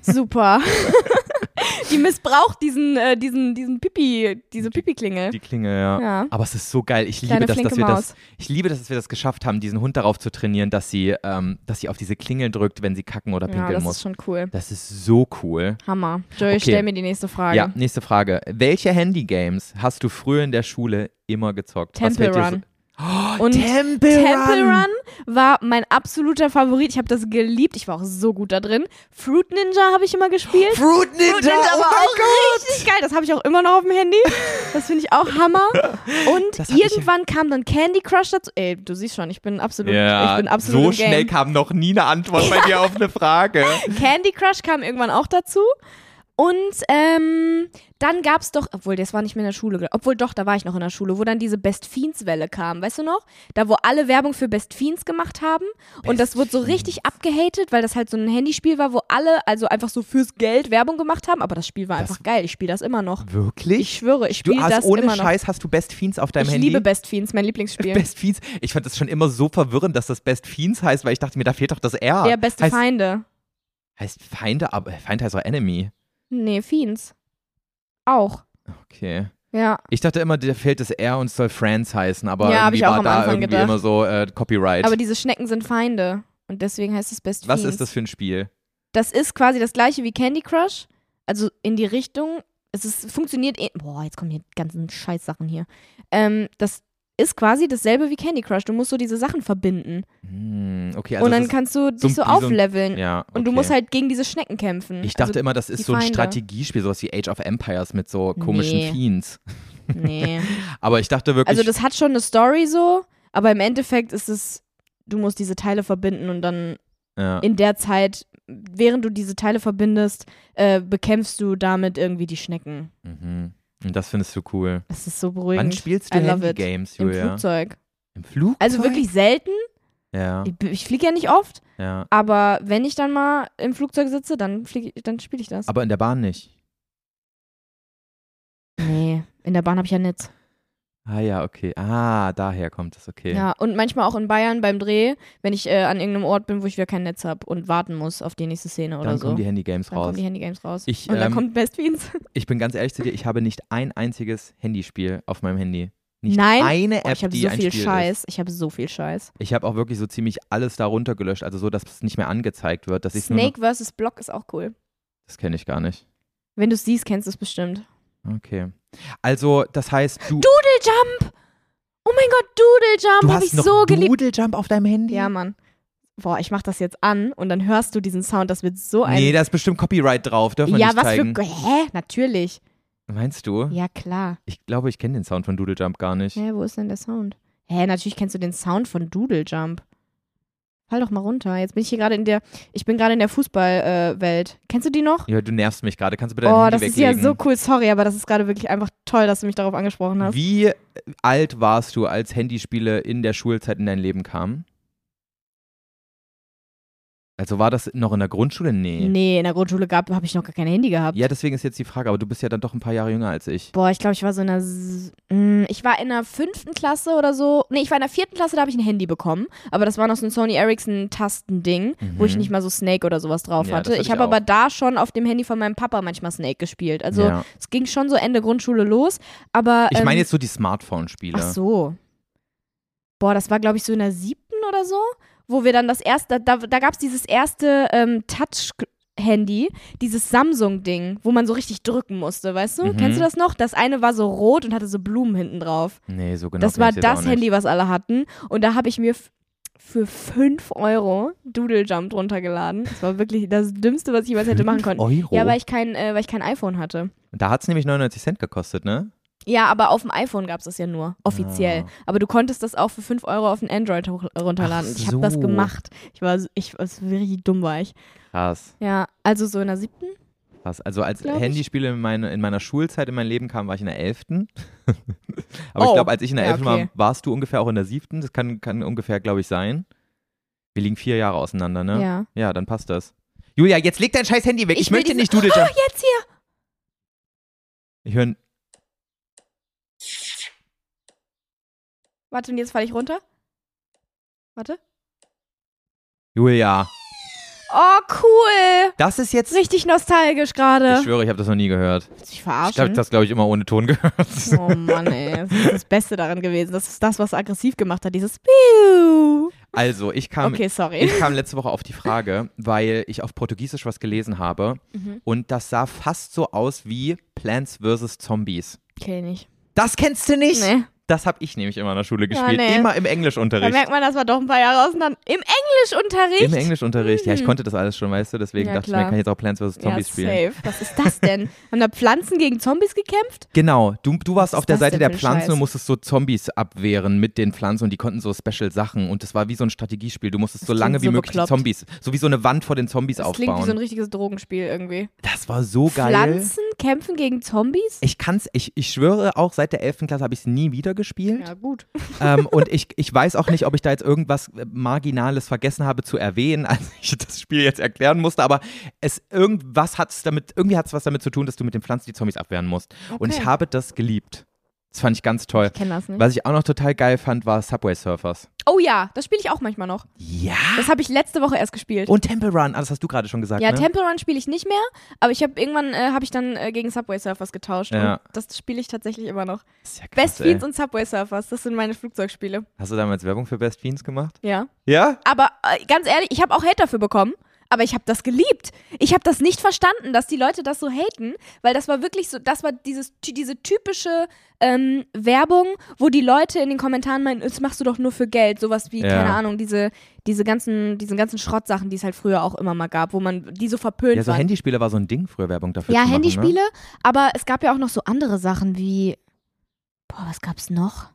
S2: Super. [laughs] Die missbraucht diesen, äh, diesen, diesen Pipi, diese Pipi-Klingel.
S3: Die Klingel, ja.
S2: Ja.
S3: Aber es ist so geil. Ich liebe,
S2: Kleine
S3: das, dass
S2: flinke
S3: wir das,
S2: Maus.
S3: ich liebe das, dass wir das geschafft haben, diesen Hund darauf zu trainieren, dass sie, ähm, dass sie auf diese Klingel drückt, wenn sie kacken oder
S2: Ja,
S3: pinkeln
S2: das
S3: muss.
S2: ist schon cool.
S3: das ist so cool.
S2: Hammer. Joey,
S3: Okay.
S2: stell mir die nächste Frage.
S3: Ja, nächste Frage. Welche Handygames hast du früher in der Schule immer gezockt? Was
S2: Temple
S3: fällt dir
S2: Run.
S3: So? Oh,
S2: Und
S3: Temple,
S2: Temple
S3: Run.
S2: Run war mein absoluter Favorit. Ich habe das geliebt. Ich war auch so gut da drin. Fruit Ninja habe ich immer gespielt.
S3: Fruit Ninja.
S2: Fruit Ninja
S3: oh
S2: war
S3: mein
S2: auch richtig geil. Das habe ich auch immer noch auf dem Handy. Das finde ich auch
S3: [laughs]
S2: Hammer. Und
S3: Das hab ich-
S2: irgendwann kam dann Candy Crush dazu. Ey, du siehst schon, [laughs] ich bin absolut,
S3: Ja,
S2: ich bin absolut
S3: so
S2: im Game.
S3: schnell kam noch nie eine Antwort bei dir auf
S2: [laughs]
S3: eine Frage.
S2: Candy Crush kam irgendwann auch dazu. Und ähm, dann gab es doch, obwohl das war nicht mehr in der Schule, glaub- obwohl doch, da war ich noch in der Schule, wo dann diese Best Fiends-Welle kam, weißt du noch? Da, wo alle Werbung für Best Fiends gemacht haben. und das wurde so richtig abgehatet, weil das halt so ein Handyspiel war, wo alle also einfach so fürs Geld Werbung gemacht haben. Aber das Spiel war einfach geil. Ich spiele das immer noch. Ich
S3: Wirklich?
S2: schwöre, ich
S3: Du
S2: spiele
S3: hast
S2: das
S3: ohne
S2: immer noch.
S3: Scheiß hast du Best Fiends auf deinem
S2: ich
S3: Handy?
S2: liebe Best Fiends, mein Lieblingsspiel.
S3: Best Fiends. Ich fand das schon immer so verwirrend, dass das Best Fiends heißt, weil ich dachte mir, da fehlt doch das R.
S2: ja, beste
S3: heißt,
S2: Feinde.
S3: Heißt Feinde, aber Feind heißt auch Enemy.
S2: Nee, Fiends. Auch.
S3: Okay.
S2: Ja.
S3: Ich dachte immer, da fehlt das R und es soll Friends heißen,
S2: Ja,
S3: aber
S2: hab
S3: irgendwie
S2: ich auch
S3: war
S2: am
S3: da
S2: Anfang
S3: irgendwie
S2: gedacht.
S3: immer so äh, Copyright.
S2: Aber diese Schnecken sind Feinde. Und deswegen heißt es Best
S3: Was
S2: Fiends.
S3: ist das für ein Spiel?
S2: Das ist quasi das gleiche wie Candy Crush. Also in die Richtung. Es ist, funktioniert. eh- Boah, jetzt kommen hier ganzen Scheißsachen hier. Ähm, das ist quasi dasselbe wie Candy Crush. Du musst so diese Sachen verbinden.
S3: Hm, okay, also
S2: und dann
S3: es ist,
S2: kannst du dich so
S3: ein- wie so ein-
S2: aufleveln.
S3: ja, okay.
S2: Und du musst halt gegen diese Schnecken kämpfen. Also,
S3: Ich dachte immer, das
S2: die
S3: ist so ein
S2: Feinde.
S3: Strategiespiel, sowas wie Age of Empires mit so komischen
S2: Nee.
S3: Fiends.
S2: also, nee.
S3: Aber [laughs] ich dachte wirklich,
S2: Also das hat schon eine Story so, aber im Endeffekt ist es, du musst diese Teile verbinden und dann
S3: ja.
S2: in der Zeit, während du diese Teile verbindest, äh, bekämpfst du damit irgendwie die Schnecken.
S3: mhm. Und das findest du cool.
S2: Das ist so
S3: Wann
S2: beruhigend.
S3: spielst du
S2: I love it.
S3: Handygames,
S2: Im
S3: Julia?
S2: Flugzeug.
S3: Im Flug?
S2: Also wirklich selten.
S3: Ja,
S2: Ich, ich fliege ja nicht oft,
S3: ja.
S2: aber wenn ich dann mal im Flugzeug sitze, dann, flieg, ich- dann spiele ich das.
S3: Aber in der Bahn nicht.
S2: nee, in der Bahn habe ich ja nichts.
S3: Ah ja, okay. Ah, daher kommt es, okay.
S2: Ja, und manchmal auch in Bayern beim Dreh, wenn ich äh, an irgendeinem Ort bin, wo ich wieder kein Netz habe und warten muss auf die nächste Szene
S3: Dann
S2: oder so.
S3: kommen die Handygames
S2: dann
S3: raus.
S2: kommen die Handygames raus.
S3: Ich,
S2: und dann
S3: ähm,
S2: kommt Best Fiends.
S3: Ich bin ganz ehrlich zu dir, ich habe nicht ein einziges Handyspiel auf meinem Handy. Nicht
S2: Nein?
S3: eine
S2: Oh,
S3: App,
S2: ich habe
S3: die
S2: so
S3: ein
S2: viel
S3: Spiel
S2: Scheiß.
S3: ist.
S2: Ich habe so viel Scheiß.
S3: Ich habe auch wirklich so ziemlich alles darunter gelöscht, also so, dass es nicht mehr angezeigt wird. Dass ich's nur noch,
S2: Snake vs. Block ist auch cool.
S3: das kenne ich gar nicht.
S2: Wenn du es siehst, kennst du es bestimmt.
S3: Okay. Also, das heißt, du,
S2: Doodle Jump! Oh mein Gott, Doodle Jump
S3: du
S2: habe ich
S3: hast noch
S2: so geliebt.
S3: Doodle Jump auf deinem Handy?
S2: Ja, Mann. Boah, ich mach das jetzt an und dann hörst du diesen Sound. Das wird so ein.
S3: Nee, da ist bestimmt Copyright drauf, dürfen wir
S2: ja,
S3: nicht
S2: was
S3: zeigen.
S2: für. Hä? Natürlich.
S3: Meinst du?
S2: Ja, klar.
S3: Ich glaube, ich kenne den Sound von Doodle Jump gar nicht.
S2: Hä, wo ist denn der Sound? Hä, natürlich kennst du den Sound von Doodle Jump. Fall doch mal runter. Jetzt bin ich hier gerade in der. Ich bin gerade in der Fußballwelt. Äh, Welt. kennst du die noch?
S3: Ja, du nervst mich gerade. Kannst du bitte dein
S2: Oh,
S3: Handy
S2: das ist
S3: weglegen?
S2: ja so cool. Sorry, aber das ist gerade wirklich einfach toll, dass du mich darauf angesprochen hast.
S3: Wie äh, alt warst du, als Handyspiele in der Schulzeit in dein Leben kamen? Also war das noch in der Grundschule? Nee.
S2: Nee, in der Grundschule habe ich noch gar kein Handy gehabt.
S3: Ja, deswegen ist jetzt die Frage, aber du bist ja dann doch ein paar Jahre jünger als ich.
S2: Boah, ich glaube, ich war so in der. S- mm, Ich war in der fünften Klasse oder so. Nee, ich war in der vierten Klasse, da habe ich ein Handy bekommen. Aber das war noch so ein Sony Ericsson-Tastending, wo ich nicht mal so Snake oder sowas drauf
S3: Mhm. Ja, das
S2: hatte.
S3: hatte
S2: Ich
S3: ich
S2: habe
S3: auch.
S2: aber da schon auf dem Handy von meinem Papa manchmal Snake gespielt. Also
S3: Ja.
S2: es ging schon so Ende Grundschule los. Aber.
S3: Ich
S2: ähm,
S3: meine jetzt so die Smartphone-Spiele.
S2: Ach so. Boah, das war, glaube ich, so in der siebten oder so, wo wir dann das erste, da, da gab es dieses erste ähm, Touch-Handy, dieses Samsung-Ding, wo man so richtig drücken musste, weißt du?
S3: Mhm.
S2: Kennst du das noch? Das eine war so rot und hatte so Blumen hinten drauf.
S3: Nee, so genau.
S2: das
S3: bin
S2: war
S3: ich jetzt auch
S2: das
S3: nicht.
S2: Handy, was alle hatten. Und da habe ich mir f- für 5 Euro Doodle Jump runtergeladen. Das war wirklich das Dümmste, was ich jemals hätte machen können.
S4: Euro.
S2: Ja, weil ich, kein, äh, weil ich kein iPhone hatte.
S3: Da hat es nämlich 99 Cent gekostet, ne?
S2: Ja, aber auf dem iPhone gab es das ja nur, offiziell.
S3: Ah.
S2: Aber du konntest das auch für 5 Euro auf dem Android hoch, äh, runterladen.
S3: Ach
S2: Ich habe das
S3: so.
S2: gemacht. Ich war, so- ich, was, richtig dumm war ich.
S3: Krass,
S2: Ja, also so in der siebten?
S3: krass. Also als
S2: Glaub ich.
S3: Handyspiele in, meine, in meiner Schulzeit in mein Leben kamen, war ich in der 11. [laughs] Aber
S2: Oh.
S3: ich glaube, als ich in der
S2: Ja,
S3: 11.
S2: okay.
S3: war, warst du ungefähr auch in der 7. Das kann, kann ungefähr, glaube ich, sein. Wir liegen vier Jahre auseinander,
S2: Ja.
S3: ne? Ja, dann passt das. Julia, jetzt leg dein scheiß Handy weg. Ich,
S2: will
S3: möchte
S2: diese-
S3: nicht Doodle
S2: oh,
S3: Jump.
S2: jetzt hier.
S3: Ich höre
S2: Warte, und jetzt falle ich runter. Warte.
S3: Julia.
S2: Oh, cool.
S3: Das ist jetzt.
S2: Richtig nostalgisch
S3: Ich
S2: gerade.
S3: schwöre, ich habe das noch nie gehört.
S2: Ich
S3: Ich habe
S2: verarschen.
S3: das, glaube ich, immer ohne
S2: [laughs]
S3: Ton gehört.
S2: Oh Mann, ey. Das ist das Beste daran gewesen. Das ist das, was aggressiv gemacht hat. Dieses Piu.
S3: Also, ich kam,
S2: Okay, sorry.
S3: ich kam letzte Woche auf die Frage, weil ich auf Portugiesisch was gelesen habe
S2: Mhm.
S3: und das sah fast so aus wie Plants vs. Zombies.
S2: Okay, nicht.
S3: Das kennst du nicht?
S2: Nee.
S3: Das habe ich nämlich immer in der Schule
S2: Ja,
S3: gespielt.
S2: nee.
S3: Immer im
S2: Da
S3: Englischunterricht.
S2: merkt man, das war doch ein paar Jahre auseinander. Im Englischunterricht?
S3: Im Englischunterricht. Ja, ich konnte das alles schon, weißt du?
S2: Mhm.
S3: Deswegen
S2: Ja,
S3: dachte ich
S2: klar.
S3: mir, kann ich jetzt auch Plants vs. Zombies
S2: ja, Safe.
S3: spielen.
S2: Was ist das
S3: [laughs]
S2: denn? Haben da Pflanzen gegen Zombies gekämpft?
S3: Genau, du, du warst
S2: Was
S3: auf
S2: ist
S3: der
S2: das
S3: Seite
S2: denn
S3: der
S2: für ein
S3: Pflanzen
S2: Scheiß?
S3: und musstest so Zombies abwehren mit den Pflanzen und die konnten so special Sachen und das war wie so ein Strategiespiel. Du musstest so
S2: klingt
S3: lange wie
S2: so
S3: möglich die
S2: bekloppt.
S3: Zombies, so wie so eine Wand vor den Zombies
S2: Das klingt wie
S3: aufbauen.
S2: so ein richtiges Drogenspiel irgendwie.
S3: das war so geil.
S2: Pflanzen kämpfen gegen Zombies?
S3: Ich kann's, ich, ich schwöre auch, seit der 11. Klasse habe ich es nie wieder gespielt.
S2: Ja, gut.
S3: [laughs] Ähm, und ich, ich weiß auch nicht, ob ich da jetzt irgendwas äh, Marginales vergessen habe zu erwähnen, [laughs] als ich das Spiel jetzt erklären musste, aber es irgendwas hat's damit, irgendwie hat es was damit zu tun, dass du mit den Pflanzen die Zombies abwehren musst. Und
S2: Okay.
S3: ich habe das geliebt. Das fand ich ganz toll.
S2: Ich kenne das nicht.
S3: Was ich auch noch total geil fand, war Subway Surfers.
S2: Oh ja, das spiele ich auch manchmal noch.
S3: Ja.
S2: Das habe ich letzte Woche erst gespielt.
S3: Und Temple Run, ah, das hast du gerade schon gesagt.
S2: ja,
S3: ne?
S2: Temple Run spiele ich nicht mehr, aber ich habe irgendwann äh, habe ich dann äh, gegen Subway Surfers getauscht
S3: Ja.
S2: und das spiele ich tatsächlich immer noch.
S3: Ist ja krass,
S2: Best Fiends
S3: ey.
S2: und Subway Surfers, das sind meine Flugzeugspiele.
S3: Hast du damals Werbung für Best Fiends gemacht?
S2: Ja.
S3: Ja?
S2: Aber äh, ganz ehrlich, ich habe auch Hate dafür bekommen. Aber ich habe das geliebt. Ich habe das nicht verstanden, dass die Leute das so haten, weil das war wirklich so, das war dieses, ty- diese typische ähm, Werbung, wo die Leute in den Kommentaren meinen, das machst du doch nur für Geld. Sowas wie,
S3: Ja.
S2: keine Ahnung, diese, diese ganzen, diesen ganzen Schrottsachen, die es halt früher auch immer mal gab, wo man die so verpönt
S3: Ja, so
S2: waren.
S3: Handyspiele war so ein Ding früher Werbung dafür.
S2: ja,
S3: zu machen,
S2: Handyspiele,
S3: Ne?
S2: aber es gab ja auch noch so andere Sachen wie, boah, was gab's noch?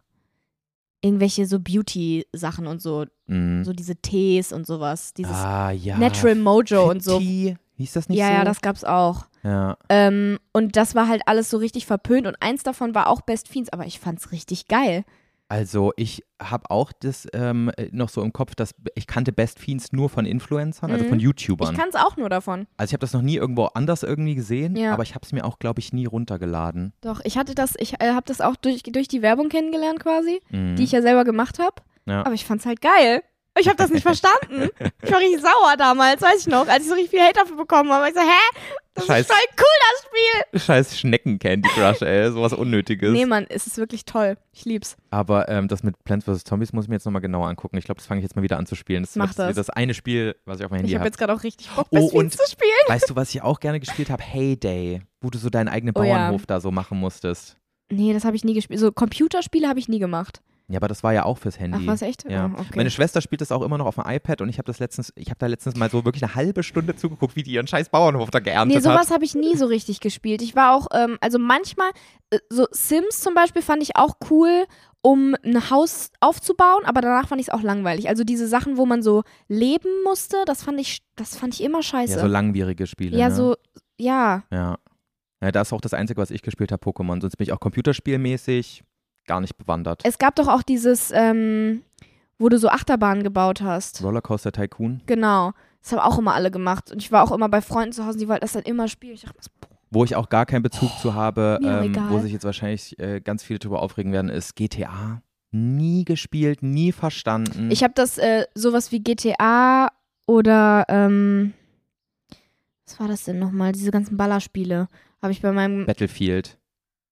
S2: Irgendwelche so Beauty-Sachen und so,
S3: Mhm.
S2: so diese Tees und sowas. Dieses
S3: ah, ja.
S2: Natural Mojo und so.
S3: Fenty. Hieß das nicht
S2: Ja,
S3: so?
S2: ja, das gab's auch.
S3: Ja.
S2: Ähm, und das war halt alles so richtig verpönt und eins davon war auch Best Fiends, aber ich fand's richtig geil.
S3: Also ich habe auch das ähm, noch so im Kopf, dass ich kannte Best Fiends nur von Influencern, also
S2: Mhm.
S3: von
S2: Ich
S3: YouTubern.
S2: kann's auch nur davon.
S3: also ich habe das noch nie irgendwo anders irgendwie gesehen,
S2: Ja.
S3: aber ich habe es mir auch, glaube ich, nie runtergeladen.
S2: Doch, ich hatte das, ich äh, habe das auch durch, durch die Werbung kennengelernt quasi,
S3: Mhm.
S2: die ich ja selber gemacht habe,
S3: Ja.
S2: aber ich fand's halt geil. Ich habe das nicht verstanden. Ich war richtig sauer damals, weiß ich noch, als ich so richtig viel Hate dafür bekommen habe. Ich so, hä? Das
S3: Scheiß-
S2: ist voll cool, das Spiel.
S3: Scheiß Schnecken Candy Crush, ey, sowas Unnötiges.
S2: Nee, Mann, es ist wirklich toll. Ich lieb's.
S3: Aber ähm, das mit Plants vs. Zombies muss ich mir jetzt nochmal genauer angucken. Ich glaube, das fange ich jetzt mal wieder an zu spielen. Das
S2: Mach
S3: ist das.
S2: das.
S3: eine Spiel, was ich auf
S2: Ich
S3: meinem Handy
S2: habe
S3: habe.
S2: jetzt gerade auch richtig Bock,
S3: Oh,
S2: Best
S3: und-
S2: Fiends zu spielen.
S3: Weißt du, was ich auch gerne gespielt habe? Heyday, wo du so deinen eigenen
S2: Oh ja.
S3: Bauernhof da so machen musstest.
S2: Nee, das habe ich nie gespielt. So Computerspiele habe ich nie gemacht.
S3: Ja, aber das war ja auch fürs Handy.
S2: Ach, was echt?
S3: Ja.
S2: Oh, okay.
S3: Meine Schwester spielt das auch immer noch auf dem iPad und ich habe das letztens, ich habe da letztens mal so wirklich eine halbe Stunde zugeguckt, wie die ihren scheiß Bauernhof da geerntet
S2: Nee,
S3: hat.
S2: sowas habe ich nie so richtig gespielt. Ich war auch, ähm, also manchmal, äh, so Sims zum Beispiel fand ich auch cool, um ein Haus aufzubauen, aber danach fand ich es auch langweilig. Also diese Sachen, wo man so leben musste, das fand ich, das fand ich immer scheiße.
S3: Ja, so langwierige Spiele.
S2: ja,
S3: ne?
S2: so, ja.
S3: Ja. ja, das ist auch das Einzige, was ich gespielt habe, Pokémon. Sonst bin ich auch computerspielmäßig gar nicht bewandert.
S2: Es gab doch auch dieses, ähm, wo du so Achterbahnen gebaut hast.
S3: Rollercoaster Tycoon.
S2: Genau. Das haben auch immer alle gemacht. Und ich war auch immer bei Freunden zu Hause, die wollten das dann immer spielen. Ich dachte, mir so, boah,
S3: Wo ich auch gar keinen Bezug zu habe,
S1: mir auch
S3: ähm, wo
S1: egal.
S3: sich jetzt wahrscheinlich äh, ganz viele drüber aufregen werden, ist GTA. Nie gespielt, nie verstanden.
S2: ich habe das äh, sowas wie GTA oder ähm, was war das denn nochmal? Diese ganzen Ballerspiele habe ich bei meinem,
S3: Battlefield.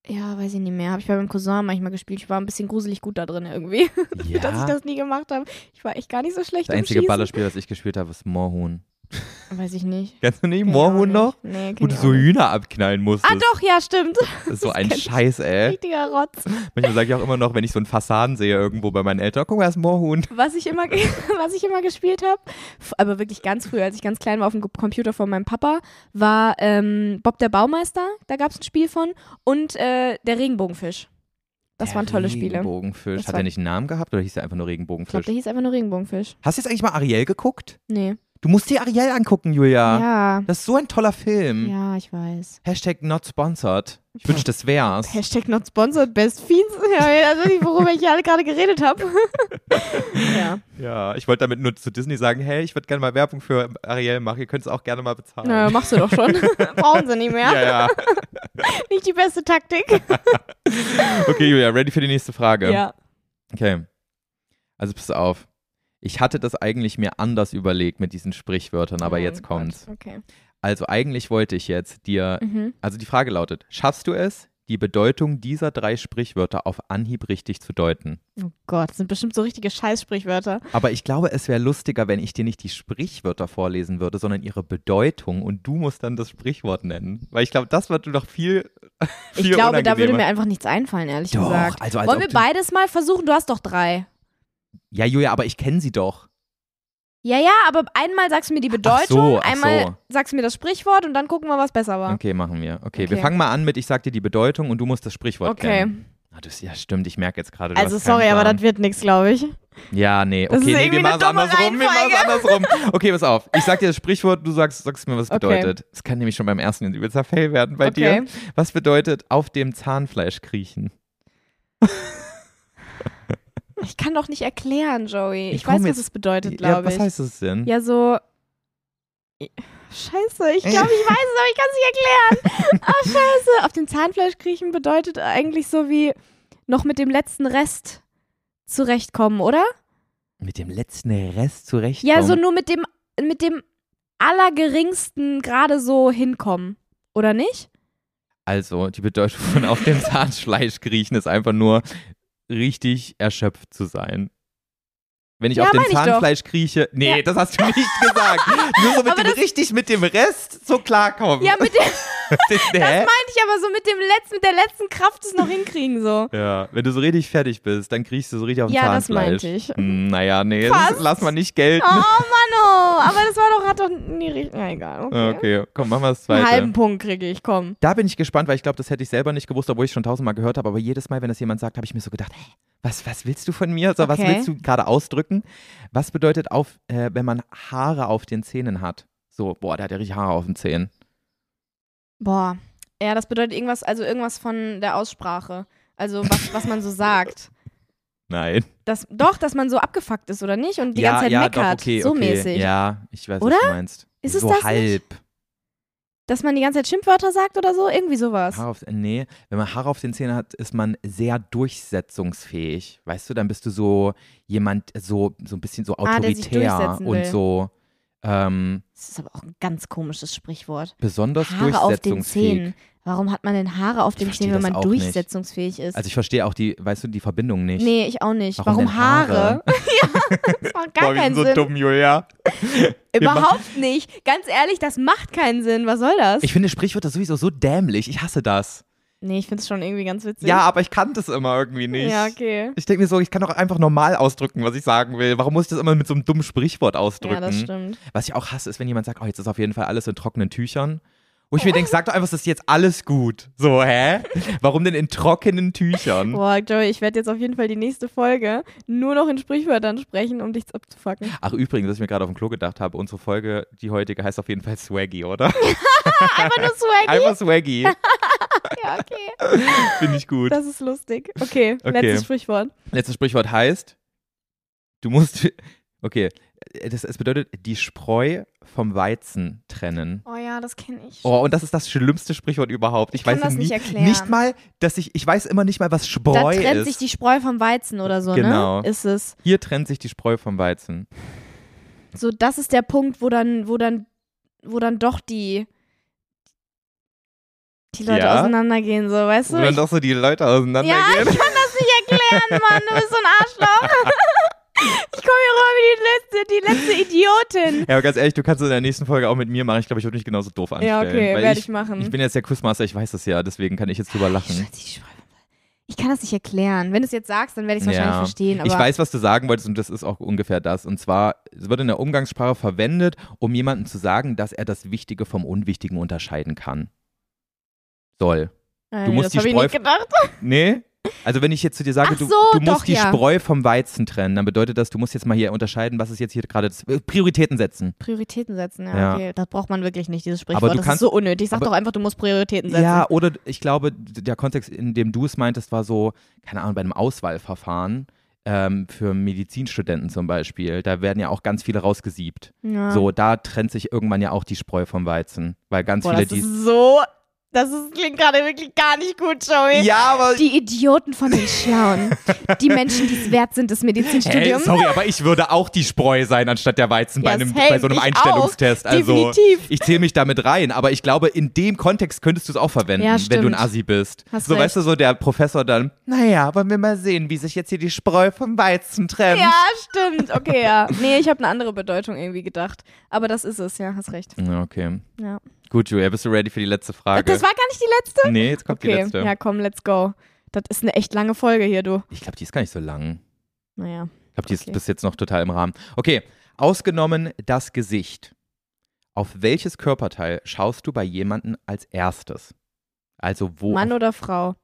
S2: ja, weiß ich nicht mehr, habe ich bei meinem Cousin manchmal gespielt. Ich war ein bisschen gruselig gut da drin irgendwie, [laughs] [laughs]
S3: Ja.
S2: dass ich das nie gemacht habe. Ich war echt gar nicht so schlecht
S3: Das
S2: im
S3: einzige
S2: Schießen.
S3: Ballerspiel, das ich gespielt habe, ist Moorhuhn.
S2: Weiß ich nicht.
S3: Kennst du nicht
S2: Kenn ich auch
S3: Moorhuhn
S2: nicht.
S3: noch?
S2: Nee, kenn
S3: Wo du
S2: ich auch
S3: so
S2: nicht.
S3: Hühner abknallen musstest.
S2: Ah doch, ja, stimmt.
S3: Das ist so
S2: das
S3: ein
S2: kenn ich.
S3: Scheiß, ey.
S2: Richtiger Rotz.
S3: Manchmal sage ich auch immer noch, wenn ich so einen Fassan sehe irgendwo bei meinen Eltern, guck mal, das ist ein Moorhuhn.
S2: was ich immer, [laughs] was ich immer gespielt habe, f- aber wirklich ganz früh, als ich ganz klein war auf dem Computer von meinem Papa, war ähm, Bob der Baumeister, da gab es ein Spiel von, und äh, der Regenbogenfisch. Das waren tolle Spiele.
S3: Regenbogenfisch.
S2: Das
S3: Hat
S2: war-
S3: er nicht einen Namen gehabt oder hieß er einfach nur
S2: Ich glaube,
S3: Regenbogenfisch?
S2: der hieß einfach nur Regenbogenfisch.
S3: Hast du jetzt eigentlich mal Ariel geguckt?
S2: Nee.
S3: Du musst dir Ariel angucken, Julia.
S2: Ja.
S3: Das ist so ein toller Film.
S2: Ja, ich
S3: [laughs]
S2: weiß.
S3: Hashtag not sponsored. Ich wünschte, es wär's.
S2: Hashtag not sponsored, best fiends. [laughs] Ja, also worüber ich ja gerade geredet habe. [laughs] ja.
S3: Ja, ich wollte damit nur zu Disney sagen, hey, ich würde gerne mal Werbung für Ariel machen. Ihr könnt es auch gerne mal bezahlen.
S2: Naja, machst du doch
S3: [laughs]
S2: schon. Brauchen sie nicht mehr.
S3: Ah. Ja, ja.
S2: Nicht die beste Taktik.
S3: Okay, Julia, ready für die nächste Frage.
S2: Ja.
S3: Okay. Also pass auf. Ich hatte das eigentlich mir anders überlegt mit diesen Sprichwörtern, aber
S2: Oh
S3: jetzt
S2: Gott.
S3: kommt's.
S2: Okay.
S3: Also eigentlich wollte ich jetzt dir,
S2: Mhm.
S3: also die Frage lautet, schaffst du es, die Bedeutung dieser drei Sprichwörter auf Anhieb richtig zu deuten?
S2: Oh Gott, das sind bestimmt so richtige Scheißsprichwörter.
S3: Aber ich glaube, es wäre lustiger, wenn ich dir nicht die Sprichwörter vorlesen würde, sondern ihre Bedeutung und du musst dann das Sprichwort nennen. Weil ich glaube, das wird noch viel, [laughs] viel
S2: Ich glaube, da würde
S3: unangenehmer.
S2: mir einfach nichts einfallen, ehrlich
S3: Doch,
S2: gesagt.
S3: also als
S2: Wollen
S3: ob
S2: wir
S3: du-
S2: beides mal versuchen? Du hast doch drei.
S3: Ja, Julia, aber ich kenne sie doch.
S2: Ja, ja, aber einmal sagst du mir die Bedeutung,
S3: so, ach
S2: einmal
S3: so.
S2: sagst du mir das Sprichwort und dann gucken wir, was besser war.
S3: Okay, machen wir. Okay, wir
S2: Okay.
S3: fangen mal an mit, ich sag dir die Bedeutung und du musst das Sprichwort
S2: Okay.
S3: kennen. Ah, das, ja, stimmt, ich merke jetzt gerade. du
S2: Also
S3: hast keinen
S2: sorry, aber
S3: Plan.
S2: das wird nichts, glaube ich.
S3: Ja, nee,
S2: Das
S3: okay,
S2: ist
S3: nee, wir
S2: irgendwie
S3: machen
S2: eine
S3: es
S2: dumme
S3: andersrum, wir machen es andersrum. Okay, pass auf. Ich sag dir das Sprichwort, du sagst, sagst mir, was es
S2: Okay.
S3: bedeutet. Es kann nämlich schon beim ersten ein übelster Fail werden bei
S2: Okay.
S3: dir. Was bedeutet auf dem Zahnfleisch kriechen?
S2: Ich kann doch nicht erklären, Joey. Ich,
S3: Ich komm
S2: weiß, was
S3: jetzt-
S2: es bedeutet,
S3: ja,
S2: glaube
S3: was
S2: ich.
S3: heißt das denn?
S2: Ja, so. Scheiße, ich glaube, ich weiß es, aber ich kann es nicht
S3: [laughs]
S2: erklären. Ah, scheiße. Auf den Zahnfleisch kriechen bedeutet eigentlich so wie noch mit dem letzten Rest zurechtkommen, oder?
S3: Mit dem letzten Rest zurechtkommen.
S2: Ja, so nur mit dem, mit dem allergeringsten gerade so hinkommen, oder nicht?
S3: Also, die Bedeutung von
S2: [laughs]
S3: auf dem Zahnfleisch kriechen ist einfach nur richtig erschöpft zu sein. Wenn ich
S2: Ja,
S3: auf dem
S2: mein ich doch.
S3: Zahnfleisch krieche. Nee, das
S2: [laughs]
S3: hast du nicht gesagt. Nur so mit
S2: Aber
S3: dem, richtig mit dem Rest so klarkommen.
S2: Ja,
S3: [laughs]
S2: mit dem, [laughs]
S3: Hä?
S2: das meinte ich aber so mit dem letzten, mit der letzten Kraft es noch hinkriegen,
S3: [laughs]
S2: so.
S3: Ja, wenn du so richtig fertig bist, dann kriegst du so richtig auf den
S2: Ja, das
S3: Zahnfleisch.
S2: meinte ich.
S3: Hm, naja, nee,
S2: Fast.
S3: das lass mal nicht gelten.
S2: Oh, Mann, oh. Aber das war doch, hat doch nie richtig, na egal, okay.
S3: Okay, komm, machen wir das
S2: Einen
S3: zweite.
S2: halben Punkt kriege ich, komm.
S3: Da bin ich gespannt, weil ich glaube, das hätte ich selber nicht gewusst, obwohl ich schon tausendmal gehört habe. Aber jedes Mal, wenn das jemand sagt, habe ich mir so gedacht, hä, was, was willst du von mir? So, was
S2: Okay.
S3: willst du gerade ausdrücken? Was bedeutet auf, äh, wenn man Haare auf den Zähnen hat? So, boah, der hat ja richtig Haare auf den Zähnen.
S2: Boah. Ja, das bedeutet irgendwas, also irgendwas von der Aussprache. Also was, was man so [laughs] sagt.
S3: Nein.
S2: Das, doch, dass man so abgefuckt ist, oder nicht? Und die
S3: ja,
S2: ganze Zeit
S3: ja,
S2: meckert.
S3: doch, okay,
S2: so
S3: okay.
S2: mäßig.
S3: Ja, ich weiß,
S2: Oder?
S3: was du meinst.
S2: Ist es
S3: so
S2: das nicht?
S3: halb.
S2: Dass man die ganze Zeit Schimpfwörter sagt oder so, irgendwie sowas.
S3: Haare auf, äh, nee, wenn man Haare auf den Zähnen hat, ist man sehr durchsetzungsfähig. Weißt du, dann bist du so jemand, so, so ein bisschen so
S2: Ah, der sich
S3: autoritär
S2: durchsetzen will.
S3: und so ähm,
S2: Das ist aber auch ein ganz komisches Sprichwort.
S3: besonders
S2: Haare auf den
S3: durchsetzungsfähig.
S2: Zähnen. Warum hat man denn Haare auf den
S3: verstehe
S2: Zähnen, wenn
S3: das
S2: man
S3: auch nicht.
S2: durchsetzungsfähig ist?
S3: Also ich verstehe auch die, weißt du, die Verbindung nicht.
S2: nee, ich auch nicht. Warum,
S3: Warum denn
S2: Haare? [laughs]
S3: Haare?
S2: ja, das macht gar keinen Sinn.
S3: Julia.
S2: Überhaupt nicht. Ganz ehrlich, das macht keinen Sinn. Was soll das?
S3: Ich finde Sprichwörter sowieso so dämlich. Ich hasse das.
S2: nee, ich finde es schon irgendwie ganz witzig.
S3: Ja, aber ich kann das immer irgendwie nicht.
S2: Ja, okay.
S3: Ich denke mir so, ich kann doch einfach normal ausdrücken, was ich sagen will. Warum muss ich das immer mit so einem dummen Sprichwort ausdrücken?
S2: Ja, das stimmt.
S3: Was ich auch hasse, ist, wenn jemand sagt, oh, jetzt ist auf jeden Fall alles in trockenen Tüchern. Wo ich
S2: [laughs]
S3: mir denke, sag doch einfach, es ist jetzt alles gut. So, hä? Warum denn in trockenen Tüchern?
S2: Boah, Joey, ich werde jetzt auf jeden Fall die nächste Folge nur noch in Sprichwörtern sprechen, um dich abzufacken.
S3: [laughs] Ach, übrigens, was ich mir gerade auf dem Klo gedacht habe, unsere Folge, die heutige, heißt auf jeden Fall Swaggy, oder?
S2: Einfach nur swaggy.
S3: Einfach Swaggy.
S2: Ja,
S3: [laughs]
S2: okay. [laughs]
S3: Finde ich gut.
S2: Das ist lustig. Okay,
S3: Okay.
S2: letztes Sprichwort.
S3: Letztes Sprichwort heißt, du musst. Okay, das, es bedeutet die Spreu vom Weizen trennen.
S2: Oh ja, das kenne ich.
S3: Oh, und das ist das schlimmste Sprichwort überhaupt. Ich,
S2: Ich kann
S3: weiß
S2: das
S3: nie,
S2: nicht erklären.
S3: Nicht mal, dass ich, ich weiß immer nicht mal, was Spreu
S2: da trennt
S3: ist.
S2: sich die Spreu vom Weizen oder so,
S3: Genau.
S2: ne? Ist es.
S3: Hier trennt sich die Spreu vom Weizen.
S2: So, das ist der Punkt, wo dann, wo dann, wo dann doch die, die Leute
S3: Ja.
S2: auseinandergehen, so, weißt du?
S3: Wo dann
S2: Ich-
S3: doch so die Leute
S2: ja, ich
S3: auseinandergehen.
S2: kann das nicht erklären, Mann. Du bist so ein Arschloch. Ich komme hier rüber wie die letzte, die letzte Idiotin.
S3: [laughs] Ja, aber ganz ehrlich, du kannst es in der nächsten Folge auch mit mir machen. Ich glaube, ich würde mich genauso doof
S2: Ja,
S3: anstellen.
S2: okay,
S3: weil
S2: werde ich
S3: ich,
S2: machen.
S3: ich bin jetzt der Quizmaster, ich weiß das ja, deswegen kann ich jetzt drüber lachen.
S2: Scheiße, die Spreu vom Weizen. Ich kann das nicht erklären. Wenn du es jetzt sagst, dann werde ich es wahrscheinlich
S3: Ja.
S2: verstehen. Aber
S3: Ich weiß, was du sagen wolltest und das ist auch ungefähr das. Und zwar, es wird in der Umgangssprache verwendet, um jemandem zu sagen, dass er das Wichtige vom Unwichtigen unterscheiden kann. Soll.
S2: äh,
S3: du
S2: nee,
S3: musst
S2: das
S3: die
S2: habe ich
S3: Spreu-
S2: nicht gedacht.
S3: Nee? Also wenn ich jetzt zu dir sage,
S2: Ach
S3: du,
S2: so,
S3: du musst
S2: doch,
S3: die
S2: ja.
S3: Spreu vom Weizen trennen, dann bedeutet das, du musst jetzt mal hier unterscheiden, was ist jetzt hier gerade, das- äh, Prioritäten setzen.
S2: Prioritäten setzen, ja,
S3: Ja.
S2: okay. Das braucht man wirklich nicht, dieses Sprichwort.
S3: Aber du
S2: das
S3: kannst-
S2: ist so unnötig. Sag
S3: aber-
S2: doch einfach, du musst Prioritäten setzen.
S3: Ja, oder ich glaube, der Kontext, in dem du es meintest, war so, keine Ahnung, bei einem Auswahlverfahren ähm, für Medizinstudenten zum Beispiel, da werden ja auch ganz viele rausgesiebt.
S2: Ja.
S3: So, da trennt sich irgendwann ja auch die Spreu vom Weizen, weil ganz
S2: Boah,
S3: viele
S2: das
S3: die.
S2: ist so. Das ist, klingt gerade wirklich gar nicht gut, Joey.
S3: aber.
S2: Die Idioten von den Schlauen. die Menschen, die es wert sind, das
S3: Hey,
S2: Medizinstudium.
S3: sorry, aber ich würde auch die Spreu sein anstatt der Weizen bei,
S2: Ja,
S3: einem,
S2: same,
S3: bei so einem
S2: ich
S3: Einstellungstest.
S2: auch.
S3: Also
S2: Definitiv.
S3: ich zähle mich damit rein, aber ich glaube, in dem Kontext könntest du es auch verwenden,
S2: Ja,
S3: wenn du ein
S2: stimmt.
S3: Assi bist.
S2: Hast
S3: so
S2: recht.
S3: weißt du, so der Professor dann, naja, wollen wir mal sehen, wie sich jetzt hier die Spreu vom Weizen trennt.
S2: ja, stimmt. Okay, ja. Nee, ich habe eine andere Bedeutung irgendwie gedacht. Aber das ist es, ja, hast recht.
S3: Ja, Okay.
S2: Ja.
S3: Gut, Julia, bist du ready für die letzte Frage?
S2: Das war gar nicht die letzte.
S3: nee, jetzt kommt die
S2: Okay,
S3: letzte.
S2: ja, komm, let's go. Das ist eine echt lange Folge hier, du.
S3: Ich glaube, die ist gar nicht so lang.
S2: Naja.
S3: Ich glaube, die
S2: Okay.
S3: ist bis jetzt noch total im Rahmen. Okay, ausgenommen das Gesicht. Auf welches Körperteil schaust du bei jemandem als erstes? Also wo?
S2: Mann oder Frau?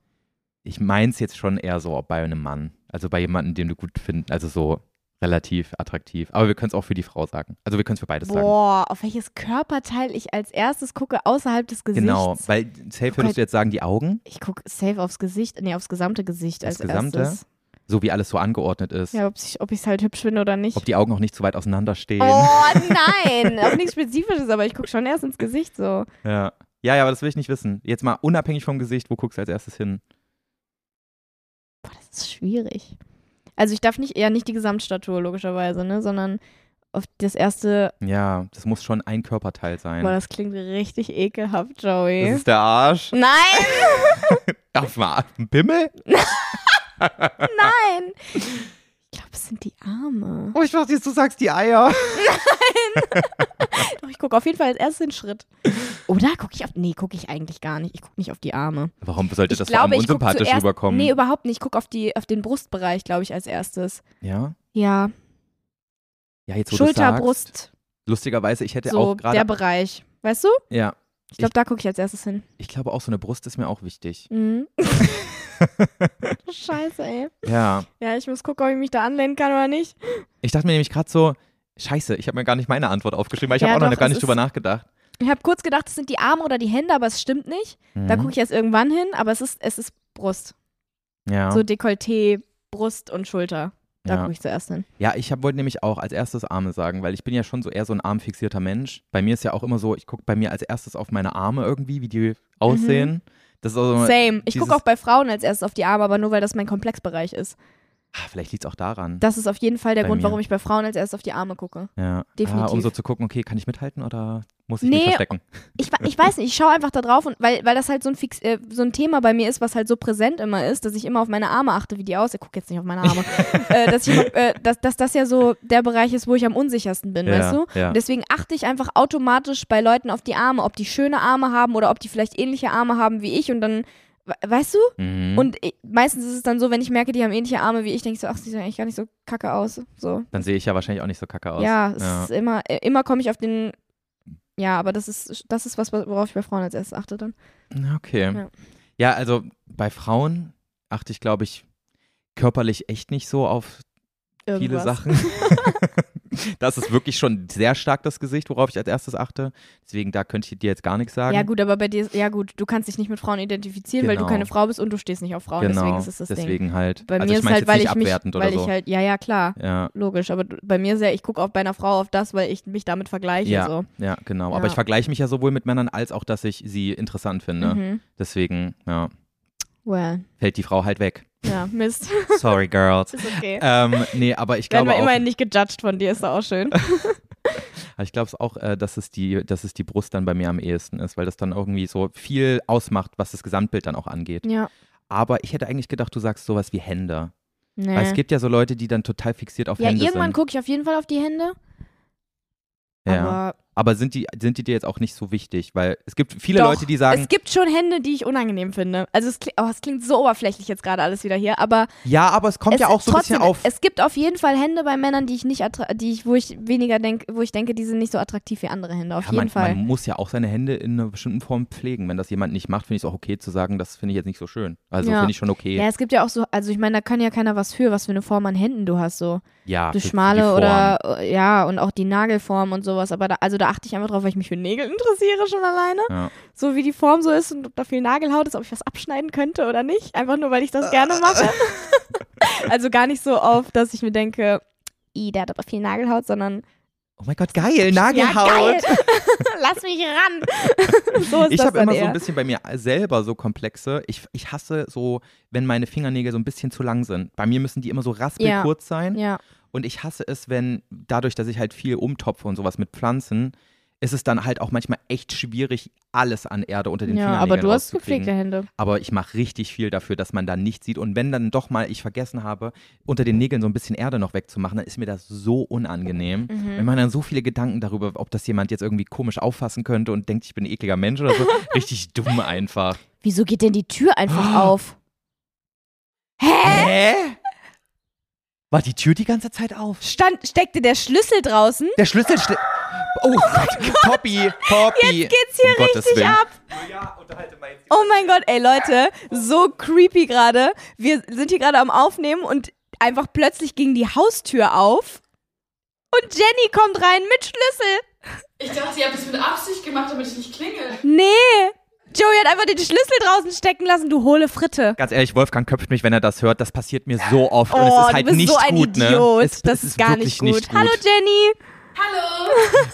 S3: ich meins jetzt schon eher so bei einem Mann. Also bei jemandem, den du gut findest. Also so relativ attraktiv. Aber wir können es auch für die Frau sagen. Also wir können es für beides sagen.
S2: Boah, auf welches Körperteil ich als erstes gucke, außerhalb des Gesichts?
S3: Genau, weil safe würdest
S2: Gott.
S3: du jetzt sagen, die Augen,
S2: Ich gucke safe aufs Gesicht, nee, aufs gesamte Gesicht
S3: Aufs
S2: als
S3: gesamte?
S2: erstes.
S3: so wie alles so angeordnet ist.
S2: Ja, ob ich es halt hübsch finde oder nicht.
S3: Ob die Augen auch nicht zu weit auseinander stehen.
S2: oh [laughs] nein, auch nichts Spezifisches, aber ich gucke schon erst ins Gesicht so.
S3: [laughs] Ja. ja, ja, aber das will ich nicht wissen. Jetzt mal unabhängig vom Gesicht, wo guckst du als erstes hin?
S2: Boah, das ist schwierig. Also ich darf nicht eher nicht die Gesamtstatur logischerweise, ne, sondern auf das erste,
S3: Ja, das muss schon ein Körperteil sein.
S2: boah, das klingt richtig ekelhaft,
S3: Das
S2: Joey.
S3: ist der
S2: [laughs]
S3: Arsch.
S2: Nein,
S3: Auf dem Arsch. Ein Pimmel?
S2: nein. Ich glaube, es sind die Arme.
S3: Oh, ich dachte jetzt, du sagst die Eier.
S2: Doch, Oh, ich gucke auf jeden Fall als erstes den Schritt. Oder gucke ich auf Nee, gucke ich eigentlich gar nicht. Ich gucke nicht auf die Arme.
S3: Warum sollte
S2: Ich
S3: das vor
S2: glaube,
S3: allem
S2: ich guck
S3: unsympathisch
S2: zuerst-
S3: rüberkommen?
S2: Nee, überhaupt nicht. Ich gucke auf, die- auf den Brustbereich, glaube ich, als erstes.
S3: ja?
S2: Ja,
S3: ja, jetzt wo du's
S2: Schulter,
S3: sagst.
S2: Brust,
S3: Lustigerweise, ich hätte
S2: so
S3: auch
S2: der
S3: gerade.
S2: Bereich. Weißt du?
S3: Ja,
S2: Ich glaube,
S3: Ich-
S2: da gucke ich als erstes hin.
S3: ich glaube auch so eine Brust ist mir auch wichtig. [laughs]
S2: Mhm. Scheiße, ey.
S3: Ja.
S2: Ja, ich muss gucken, ob ich mich da anlehnen kann oder nicht.
S3: Ich dachte mir nämlich gerade so, Scheiße, ich habe mir gar nicht meine Antwort aufgeschrieben, weil ich
S2: Ja,
S3: habe auch noch
S2: doch,
S3: gar
S2: es
S3: nicht
S2: ist-
S3: drüber nachgedacht.
S2: Ich habe kurz gedacht, es sind die Arme oder die Hände, aber es stimmt nicht. Da
S3: Mhm.
S2: gucke ich erst irgendwann hin, aber es ist, es ist Brust.
S3: Mhm. ja.
S2: So Dekolleté, Brust und Schulter. Da
S3: ja.
S2: gucke ich zuerst hin.
S3: Ja, ich hab, wollte nämlich auch als erstes Arme sagen, weil ich bin ja schon so eher so ein armfixierter Mensch. Bei mir ist ja auch immer so, ich gucke bei mir als erstes auf meine Arme irgendwie, wie die aussehen.
S2: Mhm.
S3: Das ist also immer-
S2: Same. Ich gucke
S3: dieses-
S2: auch bei Frauen als erstes auf die Arme, aber nur weil das mein Komplexbereich ist.
S3: Ah, vielleicht liegt es auch daran.
S2: Das ist auf jeden Fall der
S3: Bei
S2: Grund,
S3: mir.
S2: warum ich bei Frauen als erstes auf die Arme gucke.
S3: ja. Ah, um
S2: definitiv.
S3: so zu gucken, okay, kann ich mithalten oder muss ich mich
S2: Nee,
S3: verstecken?
S2: Ich, wa- ich weiß nicht, ich schaue einfach da drauf, und, weil, weil das halt so ein, fix, äh, so ein Thema bei mir ist, was halt so präsent immer ist, dass ich immer auf meine Arme achte, wie die aussehen. Guck jetzt nicht auf meine Arme.
S3: [laughs]
S2: äh, dass, ich, immer, äh, dass, dass das ja so der Bereich ist, wo ich am unsichersten bin,
S3: Ja,
S2: weißt du?
S3: ja.
S2: Und Deswegen achte ich einfach automatisch bei Leuten auf die Arme, ob die schöne Arme haben oder ob die vielleicht ähnliche Arme haben wie ich und dann, we- weißt du?
S3: Mhm.
S2: Und ich, meistens ist es dann so, wenn ich merke, die haben ähnliche Arme wie ich, denke ich so, ach, sie sehen eigentlich gar nicht so kacke aus. So.
S3: Dann sehe ich ja wahrscheinlich auch nicht so kacke aus.
S2: Ja, es ist immer, äh, immer komme ich auf den. Ja, aber das ist, das ist was, worauf ich bei Frauen als erstes achte dann.
S3: Na, Okay. Ja.
S2: Ja.
S3: also bei Frauen achte ich, glaube ich, körperlich echt nicht so auf
S2: Irgendwas.
S3: viele Sachen. [laughs] Das ist wirklich schon sehr stark das Gesicht, worauf ich als erstes achte. Deswegen, da könnte ich dir jetzt gar nichts sagen.
S2: Ja, gut, aber bei dir, ist- ja gut, du kannst dich nicht mit Frauen identifizieren, weil du
S3: Genau.
S2: keine Frau bist und du stehst nicht auf Frauen,
S3: genau,
S2: deswegen ist es das Ding.
S3: deswegen halt.
S2: Bei
S3: also
S2: mir
S3: ich
S2: ist
S3: mein's
S2: halt,
S3: jetzt
S2: weil
S3: nicht
S2: ich mich,
S3: abwertend
S2: weil
S3: oder so.
S2: ich halt, ja, ja, klar,
S3: ja.
S2: logisch, aber du- bei mir ist ja, ich gucke auch bei einer Frau auf das, weil ich mich damit vergleiche,
S3: Ja,
S2: so.
S3: ja, genau. Aber
S2: Ja.
S3: ich vergleiche mich ja sowohl mit Männern als auch, dass ich sie interessant finde.
S2: Mhm.
S3: Deswegen, ja,
S2: Well,
S3: fällt die Frau halt weg.
S2: ja, Mist,
S3: [laughs]
S2: [laughs]
S3: Sorry, Girls.
S2: ist okay.
S3: ähm, nee, aber ich
S2: Werden
S3: glaube
S2: wir
S3: auch,
S2: immerhin nicht gejudged von dir, ist doch auch
S3: [laughs]
S2: schön.
S3: aber ich glaube es auch, äh, dass, es die, dass es die Brust dann bei mir am ehesten ist, weil das dann irgendwie so viel ausmacht, was das Gesamtbild dann auch angeht.
S2: ja.
S3: Aber ich hätte eigentlich gedacht, du sagst sowas wie Hände.
S2: Nee.
S3: Weil es gibt ja so Leute, die dann total fixiert auf
S2: Äh. ja,
S3: Hände
S2: irgendwann
S3: sind.
S2: gucke ich auf jeden Fall auf die Hände,
S3: ja.
S2: aber
S3: Aber sind die, sind die dir jetzt auch nicht so wichtig? Weil es gibt viele
S2: Doch,
S3: Leute, die sagen,
S2: es gibt schon Hände, die ich unangenehm finde. Also es, kli- oh, es klingt so oberflächlich jetzt gerade alles wieder hier, aber
S3: ja, aber es kommt
S2: es
S3: ja auch so ein bisschen
S2: trotzdem,
S3: auf.
S2: Es gibt auf jeden Fall Hände bei Männern, die ich nicht attra- die ich, wo ich weniger denke, wo ich denke, die sind nicht so attraktiv wie andere Hände. Auf
S3: Ja,
S2: jeden
S3: man,
S2: Fall.
S3: man muss ja auch seine Hände in einer bestimmten Form pflegen. Wenn das jemand nicht macht, finde ich es auch okay zu sagen, das finde ich jetzt nicht so schön. Also
S2: Ja.
S3: finde ich schon okay.
S2: ja, es gibt ja auch so, also ich meine, da kann ja keiner was für, was für eine Form an Händen du hast, so.
S3: Ja,
S2: Du
S3: für die
S2: schmale
S3: Form.
S2: oder, äh, ja, und auch die Nagelform und sowas, aber da, also da achte ich einfach drauf, weil ich mich für Nägel interessiere schon alleine.
S3: Ja.
S2: So wie die Form so ist und ob da viel Nagelhaut ist, ob ich was abschneiden könnte oder nicht. Einfach nur, weil ich das gerne
S3: [laughs]
S2: mache. also gar nicht so auf, dass ich mir denke, i, der hat aber viel Nagelhaut, sondern
S3: Oh mein Gott, geil,
S2: Ja,
S3: Nagelhaut.
S2: geil. [laughs] Lass mich ran. so ist
S3: ich
S2: das
S3: habe
S2: dann
S3: immer so
S2: eher.
S3: ein bisschen bei mir selber so komplexe. Ich, ich hasse so, wenn meine Fingernägel so ein bisschen zu lang sind. Bei mir müssen die immer so raspelkurz sein.
S2: Ja,
S3: Und ich hasse es, wenn dadurch, dass ich halt viel umtopfe und sowas mit Pflanzen, ist es dann halt auch manchmal echt schwierig, alles an Erde unter den
S2: ja
S3: Fingernägeln
S2: aber du hast
S3: rauszukriegen.
S2: gepflegte Hände.
S3: Aber ich mache richtig viel dafür, dass man da nicht sieht. Und wenn dann doch mal ich vergessen habe, unter den Nägeln so ein bisschen Erde noch wegzumachen, dann ist mir das so unangenehm.
S2: Mhm.
S3: Wenn man dann so viele Gedanken darüber, ob das jemand jetzt irgendwie komisch auffassen könnte und denkt, ich bin ein ekliger
S2: [laughs]
S3: Mensch oder so, richtig dumm einfach.
S2: Wieso geht denn die Tür einfach
S3: Oh.
S2: auf? Äh?
S4: Hä? War die Tür die ganze Zeit auf?
S2: Stand, steckte der Schlüssel draußen?
S4: Der Schlüssel steht. Oh,
S3: Poppy, Poppy.
S2: Jetzt geht's hier
S3: Um Gottes
S2: richtig
S3: Willen.
S2: ab. Oh mein Gott, ey Leute, so creepy gerade. Wir sind hier gerade am Aufnehmen und einfach plötzlich ging die Haustür auf. Und Jenny kommt rein mit Schlüssel.
S5: Ich dachte, ihr habt es mit Absicht gemacht, damit ich nicht klingel.
S2: Nee. Joey hat einfach den Schlüssel draußen stecken lassen, du hohle Fritte.
S3: Ganz ehrlich, Wolfgang köpft mich, wenn er das hört. Das passiert mir so oft und es
S2: oh,
S3: ist halt
S2: du bist
S3: nicht
S2: so ein
S3: gut,
S2: Idiot.
S3: ne? Es,
S2: das
S3: es
S2: ist gar
S3: wirklich
S2: nicht gut. Hallo Jenny.
S5: Hallo!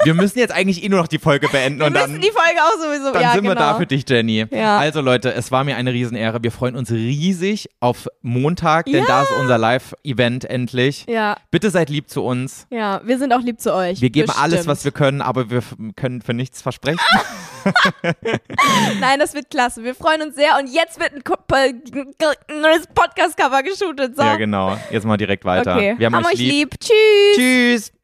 S3: Wir müssen jetzt eigentlich eh nur noch die Folge beenden
S2: Wir
S3: und dann
S2: müssen die Folge auch sowieso.
S3: Dann
S2: ja,
S3: sind
S2: genau.
S3: wir da für dich, Jenny.
S2: Ja.
S3: Also Leute, es war mir eine Riesenehre. Wir freuen uns riesig auf Montag, denn
S2: Ja.
S3: da ist unser Live-Event endlich.
S2: Ja,
S3: Bitte seid lieb zu uns.
S2: ja, wir sind auch lieb zu euch.
S3: Wir geben
S2: Bestimmt.
S3: alles, was wir können, aber wir f- können für nichts versprechen.
S2: Nein, das wird klasse. Wir freuen uns sehr und jetzt wird ein Ko- äh, ein neues Podcast-Cover geshootet. [laughs] So.
S3: Ja, genau. Jetzt mal direkt weiter.
S2: Okay.
S3: Wir haben,
S2: Haben
S3: euch
S2: lieb. Tschüss.
S3: Tschüss.